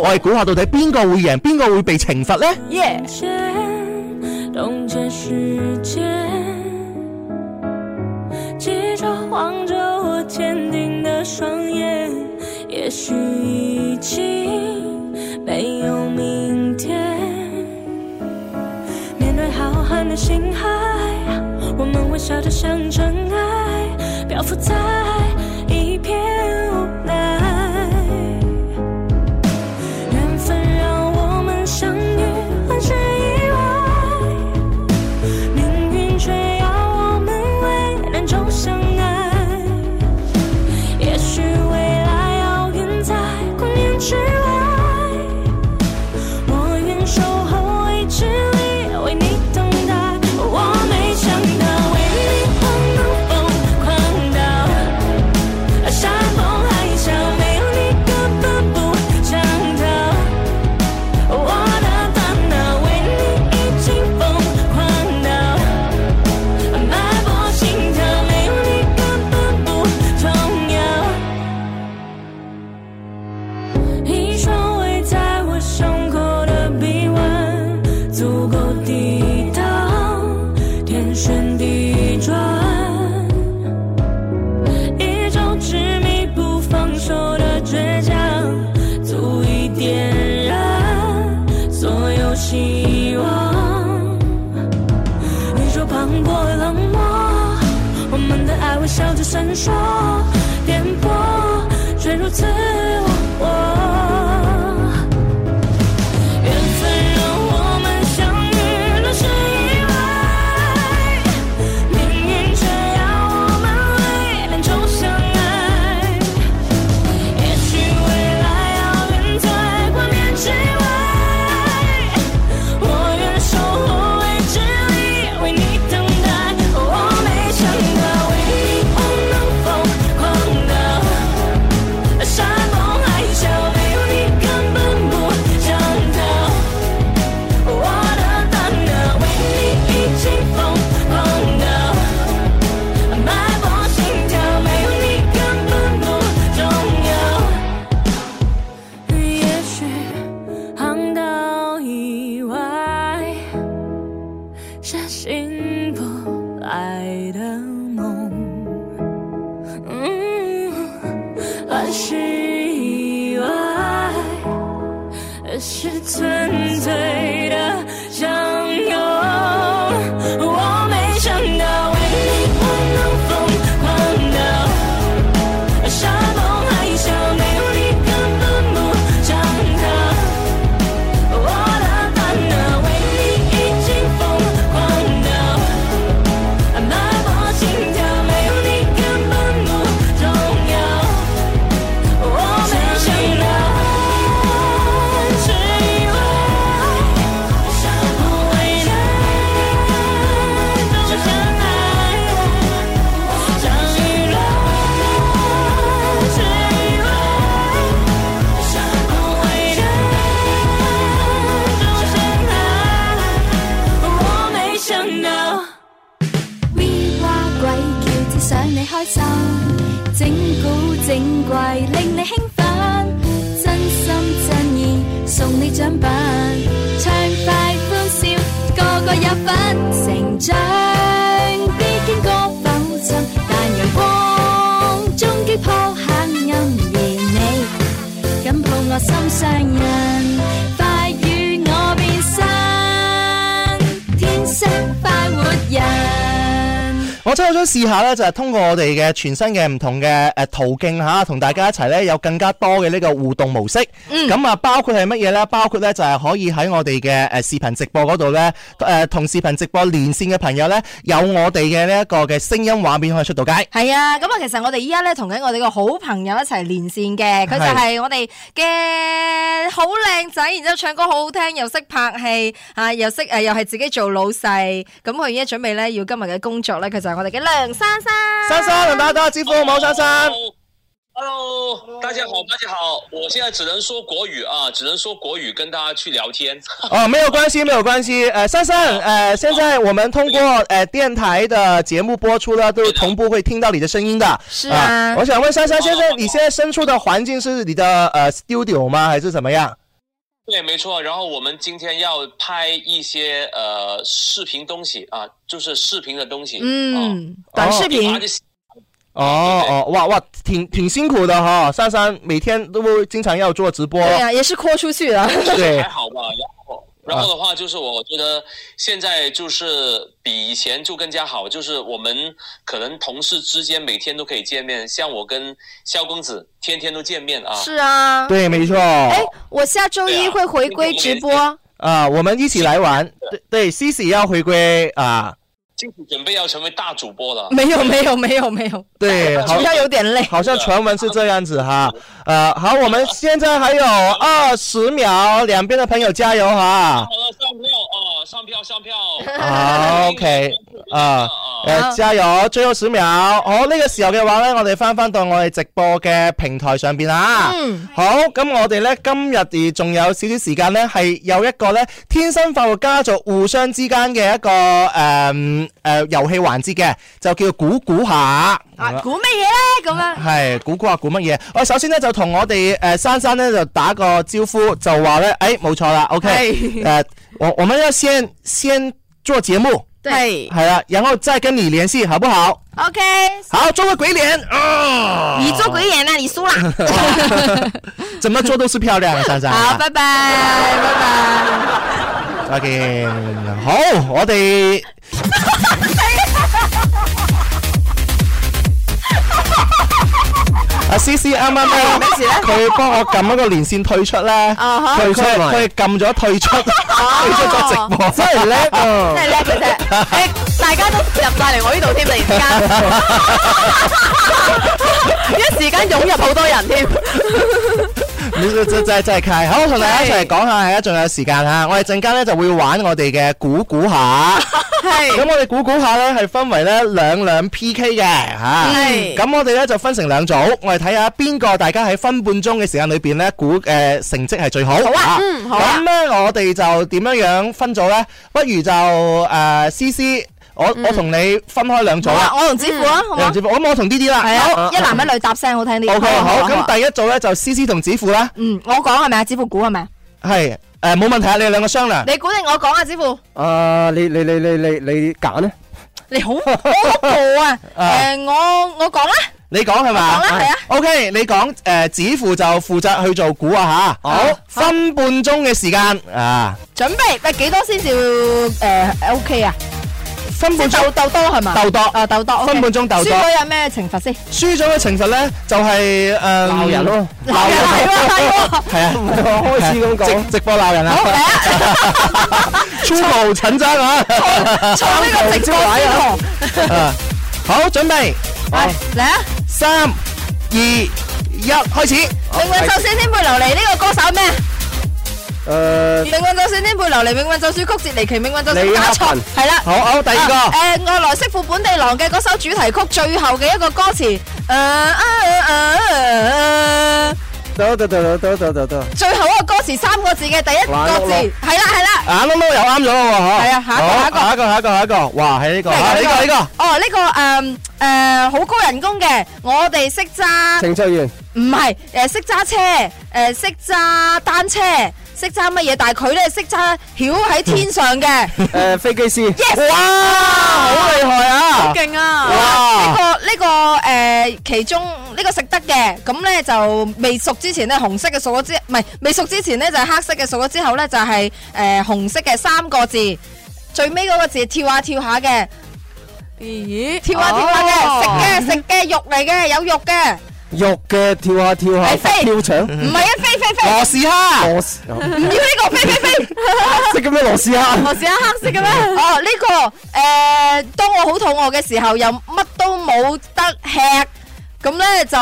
Speaker 2: 我哋估下到底邊個會贏，邊個會被懲罰咧？
Speaker 5: 耶！
Speaker 7: 间，动着时间，执着望着我坚定的双眼，也许已经没有明天。面对浩瀚的星海，我们微笑着像尘埃，漂浮在一片无奈。缘分让我们相遇，还是意外？命运却要我们为难中相爱。也许未来遥远在光年之外，我愿守候未知里，为你等待。我没想到为你我能疯狂到。山崩海啸，没有你根本不想逃。我的烦恼为你已经疯狂到脉搏心跳，没有你根本不重要。一双围在我胸口的臂弯，足够抵挡天旋地转。一种执迷不放手的倔强，足以点燃所有希望。宇宙磅礴冷漠，我们的爱微笑着闪烁，颠簸却如此无我。缘分让我们相遇，都是意外。命运却要我们为难中相爱，也许未来遥远在光年之外，我愿守候未知里，为你等待。我没想到为你我能疯狂到山崩海啸，没有你根本不想逃。我的烦恼为你已经疯狂到脉搏心跳，没有你根本不重要。也许航道以外是醒不来的梦，乱世以外。是纯粹的相拥。我没想到为你我能疯狂到山崩海啸，没有你根本不想逃。我的烦恼为你已经疯狂到脉搏心跳，没有你根本不重要。我没想到，只因为想不貴，令你興奮，真心真意送你獎品，暢快歡笑，個個有份成長，必經過浮沉，但陽光終擊破黑暗，而你。緊抱我心上人，快與我變身，天生快活人。
Speaker 2: 我真係好想試下咧，就係通過我哋嘅全新嘅唔同嘅誒途徑嚇，同大家一齊咧有更加多嘅呢個互動模式。咁啊，包括係乜嘢咧？包括咧就係可以喺我哋嘅誒視頻直播嗰度咧，誒同視頻直播連線嘅朋友咧，有我哋嘅呢一個嘅聲音畫面可以出到街。
Speaker 3: 系啊，咁啊，其實我哋依家咧同緊我哋個好朋友一齊連線嘅，佢就係我哋嘅好靚仔，然之后唱歌好好聽，又識拍戲啊，又識诶、呃又係自己做老細。咁佢依家準備咧要今日嘅工作咧，佢就係我哋嘅梁珊珊。
Speaker 2: 珊珊同大家打個招呼好唔好？珊珊，
Speaker 9: Hello，大家好，大家好，我现在只能说国语啊，只能说国语跟大家去聊天。
Speaker 2: 哦，沒有關係，沒有關係。誒，珊珊，誒，現在我們通過誒電台的節目播出呢，都同步會聽到你的聲音的。
Speaker 3: 是啊
Speaker 2: 我想問珊珊，現在你現在身處的環境是你的呃 studio 嗎？還是怎麼樣？
Speaker 9: 对，没错。然后我们今天要拍一些呃视频东西啊，就是视频的东西。啊，
Speaker 3: 嗯，短視
Speaker 9: 你拿着
Speaker 3: 頻
Speaker 2: 哦
Speaker 9: 對對
Speaker 2: 哦，哇哇，挺挺辛苦的哈，珊珊每天都會經常要做直播。
Speaker 3: 對啊，也是豁出去啦。
Speaker 2: 對
Speaker 9: 还好吧。然后，然后的话就是，我觉得现在就是比以前就更加好，就是我们可能同事之间每天都可以见面，像我跟萧公子天天都见面啊。
Speaker 3: 是啊，
Speaker 2: 對，沒錯。
Speaker 3: 哎、我下周一会回归直播。
Speaker 2: 啊，我們一起來玩。對對，Cici 要回歸啊，
Speaker 9: 今天准备要成为大主播了。
Speaker 3: 没有没有没有没有，
Speaker 2: 對，好
Speaker 3: 好像有点累。
Speaker 2: 好像传闻是这样子哈，呃，好，我们现在还有二十秒，两边的朋友加油哈。
Speaker 9: 好了，上票啊，上票上票。
Speaker 2: 好，OK，啊，诶，加油，最後十秒。好，呢、個時候嘅話呢，我哋翻翻到我哋直播嘅平台上邊啊。
Speaker 3: 嗯
Speaker 2: 好，咁我哋呢，今日而仲有少少時間呢，係有一個呢天生快活家族互相之間嘅一個呃嗯誒誒遊戲環節嘅，就叫估估下。
Speaker 3: 啊，估乜嘢咧？咁样
Speaker 2: 係估估下估乜嘢？我首先咧就同我哋誒珊珊咧就打個招呼，就話咧，誒、冇錯啦，OK，誒、
Speaker 5: 係
Speaker 2: 我我們要先先做節目，
Speaker 5: 係
Speaker 2: 係啦，然後再跟你聯繫，好不好？
Speaker 3: 啊，OK，
Speaker 2: 好，做個鬼臉，啊、
Speaker 3: 你做鬼脸啦，你输啦。
Speaker 2: 怎麼做都是漂亮啊，珊珊。
Speaker 3: 好，拜拜，拜拜。
Speaker 2: 再見。好，我哋。阿 C C 啊啱啱咧，佢幫我撳一個連線退出咧，
Speaker 5: 啊哈哦
Speaker 2: 退出佢撳咗退出，退出咗直播，真係 叻啊！
Speaker 5: 真係叻嘅啫，誒大家都入晒嚟我呢度添，突然間，一時間湧入好多人添。
Speaker 2: 你真真真真係契，好同大家一齊講下，係啊，仲有時間嚇，我哋陣間咧就會玩我哋嘅估估 下。
Speaker 5: 係
Speaker 2: 啊咁我哋估估下咧，係分為咧兩兩 P K 嘅嚇。
Speaker 5: 係
Speaker 2: 咁我哋咧就分成兩組，我哋睇下邊個大家喺分半鐘嘅時間裏邊咧估誒成績係最好。好啊，
Speaker 5: 嗯好啊
Speaker 2: 咁咧我哋就點樣樣分組咧？不如就誒 C C，我我同你分開兩組
Speaker 3: 好啊，
Speaker 2: 啦。
Speaker 3: 我同子富啊，好
Speaker 2: 楊
Speaker 3: 嘛？
Speaker 2: 志寶咁我同 D D 啦。
Speaker 3: 系啊，一男一女搭聲好聽啲。
Speaker 2: O K，
Speaker 3: 啊
Speaker 2: 好。
Speaker 3: 啊
Speaker 2: 咁第一組咧就 C C 同子富啦，
Speaker 3: 嗯，我講係咪啊？子富估係咪啊？
Speaker 2: 係誒冇問題啊，你哋兩個商量。
Speaker 3: 你估定我講啊？子 富，
Speaker 4: 啊，你你你你你你揀咧？
Speaker 3: 你好我好步啊！
Speaker 2: 啊
Speaker 3: 诶，我我講啦，
Speaker 2: 你講係嘛？
Speaker 3: 我講啦係啊
Speaker 2: O K，你講誒子父就負責去做估啊嚇。好，分半鐘嘅時間啊，
Speaker 3: 準備喂幾多先至诶 OK 啊？
Speaker 2: 分
Speaker 3: 即
Speaker 2: 半
Speaker 3: 係
Speaker 2: 鐘
Speaker 3: 鬥鬥多係嘛？
Speaker 2: 鬥多
Speaker 3: 啊鬥多，
Speaker 2: 分半鐘鬥多
Speaker 3: 輸咗有咩懲罰先？
Speaker 2: 輸咗嘅懲罰咧就係誒鬧
Speaker 4: 人咯，
Speaker 2: 鬧人
Speaker 3: 係喎係喎
Speaker 2: 係 啊，
Speaker 4: 我開始咁講
Speaker 2: 直直播鬧人啊
Speaker 3: 好，嚟啊！
Speaker 2: 粗暴陳真啊！
Speaker 3: 做呢個直播 之王
Speaker 2: 啊好，準備
Speaker 3: 係嚟啊！
Speaker 2: 三二一，開始。
Speaker 3: 命運就算顛沛流離呢個歌手咩？
Speaker 7: Ờ,
Speaker 4: 誒，
Speaker 3: 命運就算顛沛流離，命運就算曲折離奇，命運就算
Speaker 4: 李克
Speaker 3: 打錯
Speaker 4: 勤，
Speaker 3: 係啦。
Speaker 2: 好，好，第二個。
Speaker 3: 诶，誒外來媳婦本地郎嘅嗰首主題曲最後嘅一個歌詞，诶啊啊啊
Speaker 4: 得得得得得得得，
Speaker 3: 最後嗰個歌詞三個字嘅第一個字，係啦係啦，
Speaker 2: 眼窿窿啊又啱咗啦喎，
Speaker 3: 係啊下一個
Speaker 2: 好下一個，下一個，下一個，哇，係呢個，
Speaker 3: 咩
Speaker 2: 啊
Speaker 3: 嚟
Speaker 2: 呢
Speaker 3: 㗎
Speaker 2: 個呢個，
Speaker 3: 哦呢個誒誒好高人工嘅，我哋識揸。
Speaker 4: 程序員
Speaker 3: 唔係，誒識揸車，誒識揸單車，識揸乜嘢？但係佢咧識揸曉喺天 上嘅。
Speaker 4: 誒飛機師，
Speaker 3: yes，
Speaker 2: 好厲害啊！
Speaker 5: 勁啊！
Speaker 3: 呢
Speaker 2: 哇，
Speaker 3: 個呢個誒其中呢個食得嘅，咁咧就未熟之前咧紅色嘅熟咗之，唔係未熟之前咧就係黑色嘅熟咗之後咧就係誒紅色嘅三個字，最尾嗰個字跳下跳下嘅，
Speaker 5: 咦，
Speaker 3: 跳下跳
Speaker 5: 哦
Speaker 3: 下嘅，食嘅食嘅肉嚟嘅，有肉嘅，
Speaker 4: 肉嘅跳下跳下
Speaker 3: 係飛
Speaker 4: 跳牆，
Speaker 3: 唔係啊飛飛飛，
Speaker 2: 羅氏蝦，
Speaker 4: 螺絲啊
Speaker 3: 唔要呢個飛飛飛。
Speaker 4: 識嘅咩螺絲啊？
Speaker 5: 我試下黑色嘅咩？
Speaker 3: 哦，呢、個诶、誒當我好肚餓嘅時候，又乜都冇得吃，咁咧就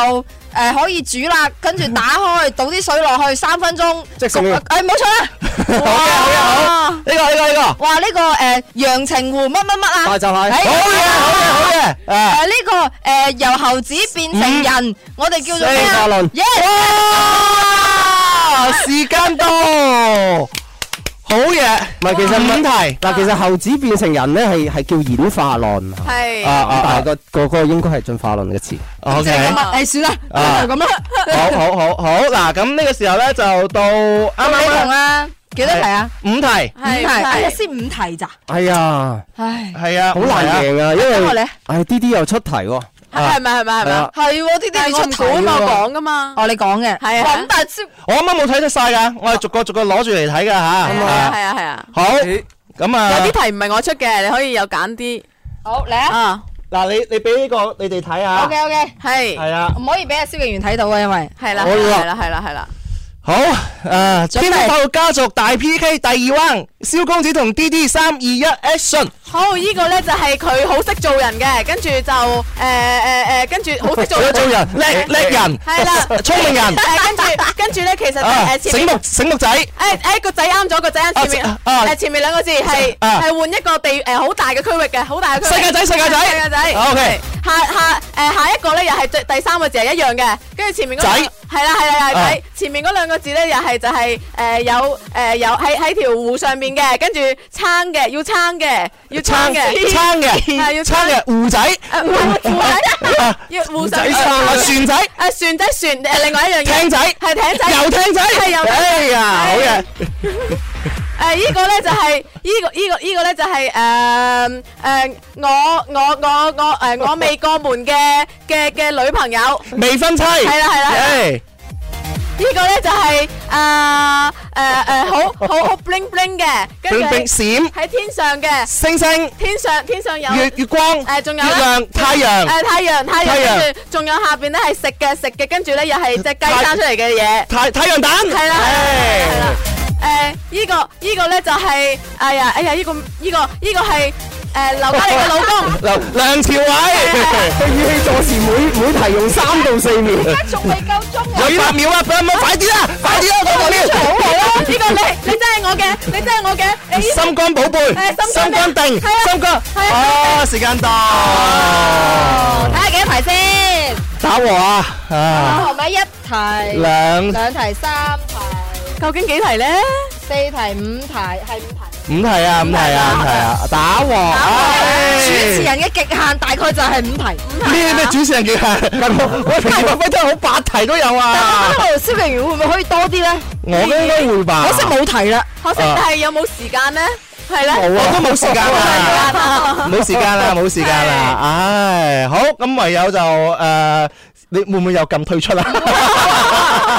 Speaker 3: 诶、誒可以煮啦，跟住打開，倒啲水落去，三分鐘，
Speaker 4: 即食麵
Speaker 3: 诶冇錯啦，
Speaker 2: 好嘅，好嘅， 好，呢個呢個呢個，
Speaker 3: 哇呢、個诶、誒陽澄湖乜乜乜啊，
Speaker 4: 大閘蟹，
Speaker 3: 哎
Speaker 2: 好嘅，好嘅，好嘅，啊！
Speaker 3: 呃
Speaker 2: 嗯
Speaker 3: 誒呢、個誒由猴子變成人，我哋叫做咩啊
Speaker 4: 四個輪
Speaker 2: 啊！時間到，好嘢，唔
Speaker 4: 係其實
Speaker 2: 五題，
Speaker 4: 嗱，其實猴子變成人咧係係叫演化論啊，
Speaker 5: 係
Speaker 4: 但
Speaker 2: 啊
Speaker 4: 係
Speaker 2: 啊
Speaker 4: 個個個應該係進化論嘅詞。
Speaker 2: 啊
Speaker 3: 即係
Speaker 2: ，OK
Speaker 3: 咁。啊，誒算
Speaker 2: 啊
Speaker 3: 啦，就咁啦，
Speaker 2: 好好好好嗱，咁呢個時候咧就到啱
Speaker 3: 你
Speaker 2: 啱
Speaker 3: 同
Speaker 2: 啦
Speaker 3: 啊幾多題啊？
Speaker 2: 五題，
Speaker 3: 五題，
Speaker 5: 係
Speaker 3: 哎呀
Speaker 5: 係
Speaker 3: 先五題咋，
Speaker 4: 哎呀，
Speaker 3: 唉，
Speaker 2: 係啊，
Speaker 4: 好難
Speaker 2: 嘅。
Speaker 4: 贏啊，因
Speaker 3: 等我
Speaker 4: 為
Speaker 3: 嚟
Speaker 4: 唉啲啲又出題喎，
Speaker 5: 係咪係咪係
Speaker 4: 係
Speaker 5: 咪
Speaker 4: 啊？
Speaker 3: 係喎，啲啲
Speaker 5: 但
Speaker 3: 你
Speaker 5: 係我
Speaker 3: 出
Speaker 5: 唔
Speaker 3: 題
Speaker 5: 估啊嘛，我
Speaker 3: 喎
Speaker 5: 講噶嘛。
Speaker 3: 哦，你講嘅，
Speaker 5: 係啊
Speaker 3: 哇咁但係先
Speaker 2: 我啱啱冇睇得晒㗎，我係逐個逐個攞住嚟睇㗎
Speaker 5: 係
Speaker 2: 吓。
Speaker 5: 啊係啊係啊。
Speaker 2: 好，咁
Speaker 5: 有
Speaker 2: 啊
Speaker 5: 啲，題唔係我出嘅，你可以有揀啲
Speaker 3: 好嚟啊
Speaker 5: 啊。
Speaker 2: 嗱你你俾呢個你哋睇下
Speaker 3: ！OK，OK，
Speaker 5: 係
Speaker 2: 啊係啊，
Speaker 3: 唔可以俾阿蕭敬元睇到啊，因為
Speaker 5: 係啦
Speaker 2: 好啦
Speaker 5: 係啦係啦係啦。
Speaker 2: 好啊，天后家族大 PK 第二 round，蕭公子同 D D 三二一 action，
Speaker 5: 好，呢個咧就係佢好識做人嘅，跟住就誒誒誒，跟住好識做
Speaker 2: 做做人叻叻人，
Speaker 5: 係啦，
Speaker 2: 聰明人
Speaker 5: 誒跟住跟住咧，其實
Speaker 2: 啊，
Speaker 5: 誒前
Speaker 2: 醒
Speaker 5: 面
Speaker 2: 目醒目仔。
Speaker 5: 誒誒個仔啱咗，個仔啱前面
Speaker 2: 啊啊
Speaker 5: 誒前面兩個字係
Speaker 2: 啊
Speaker 5: 係換一個地誒好大嘅區域嘅，好大嘅區域。
Speaker 2: 世界仔世界仔
Speaker 5: 世界仔。
Speaker 2: 啊，OK
Speaker 5: 下下誒下一個咧又係最第三個字係一樣嘅，跟住前面嗰兩
Speaker 2: 仔
Speaker 5: 係啦係啦係
Speaker 2: 啊
Speaker 5: 仔，前面嗰兩個字咧又係就係誒有誒有喺喺條湖上面嘅，跟住撐嘅要撐嘅要撐
Speaker 2: 撐
Speaker 5: 嘅
Speaker 2: 撐嘅，
Speaker 5: 係要
Speaker 2: 撐嘅胡仔，
Speaker 5: 誒湖湖仔要湖上
Speaker 2: 仔撐
Speaker 5: à,
Speaker 2: 啊，船仔，
Speaker 5: 誒船仔船誒另外一樣嘢
Speaker 2: 艇仔，
Speaker 5: 係艇仔
Speaker 2: 遊艇仔，
Speaker 5: 係遊艇仔
Speaker 2: 哎
Speaker 1: à,
Speaker 2: 呀，好嘢，
Speaker 5: 誒依個咧就係依個依個依個咧就係誒誒我我我我誒我未過門嘅嘅嘅女朋友，
Speaker 2: 未婚妻，係
Speaker 5: 啦係啦
Speaker 2: 係
Speaker 5: 依個咧就係誒誒誒好好好 bling bling 嘅，跟住
Speaker 2: 冰冰閃
Speaker 5: 喺天上嘅
Speaker 2: 星星
Speaker 5: 天上天上有
Speaker 2: 月
Speaker 5: 誒
Speaker 2: 月光，
Speaker 5: 誒仲有啊
Speaker 2: 月亮太陽
Speaker 5: 太陽太
Speaker 2: 太陽
Speaker 5: 陽，跟住仲有下邊咧係食嘅食嘅，跟住咧又係隻雞生出嚟嘅嘢。
Speaker 2: 太太陽蛋，
Speaker 5: 係啦，
Speaker 2: 哎
Speaker 5: 係啦，誒，依個依個咧就係，哎呀，哎呀，依個依個依個係誒劉嘉玲嘅老 公，
Speaker 2: 梁梁朝偉，
Speaker 4: 佢語氣助詞每每題用三到四秒，
Speaker 3: 仲未夠鐘啊！
Speaker 2: 有八秒啊，快咁快啲啦，快啲啦，我我
Speaker 5: 好
Speaker 2: 呢，
Speaker 1: 啊
Speaker 5: 嚟咯，呢個你你真係我嘅，你真係我嘅，你呢
Speaker 2: 心肝寶貝，
Speaker 5: 誒心
Speaker 2: 心
Speaker 5: 肝
Speaker 2: 肝定，
Speaker 5: 係啊
Speaker 2: 心肝，
Speaker 5: 係啊
Speaker 2: 啊，時間到，
Speaker 3: 睇下幾多題先，
Speaker 2: 打和啊，啊，
Speaker 3: 後尾一題、
Speaker 2: 兩
Speaker 3: 兩題、三題、
Speaker 5: 究竟幾題咧？
Speaker 3: 四題、五題，係五題。
Speaker 2: 五題啊，五題啊，五題啊，哎打和，唉
Speaker 3: 主持人嘅極限大概就係五題。
Speaker 1: 啊
Speaker 2: 咩咩主持人叫啊？我平時真係好八題都有
Speaker 3: 但
Speaker 2: 啊
Speaker 3: 係！我覺得我同蕭敬元會唔會可以多啲咧？
Speaker 2: 我應該會吧？
Speaker 3: 可惜冇題啦。
Speaker 5: 可惜，但係有冇時間咧？係咧，
Speaker 2: 冇啊，都冇時間啦，
Speaker 5: 啊
Speaker 2: 冇時間啊啦，冇時間啦，唉，好，咁唯有就誒，你會唔會又撳退出啊？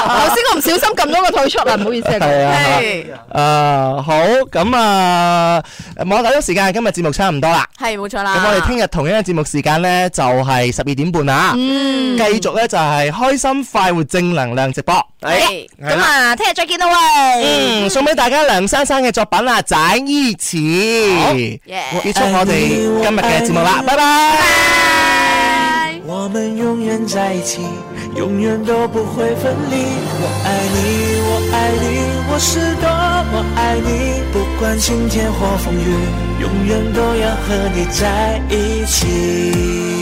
Speaker 3: 頭先我唔小心撳咗個退出啦，唔好意思啊。
Speaker 2: 係啊，
Speaker 5: 係
Speaker 2: 誒好，咁啊，網睇咗時間，今日節目差唔多啦。
Speaker 5: 係冇錯啦。
Speaker 2: 咁我哋聽日同樣嘅節目時間呢，就係十二點半啦。嗯，繼續呢，就係開心快活正能量直播。
Speaker 5: 係
Speaker 2: 係
Speaker 3: 咁
Speaker 2: 啦
Speaker 3: 啊，聽日再見啦喂！
Speaker 2: 哎嗯，送俾大家梁珊珊嘅作品啊啦，《斬衣詞》。
Speaker 5: Yeah
Speaker 2: 結束我哋今日嘅節呃目啦，拜拜。
Speaker 1: 我们永远在一起，永远都不会分离。我爱你，我爱你，我是多么爱你。不管晴天或风雨，永远都要和你在一起。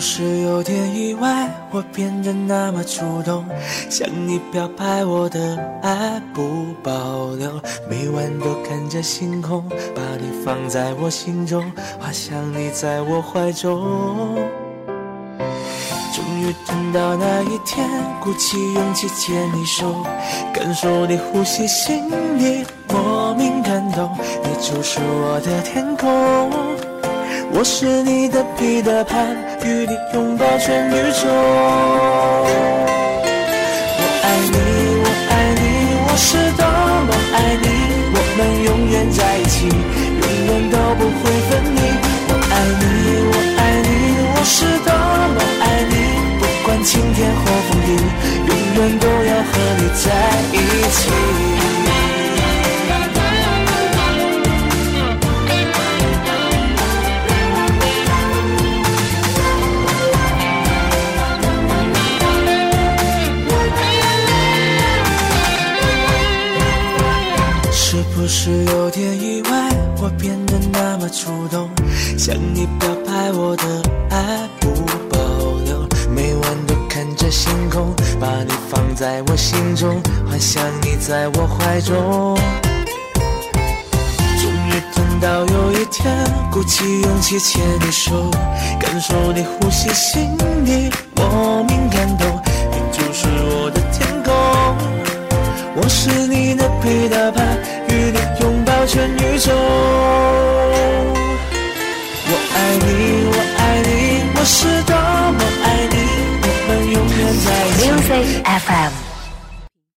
Speaker 10: 是有点意外，我变得那么主动，向你表白我的爱不保留，每晚都看着星空，把你放在我心中，滑翔你在我怀中。终于等到那一天，鼓起勇气牵你手，感受你呼吸，心里莫名感动，你就是我的天空，我是你的彼得潘，与你拥抱全宇宙。我爱你，我爱你，我是多么爱你，我们永远在一起，永远都不会分离。我爱你，我爱你，我是多么爱你，不管晴天或风雨，永远都要和你在一起。是不是有点意外，我变得那么主动，向你表白我的爱不保留，每晚都看着星空，把你放在我心中，幻想你在我怀中。终于等到有一天，鼓起勇气牵你手，感受你呼吸，心里莫名感动，你就是我的天空。我是你的彼得潘，与你拥抱全宇宙。我爱你，我爱你，我是多么爱你，我们永远在一起。
Speaker 11: Music FM。